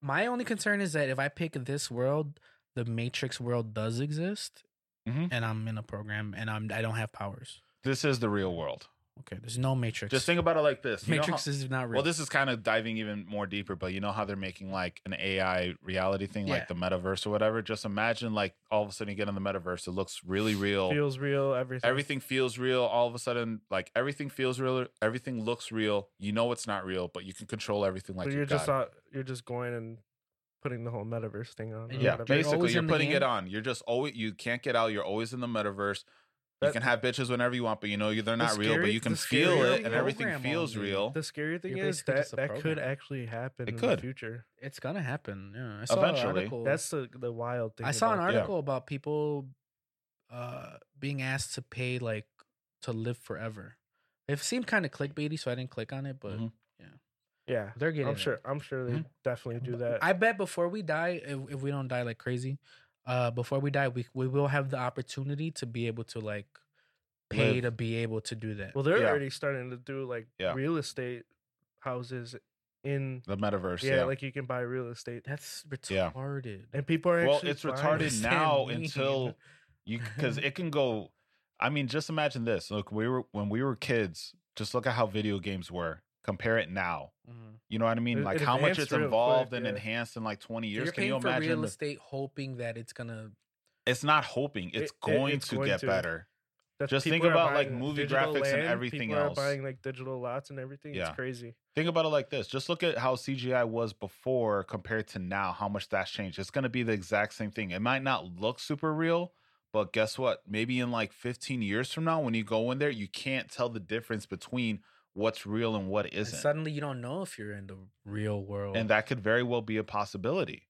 [SPEAKER 2] My only concern is that if I pick this world, the Matrix world does exist,
[SPEAKER 1] Mhm.
[SPEAKER 2] and I'm in a program and I'm I don't have powers.
[SPEAKER 1] this is the real world
[SPEAKER 2] Okay, there's no Matrix.
[SPEAKER 1] just think about it like this You know
[SPEAKER 2] Matrix
[SPEAKER 1] how-
[SPEAKER 2] is not real.
[SPEAKER 1] well this is kind of diving even more deeper but you know how they're making like an ai reality thing
[SPEAKER 2] Yeah.
[SPEAKER 1] like the metaverse or whatever just imagine like all of a sudden you get in the metaverse it looks really real
[SPEAKER 3] Feels real. Everything.
[SPEAKER 1] everything feels real all of a sudden like everything feels real everything looks real you know it's not real but you can control everything like
[SPEAKER 3] But
[SPEAKER 1] you
[SPEAKER 3] you're
[SPEAKER 1] got
[SPEAKER 3] just
[SPEAKER 1] it.
[SPEAKER 3] not, you're just going and putting the whole metaverse thing on. or
[SPEAKER 2] you're
[SPEAKER 1] yeah
[SPEAKER 3] whatever.
[SPEAKER 2] always
[SPEAKER 1] basically you're
[SPEAKER 2] in the
[SPEAKER 1] putting it
[SPEAKER 2] game.
[SPEAKER 1] on you're just always you can't get out you're always in the metaverse you
[SPEAKER 3] That-
[SPEAKER 1] can have bitches whenever you want but you know you- they're not real but
[SPEAKER 3] scary-
[SPEAKER 1] you can
[SPEAKER 3] the
[SPEAKER 1] feel
[SPEAKER 3] scary
[SPEAKER 1] it and everything
[SPEAKER 2] program
[SPEAKER 1] feels
[SPEAKER 2] only.
[SPEAKER 1] real
[SPEAKER 3] The scary thing
[SPEAKER 2] You're
[SPEAKER 3] is
[SPEAKER 2] basically
[SPEAKER 3] that
[SPEAKER 2] just a
[SPEAKER 3] that could
[SPEAKER 2] program.
[SPEAKER 3] actually happen
[SPEAKER 1] It
[SPEAKER 3] in
[SPEAKER 1] could.
[SPEAKER 3] the future.
[SPEAKER 2] it's gonna happen. Yeah, I saw
[SPEAKER 1] Eventually.
[SPEAKER 2] an article.
[SPEAKER 3] That's the the wild thing.
[SPEAKER 2] I saw an
[SPEAKER 3] about-
[SPEAKER 1] Yeah.
[SPEAKER 2] article about people uh, being asked to pay like to live forever. It seemed kind of clickbaity, so I didn't click on it. But
[SPEAKER 1] Mhm.
[SPEAKER 3] Yeah,
[SPEAKER 2] they're getting.
[SPEAKER 3] Mm-hmm. I'm
[SPEAKER 2] it.
[SPEAKER 3] sure. I'm sure
[SPEAKER 1] Mm-hmm.
[SPEAKER 3] they definitely do that.
[SPEAKER 2] I bet before we die, if, if we don't die like crazy, uh, before we die, we we will have the opportunity to be able to like pay
[SPEAKER 1] Live.
[SPEAKER 2] to be able to do that.
[SPEAKER 3] well, they're
[SPEAKER 1] Yeah.
[SPEAKER 3] already starting to do like
[SPEAKER 1] Yeah.
[SPEAKER 3] real estate houses in.
[SPEAKER 1] the metaverse
[SPEAKER 3] Yeah,
[SPEAKER 1] yeah,
[SPEAKER 3] like you can buy real estate,
[SPEAKER 2] That's
[SPEAKER 1] Yeah.
[SPEAKER 2] retarded.
[SPEAKER 3] and people are.
[SPEAKER 1] well
[SPEAKER 3] actually
[SPEAKER 1] it's
[SPEAKER 3] buying <laughs>
[SPEAKER 1] retarded
[SPEAKER 2] Understand
[SPEAKER 1] now
[SPEAKER 2] me.
[SPEAKER 1] until you because it can go i mean just imagine this look we were when we were kids just look at how video games were compare it now
[SPEAKER 2] Mhm.
[SPEAKER 1] You know what I mean?
[SPEAKER 3] It-
[SPEAKER 1] like
[SPEAKER 3] it
[SPEAKER 1] how much
[SPEAKER 3] advanced
[SPEAKER 1] it's
[SPEAKER 3] real quick,
[SPEAKER 1] involved and
[SPEAKER 3] yeah.
[SPEAKER 1] enhanced in like 20
[SPEAKER 2] So
[SPEAKER 1] years.
[SPEAKER 2] You're
[SPEAKER 1] Can you
[SPEAKER 2] paying for
[SPEAKER 1] imagine?
[SPEAKER 2] real
[SPEAKER 1] the-
[SPEAKER 2] estate, hoping that it's gonna.
[SPEAKER 1] it's not hoping. It's
[SPEAKER 3] It- it-
[SPEAKER 1] going
[SPEAKER 3] it's
[SPEAKER 1] to
[SPEAKER 3] going
[SPEAKER 1] get
[SPEAKER 3] to.
[SPEAKER 1] better.
[SPEAKER 3] That's-
[SPEAKER 1] Just
[SPEAKER 3] people
[SPEAKER 1] think
[SPEAKER 3] are
[SPEAKER 1] about, like,
[SPEAKER 3] buying
[SPEAKER 1] movie
[SPEAKER 3] digital
[SPEAKER 1] graphics and
[SPEAKER 3] land,
[SPEAKER 1] everything
[SPEAKER 3] people
[SPEAKER 1] else.
[SPEAKER 3] Are buying like digital lots and everything.
[SPEAKER 1] Yeah.
[SPEAKER 3] It's crazy.
[SPEAKER 1] Think about it like this. Just look at how CGI was before compared to now, how much that's changed. It's going to be the exact same thing. It might not look super real, but guess what? Maybe in like 15 years from now, when you go in there, you can't tell the difference between what's real and what
[SPEAKER 2] and
[SPEAKER 1] isn't.
[SPEAKER 2] suddenly, you don't know if you're in the real world.
[SPEAKER 1] and that could very well be a possibility.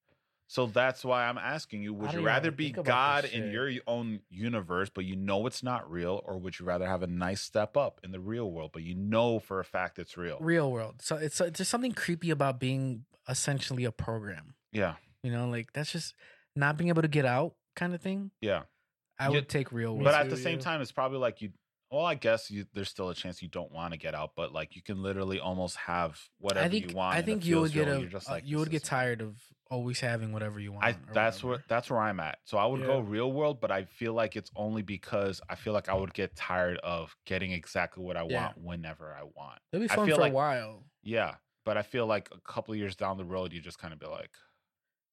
[SPEAKER 1] So that's why I'm asking you: Would
[SPEAKER 2] do
[SPEAKER 1] you
[SPEAKER 2] you
[SPEAKER 1] rather
[SPEAKER 2] even
[SPEAKER 1] be
[SPEAKER 2] think about
[SPEAKER 1] God
[SPEAKER 2] this
[SPEAKER 1] in
[SPEAKER 2] shit?
[SPEAKER 1] your own universe, but you know it's not real, or would you rather have a nice step up in the real world, but you know for a fact it's real?
[SPEAKER 2] real world. So it's so there's something creepy about being essentially a program.
[SPEAKER 1] yeah,
[SPEAKER 2] You know, like that's just not being able to get out kind of thing.
[SPEAKER 1] yeah.
[SPEAKER 2] I
[SPEAKER 1] Yeah,
[SPEAKER 2] would take real
[SPEAKER 3] Me
[SPEAKER 2] world.
[SPEAKER 1] But
[SPEAKER 3] too,
[SPEAKER 1] at the same
[SPEAKER 3] yeah.
[SPEAKER 1] time, it's probably like you. Well, I guess you, there's still a chance you don't want to get out, but like you can literally almost have whatever
[SPEAKER 2] I think
[SPEAKER 1] you want.
[SPEAKER 2] I
[SPEAKER 1] and it
[SPEAKER 2] think you
[SPEAKER 1] feels
[SPEAKER 2] would get
[SPEAKER 1] real,
[SPEAKER 2] a,
[SPEAKER 1] you're just
[SPEAKER 2] uh,
[SPEAKER 1] like,
[SPEAKER 2] you
[SPEAKER 1] this
[SPEAKER 2] would get
[SPEAKER 1] is-
[SPEAKER 2] tired of always having whatever you want.
[SPEAKER 1] I
[SPEAKER 2] or
[SPEAKER 1] that's where
[SPEAKER 2] whatever.
[SPEAKER 1] that's where I'm at. So I would go
[SPEAKER 3] Yeah.
[SPEAKER 1] real world, but I feel like it's only because I feel like I would get tired of getting exactly what I
[SPEAKER 2] Yeah.
[SPEAKER 1] want whenever I want.
[SPEAKER 2] it'll be
[SPEAKER 1] I
[SPEAKER 2] fun
[SPEAKER 1] feel
[SPEAKER 2] for
[SPEAKER 1] like-
[SPEAKER 2] a while.
[SPEAKER 1] Yeah, but I feel like a couple of years down the road, you just kind of be like,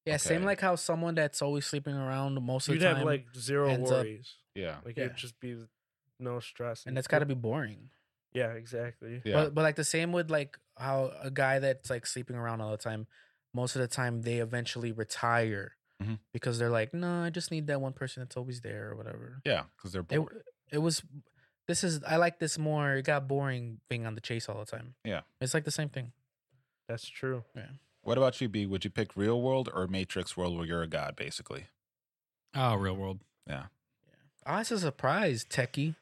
[SPEAKER 2] Yeah, same
[SPEAKER 1] okay.
[SPEAKER 2] like how someone that's always sleeping around most of
[SPEAKER 3] You'd
[SPEAKER 2] the time,
[SPEAKER 3] have like zero
[SPEAKER 2] ends up-
[SPEAKER 3] worries.
[SPEAKER 1] yeah,
[SPEAKER 3] Like
[SPEAKER 2] Yeah.
[SPEAKER 3] it'd just be no stress.
[SPEAKER 2] and that's got to be boring.
[SPEAKER 3] Yeah, exactly.
[SPEAKER 1] yeah,
[SPEAKER 2] But, but like the same with like how a guy that's like sleeping around all the time, most of the time they eventually retire
[SPEAKER 1] Mhm.
[SPEAKER 2] because they're like, no, I just need that one person that's always there or whatever.
[SPEAKER 1] yeah, because they're
[SPEAKER 2] It
[SPEAKER 1] bored.
[SPEAKER 2] it was this is I like this more. It got boring being on the chase all the time.
[SPEAKER 1] Yeah.
[SPEAKER 2] it's like the same thing.
[SPEAKER 3] That's true.
[SPEAKER 1] what about you, B? Would you pick real world or Matrix world where you're a god, basically?
[SPEAKER 4] Oh, real world.
[SPEAKER 2] Oh, it's a surprise, techie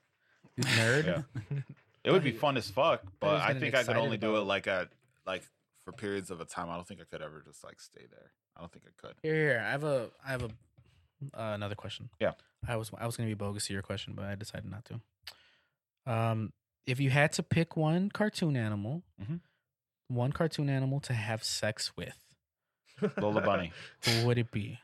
[SPEAKER 2] you nerd.
[SPEAKER 1] <laughs> Yeah. It would be
[SPEAKER 2] Right.
[SPEAKER 1] fun as fuck, but
[SPEAKER 2] was
[SPEAKER 1] I
[SPEAKER 2] getting
[SPEAKER 1] think I could
[SPEAKER 2] excited
[SPEAKER 1] only do
[SPEAKER 2] about
[SPEAKER 1] it
[SPEAKER 2] it.
[SPEAKER 1] like at like for periods of a time. I don't think I could ever just like stay there. I don't think I could.
[SPEAKER 2] Here, here. I have a, I have a, uh, another question.
[SPEAKER 1] Yeah.
[SPEAKER 2] I was, I was gonna be bogus to your question, but I decided not to. Um, if you had to pick one cartoon animal,
[SPEAKER 1] Mhm.
[SPEAKER 2] one cartoon animal to have sex with,
[SPEAKER 1] Lola
[SPEAKER 3] <laughs>
[SPEAKER 1] Bunny.
[SPEAKER 2] who would it be?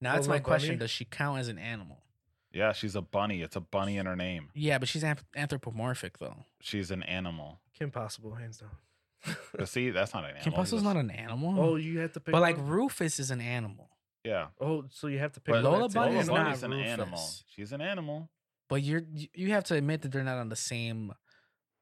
[SPEAKER 2] Now that's
[SPEAKER 3] Lola
[SPEAKER 2] my question.
[SPEAKER 3] Bunny?
[SPEAKER 2] Does she count as an animal?
[SPEAKER 1] <laughs> Yeah, she's a bunny. It's a bunny in her name.
[SPEAKER 2] Yeah, but she's anth- anthropomorphic though.
[SPEAKER 1] She's an animal.
[SPEAKER 3] Kim Possible, hands down. <laughs>
[SPEAKER 1] But see, that's not an animal.
[SPEAKER 2] Camposo's not
[SPEAKER 1] That's-
[SPEAKER 2] an animal.
[SPEAKER 3] Oh, you have to pick.
[SPEAKER 2] but like
[SPEAKER 3] one?
[SPEAKER 2] Rufus is an animal.
[SPEAKER 1] Yeah.
[SPEAKER 3] oh, so you have to pick.
[SPEAKER 1] But
[SPEAKER 3] one
[SPEAKER 2] Lola
[SPEAKER 3] that's an
[SPEAKER 2] Bunny
[SPEAKER 1] Lola
[SPEAKER 2] is
[SPEAKER 3] animal.
[SPEAKER 2] not
[SPEAKER 1] Bunny's an
[SPEAKER 3] <laughs>
[SPEAKER 1] animal.
[SPEAKER 2] Rufus.
[SPEAKER 1] She's an animal.
[SPEAKER 2] But you're you- you have to admit that they're not on the same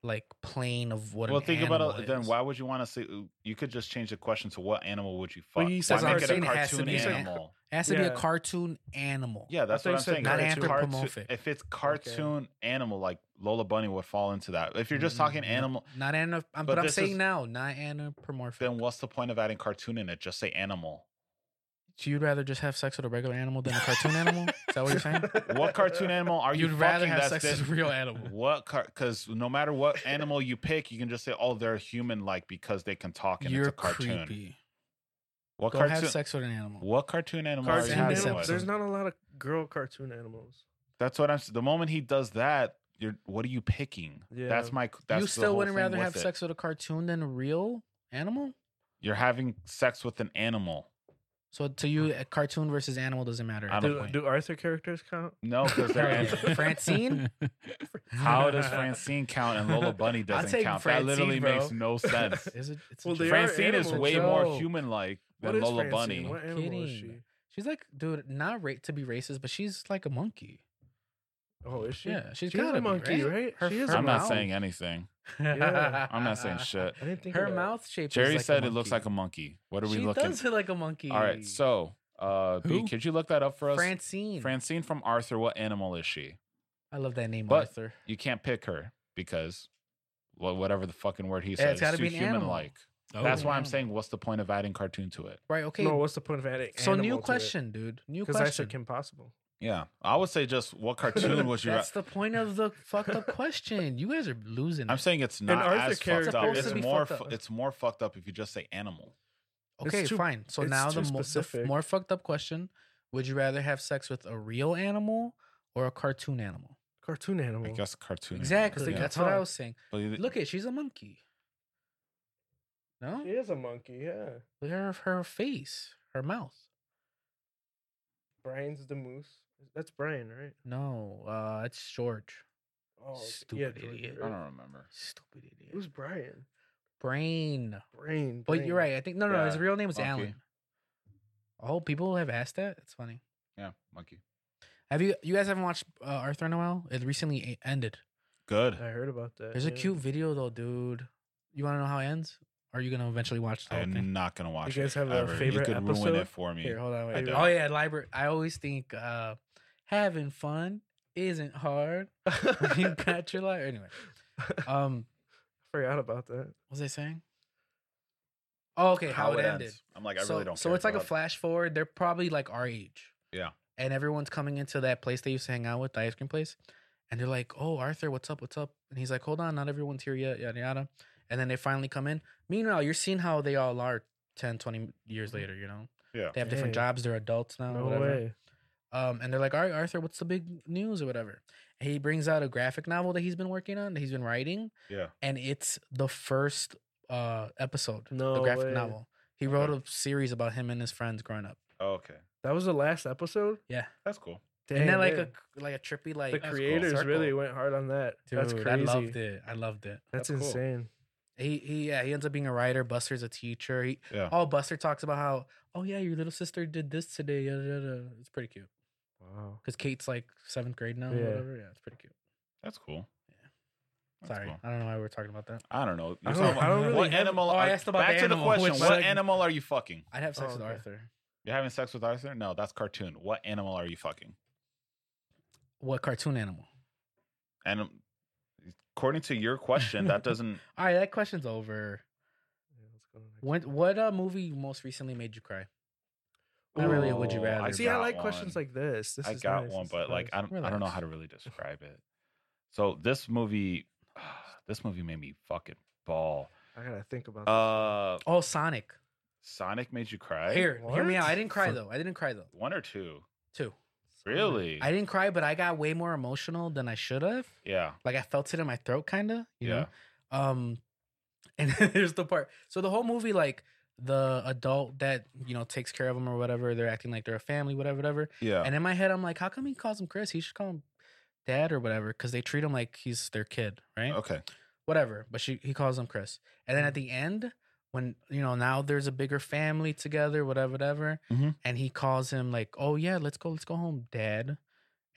[SPEAKER 2] like plane of what.
[SPEAKER 1] well,
[SPEAKER 2] an
[SPEAKER 1] think about
[SPEAKER 2] animal
[SPEAKER 1] it. Then
[SPEAKER 2] is.
[SPEAKER 1] why would you want to say? You could just change the question to what animal would you fuck?
[SPEAKER 3] Well, you said
[SPEAKER 1] why make it a
[SPEAKER 2] cartoon, it has to
[SPEAKER 1] cartoon
[SPEAKER 2] be an
[SPEAKER 1] animal?
[SPEAKER 2] It has to be a
[SPEAKER 3] Yeah.
[SPEAKER 2] cartoon animal.
[SPEAKER 1] Yeah, that's
[SPEAKER 3] thought
[SPEAKER 1] what
[SPEAKER 3] you
[SPEAKER 1] I'm
[SPEAKER 3] said
[SPEAKER 1] saying.
[SPEAKER 2] Not
[SPEAKER 1] Cartoon-
[SPEAKER 2] anthropomorphic.
[SPEAKER 1] If it's cartoon animal, like Lola Bunny would fall into that. If you're just talking
[SPEAKER 2] Mm,
[SPEAKER 1] animal,
[SPEAKER 2] Not anap. But,
[SPEAKER 1] But
[SPEAKER 2] but I'm
[SPEAKER 1] this
[SPEAKER 2] saying
[SPEAKER 1] is-
[SPEAKER 2] now, not anthropomorphic.
[SPEAKER 1] then what's the point of adding cartoon in it? Just say animal.
[SPEAKER 2] So you'd rather just have sex with a regular animal than a cartoon animal? Is that what you're saying?
[SPEAKER 1] What
[SPEAKER 2] <laughs>
[SPEAKER 1] cartoon animal <laughs> are you
[SPEAKER 2] You'd rather
[SPEAKER 1] fucking
[SPEAKER 2] have
[SPEAKER 1] that's
[SPEAKER 2] sex
[SPEAKER 1] this-
[SPEAKER 2] with a real
[SPEAKER 1] <laughs>
[SPEAKER 2] animal.
[SPEAKER 1] What car? Because no matter what animal you pick, you can just say, "Oh, they're human-like because they can talk and
[SPEAKER 2] You're
[SPEAKER 1] it's a cartoon."
[SPEAKER 2] creepy.
[SPEAKER 1] What
[SPEAKER 2] Go
[SPEAKER 1] cartoon?
[SPEAKER 2] have sex with an animal.
[SPEAKER 1] What cartoon animal? are you
[SPEAKER 3] Cartoon
[SPEAKER 2] Send
[SPEAKER 1] having
[SPEAKER 2] this
[SPEAKER 1] sex with?
[SPEAKER 3] animals.
[SPEAKER 2] episode.
[SPEAKER 3] There's not a lot of girl cartoon animals.
[SPEAKER 1] That's what I'm. s- The moment he does that, you're. What are you picking?
[SPEAKER 3] Yeah.
[SPEAKER 1] That's my. That's
[SPEAKER 2] you
[SPEAKER 1] the
[SPEAKER 2] still
[SPEAKER 1] whole
[SPEAKER 2] wouldn't
[SPEAKER 1] thing
[SPEAKER 2] rather
[SPEAKER 1] with
[SPEAKER 2] have
[SPEAKER 1] it.
[SPEAKER 2] sex with a cartoon than a real animal?
[SPEAKER 1] You're having sex with an animal.
[SPEAKER 2] So to you, a cartoon versus animal doesn't matter.
[SPEAKER 1] Mm. I
[SPEAKER 2] At
[SPEAKER 1] don't
[SPEAKER 2] that
[SPEAKER 3] Do, <laughs>
[SPEAKER 2] point.
[SPEAKER 3] do Arthur characters count?
[SPEAKER 2] <laughs>
[SPEAKER 1] No, because they're.
[SPEAKER 2] Right.
[SPEAKER 1] animals.
[SPEAKER 2] Francine?
[SPEAKER 1] How does Francine count and Lola Bunny doesn't
[SPEAKER 2] take
[SPEAKER 1] count?
[SPEAKER 2] Francine,
[SPEAKER 1] that literally
[SPEAKER 3] bro.
[SPEAKER 1] makes
[SPEAKER 2] <laughs>
[SPEAKER 1] no
[SPEAKER 2] <laughs>
[SPEAKER 1] sense.
[SPEAKER 2] Is it? It's a
[SPEAKER 3] Well, they
[SPEAKER 2] joke.
[SPEAKER 3] are
[SPEAKER 1] Francine is
[SPEAKER 3] animals.
[SPEAKER 1] way more
[SPEAKER 2] Joke.
[SPEAKER 1] human-like
[SPEAKER 3] What
[SPEAKER 1] than
[SPEAKER 3] is
[SPEAKER 1] Lola
[SPEAKER 3] Francine?
[SPEAKER 1] Bunny.
[SPEAKER 3] What animal is she?
[SPEAKER 2] Kidding. She's like, dude, not ra- to be racist, but she's like a monkey.
[SPEAKER 3] Oh, is she?
[SPEAKER 2] yeah, she's
[SPEAKER 3] she is
[SPEAKER 2] gotta
[SPEAKER 3] a monkey,
[SPEAKER 2] be, right?
[SPEAKER 3] right?
[SPEAKER 2] Her
[SPEAKER 3] she is a
[SPEAKER 1] I'm not
[SPEAKER 2] mouth.
[SPEAKER 1] saying anything.
[SPEAKER 3] Yeah.
[SPEAKER 1] I'm
[SPEAKER 2] <laughs>
[SPEAKER 1] not saying shit.
[SPEAKER 3] I didn't think
[SPEAKER 2] Her
[SPEAKER 3] of that.
[SPEAKER 2] mouth shape. is
[SPEAKER 1] Jerry
[SPEAKER 2] like a
[SPEAKER 1] said it looks like
[SPEAKER 2] monkey.
[SPEAKER 1] a monkey. What are we
[SPEAKER 2] she
[SPEAKER 1] looking?
[SPEAKER 2] does look like a monkey.
[SPEAKER 1] All right, so uh, B,
[SPEAKER 4] Who?
[SPEAKER 1] could you look that up for us?
[SPEAKER 2] Francine.
[SPEAKER 1] Francine from Arthur. What animal is she?
[SPEAKER 2] I love that name,
[SPEAKER 1] But-
[SPEAKER 2] Arthur.
[SPEAKER 1] You can't pick her because well, whatever the fucking word he
[SPEAKER 2] Yeah,
[SPEAKER 1] says,
[SPEAKER 2] it's gotta be
[SPEAKER 1] too
[SPEAKER 2] an
[SPEAKER 1] human like.
[SPEAKER 4] <laughs> Oh.
[SPEAKER 1] That's
[SPEAKER 2] Oh.
[SPEAKER 1] why I'm saying, what's the point of adding cartoon to it?
[SPEAKER 2] Right. Okay.
[SPEAKER 3] No, what's the point of adding?
[SPEAKER 2] so
[SPEAKER 3] animal
[SPEAKER 2] new
[SPEAKER 3] to it?
[SPEAKER 2] question, dude. New
[SPEAKER 3] Because I said
[SPEAKER 2] question.
[SPEAKER 3] Kim Possible.
[SPEAKER 1] Yeah, I would say just
[SPEAKER 2] <laughs>
[SPEAKER 1] what cartoon was your.
[SPEAKER 2] That's the point of the fucked up question. You guys are losing.
[SPEAKER 1] I'm
[SPEAKER 2] it.
[SPEAKER 1] saying it's not
[SPEAKER 3] Arthur
[SPEAKER 1] as
[SPEAKER 3] character-
[SPEAKER 1] fucked up.
[SPEAKER 2] Supposed to
[SPEAKER 1] It's
[SPEAKER 2] be
[SPEAKER 1] more.
[SPEAKER 2] fucked
[SPEAKER 1] fu-
[SPEAKER 2] up.
[SPEAKER 1] It's more fucked up if you just say animal.
[SPEAKER 3] It's
[SPEAKER 2] Okay,
[SPEAKER 3] too-
[SPEAKER 2] fine. So
[SPEAKER 3] it's
[SPEAKER 2] now
[SPEAKER 3] too
[SPEAKER 2] the, mo- the f-
[SPEAKER 3] specific.
[SPEAKER 2] more fucked up question: Would you rather have sex with a real animal or a cartoon animal?
[SPEAKER 3] Cartoon animal.
[SPEAKER 1] I guess cartoon. animal,
[SPEAKER 2] Exactly.
[SPEAKER 3] they
[SPEAKER 1] yeah.
[SPEAKER 3] can
[SPEAKER 2] That's what I
[SPEAKER 3] talk.
[SPEAKER 2] was saying.
[SPEAKER 1] But you-
[SPEAKER 2] Look at she's a monkey. No,
[SPEAKER 3] She is a monkey, yeah.
[SPEAKER 2] look at her, her face, her mouth.
[SPEAKER 3] Brian's the moose. That's Brian, right?
[SPEAKER 2] No, uh, it's George.
[SPEAKER 3] Oh, okay.
[SPEAKER 2] Stupid
[SPEAKER 3] George,
[SPEAKER 2] idiot.
[SPEAKER 1] I
[SPEAKER 3] right?
[SPEAKER 1] don't remember.
[SPEAKER 2] Stupid idiot.
[SPEAKER 3] Who's Brian?
[SPEAKER 2] Brain.
[SPEAKER 3] Brain.
[SPEAKER 2] But you're
[SPEAKER 3] Brain.
[SPEAKER 2] right. I think no, no, his
[SPEAKER 1] Yeah,
[SPEAKER 2] real name was
[SPEAKER 1] monkey.
[SPEAKER 2] Alan. Oh, people have asked that. It's funny.
[SPEAKER 1] Yeah, monkey.
[SPEAKER 2] Have you? You guys haven't watched uh, Arthur in a while? It recently a- ended.
[SPEAKER 1] Good.
[SPEAKER 3] I heard about that.
[SPEAKER 2] There's a
[SPEAKER 3] yeah.
[SPEAKER 2] cute video though, dude. You want to know how it ends? Or are you gonna eventually watch the whole thing?
[SPEAKER 1] I'm not gonna watch.
[SPEAKER 3] guys
[SPEAKER 1] it
[SPEAKER 3] have a
[SPEAKER 1] ever.
[SPEAKER 3] favorite
[SPEAKER 1] You could ruin
[SPEAKER 3] episode?
[SPEAKER 1] it for me.
[SPEAKER 2] Here, hold on.
[SPEAKER 1] I
[SPEAKER 2] Wait.
[SPEAKER 1] do.
[SPEAKER 2] Oh yeah, library. I always think uh, having fun isn't hard. <laughs> when you got your life. Anyway, um,
[SPEAKER 3] <laughs> Forgot about that.
[SPEAKER 2] what was I saying? Oh, okay. How, it, ended.
[SPEAKER 1] ends. I'm like, I
[SPEAKER 2] so,
[SPEAKER 1] really don't.
[SPEAKER 2] So
[SPEAKER 1] care.
[SPEAKER 2] it's like
[SPEAKER 1] Go
[SPEAKER 2] a
[SPEAKER 1] ahead.
[SPEAKER 2] flash forward. They're probably like our age.
[SPEAKER 1] Yeah.
[SPEAKER 2] And everyone's coming into that place they used to hang out with, the ice cream place. And they're like, oh, Arthur, what's up? What's up? And he's like, hold on, not everyone's here yet, yada, yada. And then they finally come in. Meanwhile, you're seeing how they all are 10, 20 years later, you know?
[SPEAKER 1] Mm-hmm. Yeah.
[SPEAKER 2] They have different
[SPEAKER 3] Dang.
[SPEAKER 2] jobs. They're adults now.
[SPEAKER 3] No
[SPEAKER 2] Oh, whatever.
[SPEAKER 3] way.
[SPEAKER 2] Um, and they're like, all right, Arthur, what's the big news or whatever? And he brings out a graphic novel that he's been working on, that he's been writing,
[SPEAKER 1] Yeah.
[SPEAKER 2] and it's the first uh episode, the
[SPEAKER 3] No
[SPEAKER 2] graphic
[SPEAKER 3] way.
[SPEAKER 2] novel. He wrote a series about him and his friends growing up.
[SPEAKER 1] Oh, okay.
[SPEAKER 3] That was the last episode?
[SPEAKER 2] Yeah.
[SPEAKER 1] That's cool.
[SPEAKER 2] and then
[SPEAKER 3] Dang,
[SPEAKER 2] like
[SPEAKER 3] yeah.
[SPEAKER 2] a like a trippy like
[SPEAKER 3] the
[SPEAKER 1] that's cool.
[SPEAKER 3] creators really
[SPEAKER 2] circle.
[SPEAKER 3] went hard on that.
[SPEAKER 2] Dude,
[SPEAKER 3] That's crazy.
[SPEAKER 2] I loved it. I loved it.
[SPEAKER 3] That's,
[SPEAKER 1] That's cool.
[SPEAKER 3] insane.
[SPEAKER 2] He he yeah, he ends up being a writer, Buster's a teacher. He
[SPEAKER 1] Yeah.
[SPEAKER 2] all Buster talks about how, oh yeah, your little sister did this today. Yada, yada. It's pretty cute.
[SPEAKER 3] Wow.
[SPEAKER 2] Because Kate's like seventh grade now or
[SPEAKER 3] Yeah.
[SPEAKER 2] whatever. Yeah, it's pretty cute.
[SPEAKER 1] That's cool. That's
[SPEAKER 2] Sorry.
[SPEAKER 1] cool.
[SPEAKER 2] I don't know why we're talking about that.
[SPEAKER 1] I don't know.
[SPEAKER 3] I
[SPEAKER 1] You're
[SPEAKER 3] don't-
[SPEAKER 1] talking
[SPEAKER 3] I don't
[SPEAKER 1] about-
[SPEAKER 3] really
[SPEAKER 1] what
[SPEAKER 3] have-
[SPEAKER 1] animal?
[SPEAKER 2] Oh, I
[SPEAKER 1] are-
[SPEAKER 2] asked about
[SPEAKER 1] back
[SPEAKER 2] the
[SPEAKER 1] to the
[SPEAKER 2] animal.
[SPEAKER 1] question.
[SPEAKER 2] Which
[SPEAKER 1] What
[SPEAKER 2] segment?
[SPEAKER 1] animal are you fucking?
[SPEAKER 2] I'd have sex
[SPEAKER 3] Oh,
[SPEAKER 2] with
[SPEAKER 3] okay.
[SPEAKER 2] Arthur.
[SPEAKER 1] You're having sex with Arthur? No, that's cartoon. What animal are you fucking?
[SPEAKER 2] What cartoon animal?
[SPEAKER 1] And um, according to your question, <laughs> that doesn't.
[SPEAKER 2] All right, that question's over.
[SPEAKER 3] Yeah, let's go to the next
[SPEAKER 2] When, what uh, movie most recently made you cry? Not really a would you
[SPEAKER 1] Ooh,
[SPEAKER 2] rather.
[SPEAKER 1] Oh, I
[SPEAKER 2] but-
[SPEAKER 3] See, Oh, I
[SPEAKER 1] got
[SPEAKER 3] like questions
[SPEAKER 1] one.
[SPEAKER 3] like this. this
[SPEAKER 1] I
[SPEAKER 3] is
[SPEAKER 1] got
[SPEAKER 3] nice.
[SPEAKER 1] one,
[SPEAKER 3] This
[SPEAKER 1] but
[SPEAKER 3] is
[SPEAKER 1] like I
[SPEAKER 3] nice.
[SPEAKER 1] don't, I don't know
[SPEAKER 2] Relax.
[SPEAKER 1] how to really describe it. So this movie, <sighs> this movie made me fucking ball.
[SPEAKER 3] I gotta think about.
[SPEAKER 1] Uh,
[SPEAKER 2] Oh, Sonic.
[SPEAKER 1] Sonic made you cry.
[SPEAKER 2] Here, hear me
[SPEAKER 3] What?
[SPEAKER 2] out. I didn't cry
[SPEAKER 3] For-
[SPEAKER 2] though. I didn't cry though.
[SPEAKER 1] one or two,
[SPEAKER 2] Two.
[SPEAKER 3] this.
[SPEAKER 1] really?
[SPEAKER 2] I didn't cry, but I got way more emotional than I should have.
[SPEAKER 1] yeah,
[SPEAKER 2] Like I felt it in my throat, kind of. You
[SPEAKER 1] yeah.
[SPEAKER 2] Know? Um, and <laughs> there's the part. So the whole movie, like the adult that you know takes care of them or whatever, they're acting like they're a family, whatever, whatever.
[SPEAKER 1] Yeah.
[SPEAKER 2] And in my head, I'm like, how come he calls him Chris? He should call him dad or whatever, because they treat him like he's their kid, right?
[SPEAKER 1] okay.
[SPEAKER 2] whatever. But she he calls him Chris. And then at the end, when you know now there's a bigger family together, whatever, whatever,
[SPEAKER 1] Mhm.
[SPEAKER 2] and he calls him like, "Oh yeah, let's go, let's go home, Dad."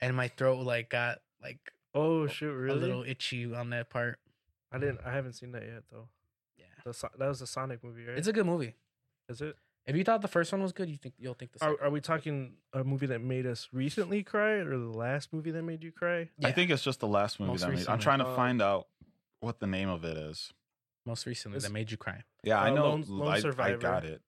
[SPEAKER 2] And my throat like got like
[SPEAKER 3] Oh shoot! Really?
[SPEAKER 2] a little itchy on that part.
[SPEAKER 3] I didn't. I haven't seen that yet though.
[SPEAKER 2] Yeah,
[SPEAKER 3] The, So- that was the Sonic movie, right?
[SPEAKER 2] it's a good movie.
[SPEAKER 3] Is it?
[SPEAKER 2] If you thought the first one was good, you think you'll think the second.
[SPEAKER 3] Are, are we talking a movie that made us recently cry, or the last movie that made you cry?
[SPEAKER 1] I
[SPEAKER 2] Yeah.
[SPEAKER 1] think it's just the last movie
[SPEAKER 2] Most
[SPEAKER 1] that made. I'm
[SPEAKER 2] recently.
[SPEAKER 1] trying to
[SPEAKER 3] Oh.
[SPEAKER 1] find out what the name of it is.
[SPEAKER 2] most recently that
[SPEAKER 3] It's-
[SPEAKER 2] made you cry.
[SPEAKER 1] Yeah, I
[SPEAKER 3] Uh,
[SPEAKER 1] know.
[SPEAKER 3] Lone- Lone
[SPEAKER 1] I- I,
[SPEAKER 3] Survivor.
[SPEAKER 1] got it.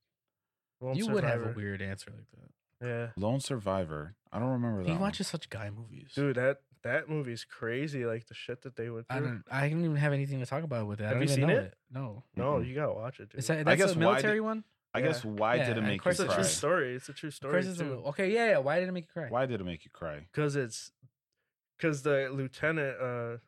[SPEAKER 3] Lone
[SPEAKER 2] you would have a
[SPEAKER 3] Survivor.
[SPEAKER 2] weird answer like that.
[SPEAKER 3] Yeah,
[SPEAKER 1] Lone Survivor. I don't remember that.
[SPEAKER 2] He
[SPEAKER 1] one.
[SPEAKER 2] watches such guy movies.
[SPEAKER 3] dude, that that movie's crazy. Like the shit that they would do.
[SPEAKER 2] I don't. I don't even have anything to talk about with it. I
[SPEAKER 3] Have
[SPEAKER 2] don't
[SPEAKER 3] you
[SPEAKER 2] even
[SPEAKER 3] seen
[SPEAKER 2] know
[SPEAKER 3] it?
[SPEAKER 2] it? No.
[SPEAKER 3] no,
[SPEAKER 1] Mm-mm.
[SPEAKER 3] you gotta watch it, dude.
[SPEAKER 2] Is that that's
[SPEAKER 1] guess
[SPEAKER 2] a
[SPEAKER 1] why did-
[SPEAKER 2] military one?
[SPEAKER 1] I guess why
[SPEAKER 2] Yeah,
[SPEAKER 1] did it
[SPEAKER 2] and
[SPEAKER 1] make you
[SPEAKER 2] Chris is
[SPEAKER 3] it's a
[SPEAKER 1] cry?
[SPEAKER 3] true
[SPEAKER 2] Christ.
[SPEAKER 3] story. It's a true
[SPEAKER 2] Of
[SPEAKER 3] story.
[SPEAKER 2] course it's a- okay, yeah, yeah. Why did it make you cry?
[SPEAKER 1] Why did it make you cry?
[SPEAKER 3] Because it's because the lieutenant uh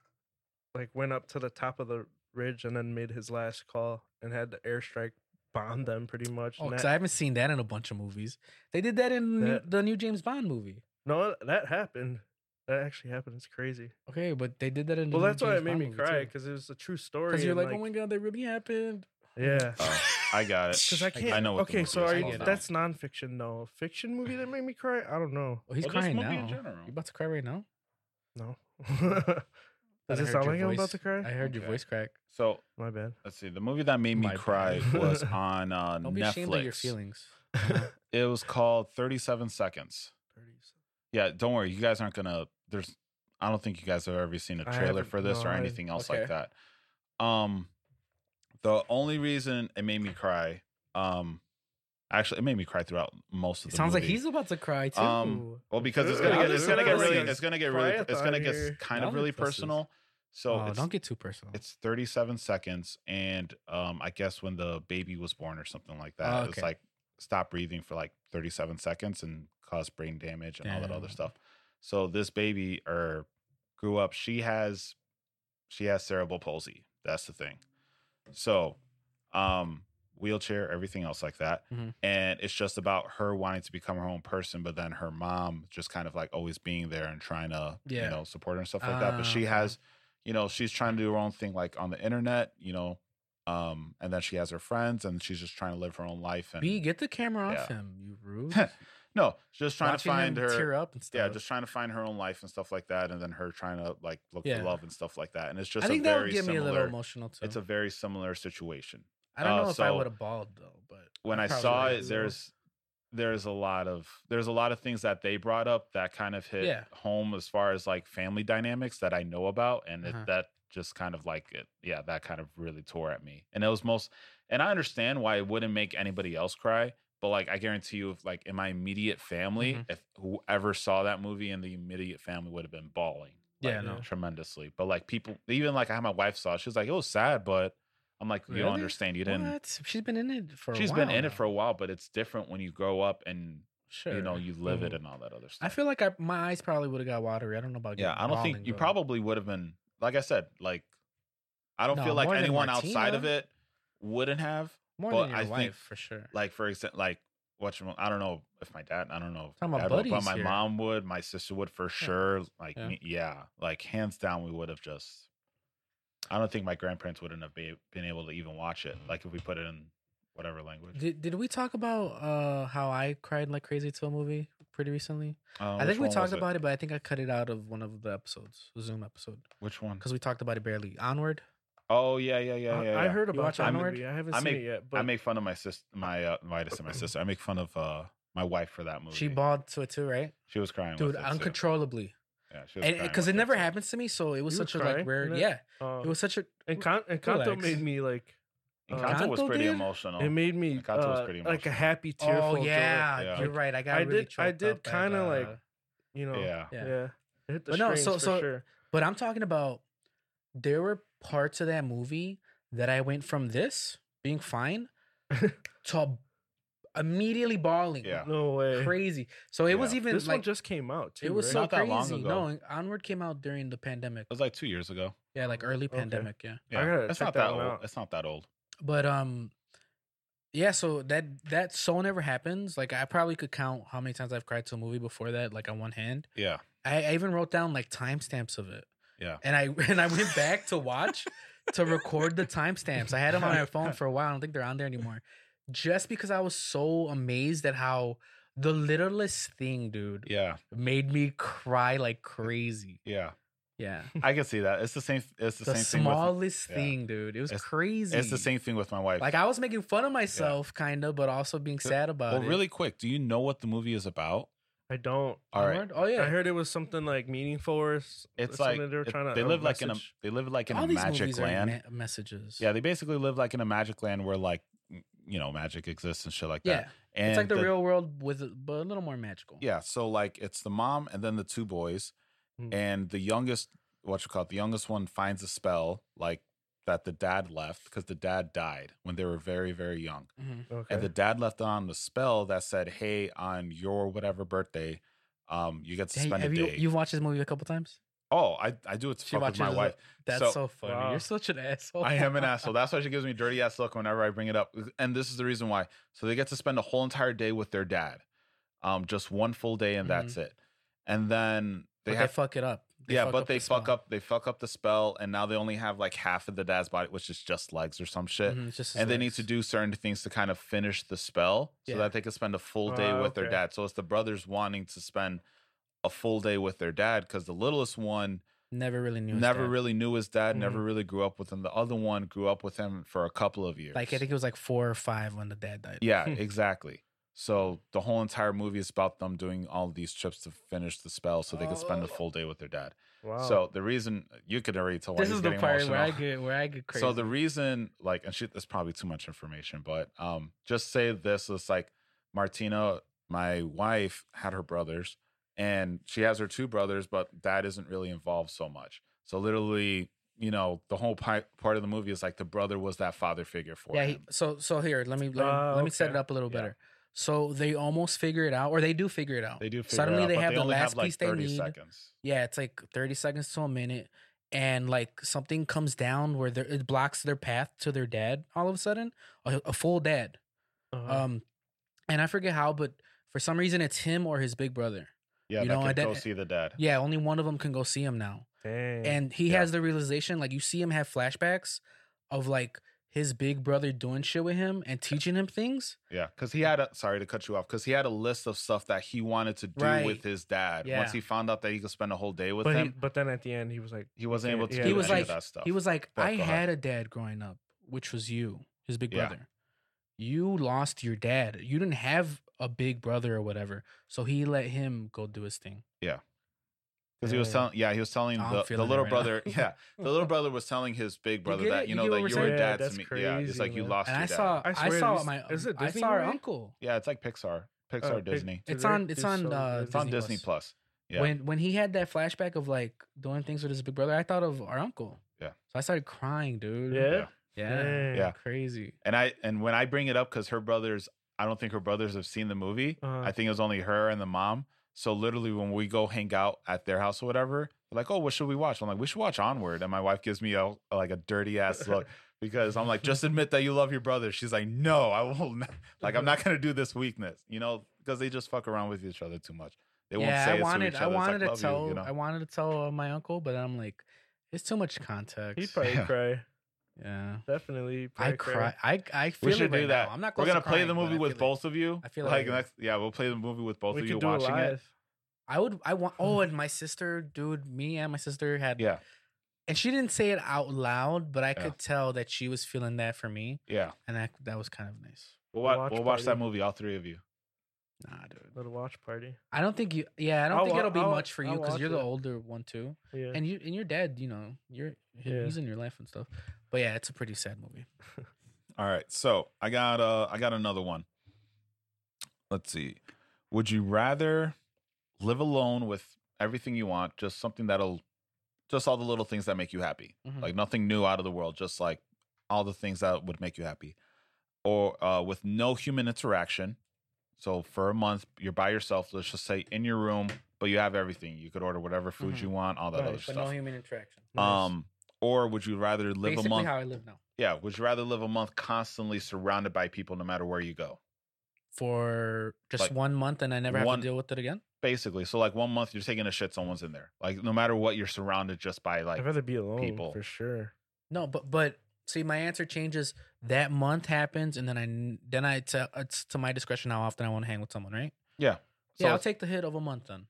[SPEAKER 3] like went up to the top of the ridge and then made his last call and had the airstrike bomb them pretty much.
[SPEAKER 2] Oh,
[SPEAKER 3] and
[SPEAKER 2] because
[SPEAKER 3] that-
[SPEAKER 2] I haven't seen that in a bunch of movies. They did that in new,
[SPEAKER 3] That-
[SPEAKER 2] the new James Bond movie.
[SPEAKER 3] no, that happened. That actually happened. It's crazy.
[SPEAKER 2] Okay, but they did that in.
[SPEAKER 3] Well,
[SPEAKER 2] the new
[SPEAKER 3] that's why
[SPEAKER 2] James
[SPEAKER 3] it made
[SPEAKER 2] Bond
[SPEAKER 3] me
[SPEAKER 2] movie,
[SPEAKER 3] cry
[SPEAKER 2] too.
[SPEAKER 3] because it was a true story.
[SPEAKER 2] 'Cause you're
[SPEAKER 3] and,
[SPEAKER 2] like, oh my god, that really happened.
[SPEAKER 3] yeah.
[SPEAKER 1] Oh, I got it.
[SPEAKER 3] Because I can't.
[SPEAKER 1] know what the
[SPEAKER 3] okay,
[SPEAKER 1] movie
[SPEAKER 3] so
[SPEAKER 1] is
[SPEAKER 3] are
[SPEAKER 2] called
[SPEAKER 3] you,
[SPEAKER 2] now.
[SPEAKER 3] that's nonfiction though. Fiction movie that made me cry? I don't know. <laughs>
[SPEAKER 2] Oh, he's
[SPEAKER 1] Well, this
[SPEAKER 2] crying
[SPEAKER 1] movie in
[SPEAKER 2] now.
[SPEAKER 1] general.
[SPEAKER 2] You about to cry right now?
[SPEAKER 3] No.
[SPEAKER 2] Thought
[SPEAKER 3] Does
[SPEAKER 2] I
[SPEAKER 3] it
[SPEAKER 2] heard
[SPEAKER 3] sound
[SPEAKER 2] your
[SPEAKER 3] like I'm about
[SPEAKER 2] voice-
[SPEAKER 3] to cry?
[SPEAKER 2] I heard your
[SPEAKER 1] Okay.
[SPEAKER 2] voice crack.
[SPEAKER 1] So
[SPEAKER 2] <laughs>
[SPEAKER 3] My bad.
[SPEAKER 1] let's see. The movie that made me
[SPEAKER 2] My
[SPEAKER 1] cry
[SPEAKER 3] bad.
[SPEAKER 1] was on uh,
[SPEAKER 2] Don't be ashamed of your
[SPEAKER 1] Netflix.
[SPEAKER 2] feelings.
[SPEAKER 1] It was called 37 Seconds. Yeah, don't worry. You guys aren't gonna. There's. I don't think you guys have ever seen a
[SPEAKER 3] I
[SPEAKER 1] trailer
[SPEAKER 3] haven't-
[SPEAKER 1] for this
[SPEAKER 3] no,
[SPEAKER 1] or
[SPEAKER 3] I-
[SPEAKER 1] anything else like
[SPEAKER 2] okay.
[SPEAKER 1] that. Um, the only reason it made me cry, um, actually, it made me cry throughout most
[SPEAKER 2] It
[SPEAKER 1] of the.
[SPEAKER 2] sounds like
[SPEAKER 1] movie.
[SPEAKER 2] he's about to cry too.
[SPEAKER 1] Um, Well, because it's gonna
[SPEAKER 2] Ooh,
[SPEAKER 1] get. It's gonna get
[SPEAKER 2] this
[SPEAKER 1] really.
[SPEAKER 2] is
[SPEAKER 1] It's gonna get really.
[SPEAKER 3] quiet
[SPEAKER 1] It's gonna
[SPEAKER 3] out
[SPEAKER 1] get
[SPEAKER 3] here.
[SPEAKER 1] kind of
[SPEAKER 2] Y'all
[SPEAKER 1] really
[SPEAKER 2] impressive.
[SPEAKER 1] personal. So
[SPEAKER 2] oh,
[SPEAKER 1] it's,
[SPEAKER 2] don't get too personal.
[SPEAKER 1] it's 37 seconds and um i guess when the baby was born or something like that
[SPEAKER 2] Oh,
[SPEAKER 1] it's
[SPEAKER 2] okay.
[SPEAKER 1] like stop breathing for like 37 seconds and cause brain damage and all that other
[SPEAKER 2] Damn.
[SPEAKER 1] stuff so this baby or grew up she has she has cerebral palsy that's the thing so um wheelchair everything else like that
[SPEAKER 2] Mhm.
[SPEAKER 1] and it's just about her wanting to become her own person but then her mom just kind of like always being there and trying to you
[SPEAKER 2] Yeah.
[SPEAKER 1] know support her and stuff like that but
[SPEAKER 2] Ah,
[SPEAKER 1] she
[SPEAKER 2] okay.
[SPEAKER 1] has you know she's trying to do her own thing like on the internet you know um and then she has her friends and she's just trying to live her own life and
[SPEAKER 2] B, get the camera off
[SPEAKER 1] Yeah.
[SPEAKER 2] him, you rude.
[SPEAKER 1] no just <laughs> trying
[SPEAKER 2] Watching
[SPEAKER 1] to find
[SPEAKER 2] him
[SPEAKER 1] her
[SPEAKER 2] tear up and stuff.
[SPEAKER 1] yeah just trying to find her own life and stuff like that and then her trying to like look
[SPEAKER 2] Yeah.
[SPEAKER 1] for love and stuff like that and it's just
[SPEAKER 2] I think
[SPEAKER 1] a
[SPEAKER 2] that
[SPEAKER 1] very
[SPEAKER 2] would get me
[SPEAKER 1] similar
[SPEAKER 2] a little emotional too.
[SPEAKER 1] it's a very similar situation
[SPEAKER 2] I don't
[SPEAKER 1] uh,
[SPEAKER 2] know if I
[SPEAKER 1] so-
[SPEAKER 2] would have bawled though, but
[SPEAKER 1] when I
[SPEAKER 2] probably
[SPEAKER 1] saw
[SPEAKER 2] would.
[SPEAKER 1] it, there's there's a lot of there's a lot of things that they brought up that kind of hit
[SPEAKER 2] Yeah.
[SPEAKER 1] home as far as like family dynamics that I know about, and
[SPEAKER 2] Uh-huh.
[SPEAKER 1] it, that just kind of like it, yeah, that kind of really tore at me. And it was most, and I understand why it wouldn't make anybody else cry, but like I guarantee you, if like in my immediate family,
[SPEAKER 2] Mhm.
[SPEAKER 1] if whoever saw that movie in the immediate family would have been bawling, like,
[SPEAKER 2] Yeah, no.
[SPEAKER 1] tremendously. But like people, even like how my wife saw, it, she was like, "It was sad," but I'm like, "You don't
[SPEAKER 2] Really?
[SPEAKER 1] understand. You didn't."
[SPEAKER 2] what? She's been in it for. a
[SPEAKER 1] She's been
[SPEAKER 2] while
[SPEAKER 1] in
[SPEAKER 2] now.
[SPEAKER 1] it for a while, but it's different when you grow up and
[SPEAKER 2] sure.
[SPEAKER 1] you know you live it
[SPEAKER 3] Mhm.
[SPEAKER 1] and all that other stuff.
[SPEAKER 2] I feel like I, my eyes probably would have got watery. I don't know about
[SPEAKER 1] yeah,
[SPEAKER 2] getting
[SPEAKER 1] I don't
[SPEAKER 2] bawling,
[SPEAKER 1] think you
[SPEAKER 2] but-
[SPEAKER 1] probably would have been like I said, like I don't
[SPEAKER 2] No,
[SPEAKER 1] feel like
[SPEAKER 2] more than
[SPEAKER 1] anyone outside of
[SPEAKER 2] Martina.
[SPEAKER 1] it wouldn't have.
[SPEAKER 2] more
[SPEAKER 1] but
[SPEAKER 2] than your
[SPEAKER 1] I think-
[SPEAKER 2] wife for sure.
[SPEAKER 1] Like for example, like what I don't know if my dad, I don't know, if
[SPEAKER 2] Talking about
[SPEAKER 1] dad would, but
[SPEAKER 2] buddies
[SPEAKER 1] my
[SPEAKER 2] here.
[SPEAKER 1] mom would, my sister would for sure. Like
[SPEAKER 2] Yeah.
[SPEAKER 1] me- yeah, like hands down, we would have just. I don't think my grandparents wouldn't have be, been able to even watch it. Like if we put it in whatever language.
[SPEAKER 2] did did we talk about uh how I cried like crazy to a movie pretty recently? I
[SPEAKER 1] Uh, which
[SPEAKER 2] think we
[SPEAKER 1] one was
[SPEAKER 2] talked about it, but I think I cut it out of one of the episodes, the Zoom episode,
[SPEAKER 1] Which one?
[SPEAKER 2] because we talked about it barely. Onward.
[SPEAKER 1] Oh yeah, yeah, yeah,
[SPEAKER 3] I,
[SPEAKER 1] yeah.
[SPEAKER 3] I
[SPEAKER 1] yeah.
[SPEAKER 3] heard
[SPEAKER 2] You
[SPEAKER 3] about
[SPEAKER 2] watch
[SPEAKER 3] that
[SPEAKER 2] Onward?
[SPEAKER 3] movie. I haven't
[SPEAKER 1] I
[SPEAKER 3] seen
[SPEAKER 1] make-
[SPEAKER 3] it yet, but
[SPEAKER 1] I make fun of my sister, my uh, my, I didn't say my sister. I make fun of uh, my wife for that movie.
[SPEAKER 2] She bawled to it too, right?
[SPEAKER 1] She was crying,
[SPEAKER 2] Dude,
[SPEAKER 1] with it, too.
[SPEAKER 2] uncontrollably,
[SPEAKER 1] Yeah, she was
[SPEAKER 2] and
[SPEAKER 1] crying
[SPEAKER 2] because it
[SPEAKER 1] with
[SPEAKER 2] never
[SPEAKER 1] too.
[SPEAKER 2] happens to me, so it was
[SPEAKER 3] You were
[SPEAKER 2] such a like
[SPEAKER 3] crying in
[SPEAKER 2] rare.
[SPEAKER 3] it?
[SPEAKER 2] Yeah,
[SPEAKER 3] um,
[SPEAKER 2] it was such a.
[SPEAKER 3] and Con- and Kanto
[SPEAKER 2] Relax.
[SPEAKER 3] made me like
[SPEAKER 1] Encanto was
[SPEAKER 2] Encanto
[SPEAKER 1] pretty
[SPEAKER 2] did?
[SPEAKER 1] emotional.
[SPEAKER 3] it made me
[SPEAKER 1] Encanto Oh, was
[SPEAKER 3] uh,
[SPEAKER 1] pretty
[SPEAKER 3] like a
[SPEAKER 1] emotional.
[SPEAKER 3] happy tearful.
[SPEAKER 2] Oh
[SPEAKER 3] joy.
[SPEAKER 2] yeah,
[SPEAKER 1] Yeah.
[SPEAKER 2] you're right. I got.
[SPEAKER 3] I
[SPEAKER 2] really
[SPEAKER 3] did- I
[SPEAKER 2] choked
[SPEAKER 3] did
[SPEAKER 2] up at,
[SPEAKER 3] kinda, like-
[SPEAKER 2] uh,
[SPEAKER 3] you know.
[SPEAKER 1] yeah.
[SPEAKER 2] Yeah.
[SPEAKER 3] Yeah. It hit the
[SPEAKER 2] But no,
[SPEAKER 3] strings
[SPEAKER 2] so-
[SPEAKER 3] for
[SPEAKER 2] so-
[SPEAKER 3] sure.
[SPEAKER 2] But I'm talking about there were parts of that movie that I went from this being
[SPEAKER 1] <laughs>
[SPEAKER 2] fine to immediately bawling.
[SPEAKER 1] Yeah.
[SPEAKER 3] No way.
[SPEAKER 2] Crazy. So it was
[SPEAKER 1] Yeah.
[SPEAKER 2] even
[SPEAKER 3] This one
[SPEAKER 2] like
[SPEAKER 3] just came out too.
[SPEAKER 2] it was
[SPEAKER 3] right?
[SPEAKER 2] so
[SPEAKER 1] Not that long
[SPEAKER 2] crazy.
[SPEAKER 1] ago.
[SPEAKER 2] No, Onward came out during the pandemic.
[SPEAKER 1] It was like two years ago.
[SPEAKER 2] Yeah, like early
[SPEAKER 3] Okay.
[SPEAKER 2] pandemic, yeah.
[SPEAKER 1] Yeah,
[SPEAKER 3] gotta
[SPEAKER 1] it's
[SPEAKER 3] check
[SPEAKER 1] not
[SPEAKER 3] that
[SPEAKER 1] that,
[SPEAKER 3] one
[SPEAKER 1] old.
[SPEAKER 3] out.
[SPEAKER 1] It's not that old.
[SPEAKER 2] But um yeah, so that that so never happens. Like I probably could count how many times I've cried to a movie before that, like on one hand.
[SPEAKER 1] Yeah,
[SPEAKER 2] I, <laughs> I even wrote down like timestamps of it.
[SPEAKER 1] Yeah.
[SPEAKER 2] And I and I went back to watch to record the timestamps. I had them on my phone for a while. I don't think they're on there anymore. Just because I was so amazed at how the littlest thing, dude,
[SPEAKER 1] Yeah,
[SPEAKER 2] made me cry like crazy.
[SPEAKER 1] yeah.
[SPEAKER 2] Yeah.
[SPEAKER 1] I can see that. It's the same. It's <laughs> the,
[SPEAKER 2] The,
[SPEAKER 1] same thing.
[SPEAKER 2] smallest
[SPEAKER 1] yeah.
[SPEAKER 2] thing, dude. It was
[SPEAKER 1] It's-
[SPEAKER 2] crazy.
[SPEAKER 1] With, it's the same thing with my wife.
[SPEAKER 2] Like I was making fun of myself, kind of, but also being sad about
[SPEAKER 1] well,
[SPEAKER 2] it.
[SPEAKER 1] really quick. Do you know what the movie is about?
[SPEAKER 3] I don't.
[SPEAKER 1] All right.
[SPEAKER 2] Oh yeah.
[SPEAKER 3] I heard it was something like meaningful or s-
[SPEAKER 1] It's
[SPEAKER 3] something
[SPEAKER 1] like
[SPEAKER 3] they were
[SPEAKER 1] it-
[SPEAKER 3] trying to.
[SPEAKER 1] they
[SPEAKER 3] a
[SPEAKER 1] live like in a
[SPEAKER 3] message.
[SPEAKER 1] they live like in
[SPEAKER 2] All
[SPEAKER 1] a
[SPEAKER 2] these
[SPEAKER 1] magic
[SPEAKER 2] movies are
[SPEAKER 1] land.
[SPEAKER 2] ma- messages.
[SPEAKER 1] yeah, they basically live like in a magic land where like m- you know magic exists and shit like
[SPEAKER 2] Yeah.
[SPEAKER 1] that. uh, And
[SPEAKER 2] it's like the, real world with, but a little more magical.
[SPEAKER 1] Yeah, so like it's the mom and then the two boys,
[SPEAKER 3] Mm.
[SPEAKER 1] and the youngest, what you call it, the youngest one finds a spell like that the dad left because the dad died when they were very very young,
[SPEAKER 2] Mhm.
[SPEAKER 3] Okay.
[SPEAKER 1] and the dad left on the spell that said, "Hey, on your whatever birthday, um, you get to
[SPEAKER 2] Hey,
[SPEAKER 1] spend
[SPEAKER 2] have
[SPEAKER 1] a
[SPEAKER 2] you
[SPEAKER 1] day."
[SPEAKER 2] you've watched this movie a couple times?
[SPEAKER 1] oh, I I do it to
[SPEAKER 2] She
[SPEAKER 1] fuck with my
[SPEAKER 2] watches
[SPEAKER 1] wife.
[SPEAKER 2] it. That's
[SPEAKER 1] So-
[SPEAKER 2] so, funny.
[SPEAKER 3] Wow.
[SPEAKER 2] You're such an asshole.
[SPEAKER 1] I
[SPEAKER 2] <laughs>
[SPEAKER 1] am an asshole. That's why she gives me dirty ass look whenever I bring it up. And this is the reason why. So they get to spend a whole entire day with their dad, um, just one full day, and that's it. And then
[SPEAKER 2] Mm-hmm. But
[SPEAKER 1] they have,
[SPEAKER 2] they fuck it up.
[SPEAKER 1] yeah,
[SPEAKER 2] fuck
[SPEAKER 1] but
[SPEAKER 2] up
[SPEAKER 1] they
[SPEAKER 2] the
[SPEAKER 1] fuck
[SPEAKER 2] spell.
[SPEAKER 1] up, they fuck up the spell, and now they only have like half of the dad's body, which is just legs or some shit.
[SPEAKER 2] Mhm, it's just his
[SPEAKER 1] And they need
[SPEAKER 2] legs.
[SPEAKER 1] to do certain things to kind of finish the spell so
[SPEAKER 2] Yeah. Oh,
[SPEAKER 1] that they can spend a full day
[SPEAKER 3] Ah,
[SPEAKER 1] with their
[SPEAKER 3] okay.
[SPEAKER 1] dad. So it's the brothers wanting to spend a full day with their dad because the littlest one
[SPEAKER 2] Never really knew. his
[SPEAKER 1] never
[SPEAKER 2] dad.
[SPEAKER 1] really knew his dad, never
[SPEAKER 2] Mm-hmm.
[SPEAKER 3] Mhm.
[SPEAKER 1] really grew up with him. The other one grew up with him for a couple of years.
[SPEAKER 2] Like I think it was like four or five when the dad died. <laughs>
[SPEAKER 1] <laughs> Yeah,
[SPEAKER 3] Hmm.
[SPEAKER 1] exactly. So the whole entire movie is about them doing all these trips to finish the spell so they could spend a
[SPEAKER 2] Oh.
[SPEAKER 1] full day with their dad.
[SPEAKER 3] wow.
[SPEAKER 1] So the reason you could already tell why
[SPEAKER 2] This
[SPEAKER 1] he's
[SPEAKER 2] is the
[SPEAKER 1] getting
[SPEAKER 2] part
[SPEAKER 1] emotional.
[SPEAKER 2] where I get where I get crazy.
[SPEAKER 1] So the reason, like, and shit, that's probably too much information, but um, just say this: it's like Martina, my wife, had her brothers, and she has her two brothers, but dad isn't really involved so much. So literally, you know, the whole pi- part of the movie is like the brother was that father figure for
[SPEAKER 2] yeah.
[SPEAKER 1] him.
[SPEAKER 2] He, so so here, let me let, me-
[SPEAKER 3] Ah,
[SPEAKER 2] let me set
[SPEAKER 3] okay.
[SPEAKER 2] it up a little
[SPEAKER 1] Yeah.
[SPEAKER 2] better. So they almost figure it out, or they do figure it out.
[SPEAKER 1] they do figure
[SPEAKER 2] Suddenly
[SPEAKER 1] it out,
[SPEAKER 2] they
[SPEAKER 1] but
[SPEAKER 2] have the
[SPEAKER 1] only
[SPEAKER 2] last piece they need.
[SPEAKER 1] seconds.
[SPEAKER 2] Yeah, it's like 30 seconds to a minute. And like something comes down where they're- it blocks their path to their dad all of a sudden, a, a full dad.
[SPEAKER 3] Uh-huh.
[SPEAKER 2] Um, and I forget how, but for some reason it's him or his big brother.
[SPEAKER 1] Yeah,
[SPEAKER 2] You
[SPEAKER 1] that
[SPEAKER 2] know,
[SPEAKER 1] can
[SPEAKER 2] and then-
[SPEAKER 1] go see the dad.
[SPEAKER 2] Yeah, only one of them can go see him now.
[SPEAKER 3] Dang.
[SPEAKER 2] And he
[SPEAKER 1] Yeah.
[SPEAKER 2] has the realization like, you see him have flashbacks of like his big brother doing shit with him and teaching him things.
[SPEAKER 1] Yeah, because he had a sorry to cut you off because he had a list of stuff that he wanted to do
[SPEAKER 2] Right.
[SPEAKER 1] with his dad.
[SPEAKER 2] Yeah.
[SPEAKER 1] Once he found out that he could spend a whole day with
[SPEAKER 3] but he,
[SPEAKER 1] him,
[SPEAKER 3] but then at the end he was like,
[SPEAKER 1] he wasn't
[SPEAKER 3] Yeah,
[SPEAKER 1] able to
[SPEAKER 3] yeah,
[SPEAKER 1] do
[SPEAKER 2] He was
[SPEAKER 1] any
[SPEAKER 2] like-
[SPEAKER 1] of that stuff.
[SPEAKER 2] He was like,
[SPEAKER 1] Fuck,
[SPEAKER 2] I
[SPEAKER 1] go ahead.
[SPEAKER 2] had a dad growing up, which was you, his big
[SPEAKER 1] Yeah.
[SPEAKER 2] brother. You lost your dad. You didn't have a big brother or whatever. So he let him go do his thing.
[SPEAKER 1] Because he was
[SPEAKER 3] Yeah.
[SPEAKER 1] telling, yeah, he was telling
[SPEAKER 2] Oh, I'm
[SPEAKER 1] the, the
[SPEAKER 2] feeling it
[SPEAKER 1] little
[SPEAKER 2] right now.
[SPEAKER 1] brother, <laughs> yeah, the little brother was telling his big brother
[SPEAKER 2] get
[SPEAKER 1] that
[SPEAKER 2] it?
[SPEAKER 1] you
[SPEAKER 2] You
[SPEAKER 1] know
[SPEAKER 2] get what
[SPEAKER 1] that
[SPEAKER 2] we're
[SPEAKER 1] you were
[SPEAKER 3] saying?
[SPEAKER 1] dad
[SPEAKER 3] Yeah,
[SPEAKER 1] to
[SPEAKER 3] that's
[SPEAKER 1] me. yeah, it's like you
[SPEAKER 3] crazy, man.
[SPEAKER 1] lost
[SPEAKER 2] And
[SPEAKER 1] your
[SPEAKER 2] I
[SPEAKER 1] dad.
[SPEAKER 2] saw
[SPEAKER 3] I
[SPEAKER 2] I,
[SPEAKER 3] swear
[SPEAKER 2] saw
[SPEAKER 3] this-
[SPEAKER 2] my
[SPEAKER 3] is it
[SPEAKER 2] I
[SPEAKER 3] Disney
[SPEAKER 2] saw our
[SPEAKER 3] movie?
[SPEAKER 2] uncle.
[SPEAKER 1] yeah, it's like Pixar, Pixar,
[SPEAKER 3] Oh, Pic-
[SPEAKER 1] Disney.
[SPEAKER 3] Dude,
[SPEAKER 2] It's
[SPEAKER 3] they
[SPEAKER 2] on
[SPEAKER 3] do
[SPEAKER 2] it's on
[SPEAKER 3] so
[SPEAKER 2] uh,
[SPEAKER 3] good.
[SPEAKER 1] It's on
[SPEAKER 2] Disney
[SPEAKER 1] Disney
[SPEAKER 2] Plus.
[SPEAKER 1] Plus. Yeah,
[SPEAKER 2] When when he had that flashback of like doing things with his big brother, I thought of our uncle.
[SPEAKER 1] Yeah.
[SPEAKER 2] So I started crying, dude.
[SPEAKER 3] yeah,
[SPEAKER 2] Yeah.
[SPEAKER 3] Dang.
[SPEAKER 1] Yeah.
[SPEAKER 2] Crazy.
[SPEAKER 1] and I and when I bring it up because her brothers, I don't think her brothers have seen the movie.
[SPEAKER 3] Uh-huh.
[SPEAKER 1] I think it was only her and the mom. So literally, when we go hang out at their house or whatever, they're like, "Oh, what should we watch?" I'm like, "We should watch Onward." And my wife gives me a like a dirty
[SPEAKER 2] <laughs>
[SPEAKER 1] ass look because I'm like, "Just admit that you love your brother." She's like, "No, I will not. <laughs> Like, I'm not gonna do this weakness, you know, because they just fuck around with each other too much. They won't
[SPEAKER 2] yeah,
[SPEAKER 1] say
[SPEAKER 2] I wanted
[SPEAKER 1] it to each
[SPEAKER 2] I
[SPEAKER 1] other. It's like,
[SPEAKER 2] wanted
[SPEAKER 1] "Love
[SPEAKER 2] to
[SPEAKER 1] you,"
[SPEAKER 2] tell
[SPEAKER 1] you know?
[SPEAKER 2] I wanted to tell uh, my uncle, but I'm like, it's too much context.
[SPEAKER 3] <laughs> he'd probably
[SPEAKER 1] <laughs> Yeah.
[SPEAKER 3] cry.
[SPEAKER 2] yeah.
[SPEAKER 3] Definitely, he'd
[SPEAKER 2] I
[SPEAKER 3] probably
[SPEAKER 2] cry. I I feel
[SPEAKER 1] we should
[SPEAKER 2] it right
[SPEAKER 1] do that.
[SPEAKER 2] Now. I'm not.
[SPEAKER 1] We're
[SPEAKER 2] close to
[SPEAKER 1] gonna play the
[SPEAKER 2] crying, but
[SPEAKER 1] movie
[SPEAKER 2] I
[SPEAKER 1] with
[SPEAKER 2] feel it.
[SPEAKER 1] both of you.
[SPEAKER 2] I feel
[SPEAKER 1] like
[SPEAKER 2] like it.
[SPEAKER 1] next, yeah, we'll play the movie with both
[SPEAKER 3] we
[SPEAKER 1] of
[SPEAKER 3] could
[SPEAKER 1] you
[SPEAKER 3] do it
[SPEAKER 1] watching it.
[SPEAKER 3] live.
[SPEAKER 2] I would. I want. Oh,
[SPEAKER 1] <laughs>
[SPEAKER 2] and my sister, dude, me and my sister had.
[SPEAKER 1] Yeah,
[SPEAKER 2] And she didn't say it out loud, but I
[SPEAKER 1] Yeah.
[SPEAKER 2] could tell that she was feeling that for me,
[SPEAKER 1] yeah.
[SPEAKER 2] and that that was kind of nice.
[SPEAKER 1] We'll watch,
[SPEAKER 3] Watch
[SPEAKER 1] we'll watch that
[SPEAKER 3] party.
[SPEAKER 1] movie, all three of you.
[SPEAKER 2] Nah, dude.
[SPEAKER 3] Little watch party.
[SPEAKER 2] I don't think you. Yeah, I don't
[SPEAKER 3] I'll
[SPEAKER 2] think
[SPEAKER 3] wa-
[SPEAKER 2] it'll be
[SPEAKER 3] I'll-
[SPEAKER 2] much for you
[SPEAKER 3] I'll
[SPEAKER 2] because
[SPEAKER 3] watch
[SPEAKER 2] you're the
[SPEAKER 3] it.
[SPEAKER 2] older one too,
[SPEAKER 3] Yeah.
[SPEAKER 2] and you and your dad. You know, you're he-
[SPEAKER 3] Yeah.
[SPEAKER 2] he's in your life and stuff. But yeah, it's a pretty sad movie.
[SPEAKER 1] All right, so I got uh I got another one. Let's see. Would you rather live alone with everything you want, just something that'll just all the little things that make you happy.
[SPEAKER 2] Mhm.
[SPEAKER 1] Like nothing new out of the world, just like all the things that would make you happy. Or uh with no human interaction. So for a month you're by yourself, let's just say in your room, but you have everything. You could order whatever food
[SPEAKER 2] Mhm.
[SPEAKER 1] you want, all that
[SPEAKER 3] Right,
[SPEAKER 1] other
[SPEAKER 2] but
[SPEAKER 1] stuff.
[SPEAKER 2] no human interaction.
[SPEAKER 3] Nice.
[SPEAKER 1] Um or would you rather live
[SPEAKER 2] Basically,
[SPEAKER 1] a month
[SPEAKER 2] how I live now.
[SPEAKER 1] yeah, would you rather live a month constantly surrounded by people no matter where you go?
[SPEAKER 2] For just
[SPEAKER 1] Like,
[SPEAKER 2] one month, and I never have
[SPEAKER 1] one-
[SPEAKER 2] to deal with it again.
[SPEAKER 1] Basically. So like one month you're taking a shit, someone's in there. Like no matter what, you're surrounded just by like
[SPEAKER 3] I'd rather be alone
[SPEAKER 1] people.
[SPEAKER 3] for sure.
[SPEAKER 2] No, but but see, my answer changes. That month happens, and then I n- then I tell uh, it's to my discretion how often I want to hang with someone, right?
[SPEAKER 1] Yeah. So
[SPEAKER 2] yeah, I'll
[SPEAKER 1] it's-
[SPEAKER 2] take the hit of a month then.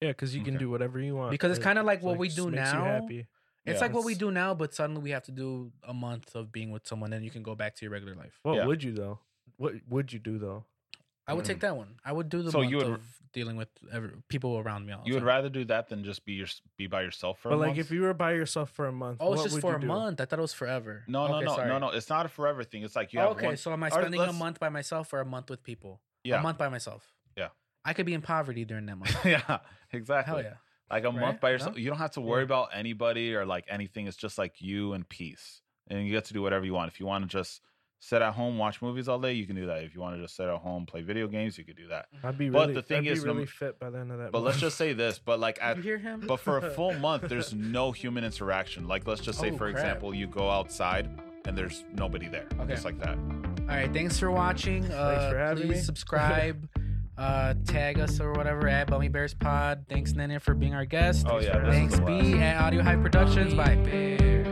[SPEAKER 3] Yeah, because you can
[SPEAKER 1] Okay.
[SPEAKER 3] do whatever you want.
[SPEAKER 2] Because it's kinda like what we
[SPEAKER 3] just
[SPEAKER 2] do
[SPEAKER 3] makes you
[SPEAKER 2] now.
[SPEAKER 3] happy.
[SPEAKER 2] It's
[SPEAKER 1] Yeah.
[SPEAKER 2] like what we
[SPEAKER 3] That's-
[SPEAKER 2] do now, but suddenly we have to do a month of being with someone, and you can go back to your regular life.
[SPEAKER 3] What
[SPEAKER 1] Yeah.
[SPEAKER 3] would you though? What would you do though?
[SPEAKER 2] I would
[SPEAKER 1] Mm.
[SPEAKER 2] take that one. I would do the
[SPEAKER 1] So
[SPEAKER 2] month
[SPEAKER 1] you would-
[SPEAKER 2] of dealing with every, people around me. All the
[SPEAKER 1] you would
[SPEAKER 2] time.
[SPEAKER 1] rather do that than just be your be by yourself for.
[SPEAKER 3] But
[SPEAKER 1] a
[SPEAKER 3] like,
[SPEAKER 1] month?
[SPEAKER 3] if you were by yourself for a month,
[SPEAKER 2] Oh,
[SPEAKER 3] what
[SPEAKER 2] it's just
[SPEAKER 3] would
[SPEAKER 2] for
[SPEAKER 3] you
[SPEAKER 2] a
[SPEAKER 3] do?
[SPEAKER 2] month. I thought it was forever.
[SPEAKER 1] No, no,
[SPEAKER 2] Okay,
[SPEAKER 1] no,
[SPEAKER 2] sorry.
[SPEAKER 1] no, no. It's not a forever thing. It's like you have
[SPEAKER 2] okay,
[SPEAKER 1] one.
[SPEAKER 2] so am I
[SPEAKER 1] All right,
[SPEAKER 2] spending a
[SPEAKER 1] let's-
[SPEAKER 2] month by myself or a month with people?
[SPEAKER 1] Yeah,
[SPEAKER 2] A month by myself.
[SPEAKER 1] Yeah.
[SPEAKER 2] I could be in poverty during that
[SPEAKER 1] <laughs>
[SPEAKER 2] month.
[SPEAKER 1] <laughs> yeah, exactly.
[SPEAKER 2] Hell yeah.
[SPEAKER 1] Like a month
[SPEAKER 2] Right?
[SPEAKER 1] by yourself.
[SPEAKER 2] No?
[SPEAKER 1] You don't have to worry about anybody or like anything. It's just like you and peace. And you get to do whatever you want. If you want to just sit at home, watch movies all day, you can do that. If you want to just sit at home, play video games, you could do that.
[SPEAKER 3] I'd be
[SPEAKER 1] But
[SPEAKER 3] really,
[SPEAKER 1] the thing
[SPEAKER 3] I'd be
[SPEAKER 1] is, no-
[SPEAKER 3] really fit by the end of that.
[SPEAKER 1] But let's
[SPEAKER 3] month.
[SPEAKER 1] just say this,
[SPEAKER 2] <laughs>
[SPEAKER 1] but like at
[SPEAKER 2] you hear him?
[SPEAKER 1] but for a full month there's no human interaction. Like let's just say
[SPEAKER 2] Oh,
[SPEAKER 1] for
[SPEAKER 2] crap.
[SPEAKER 1] example, you go outside and there's nobody there.
[SPEAKER 2] Okay.
[SPEAKER 1] Just like that.
[SPEAKER 2] All right. Thanks for watching. Uh,
[SPEAKER 3] for having
[SPEAKER 2] please
[SPEAKER 3] me.
[SPEAKER 2] subscribe. uh, tag us or whatever at Bummy Bears Pod. Thanks, Nana, for being our guest.
[SPEAKER 1] Oh yeah. this is
[SPEAKER 2] Thanks,
[SPEAKER 1] the last.
[SPEAKER 2] B, at Audio Hype Productions. Bye.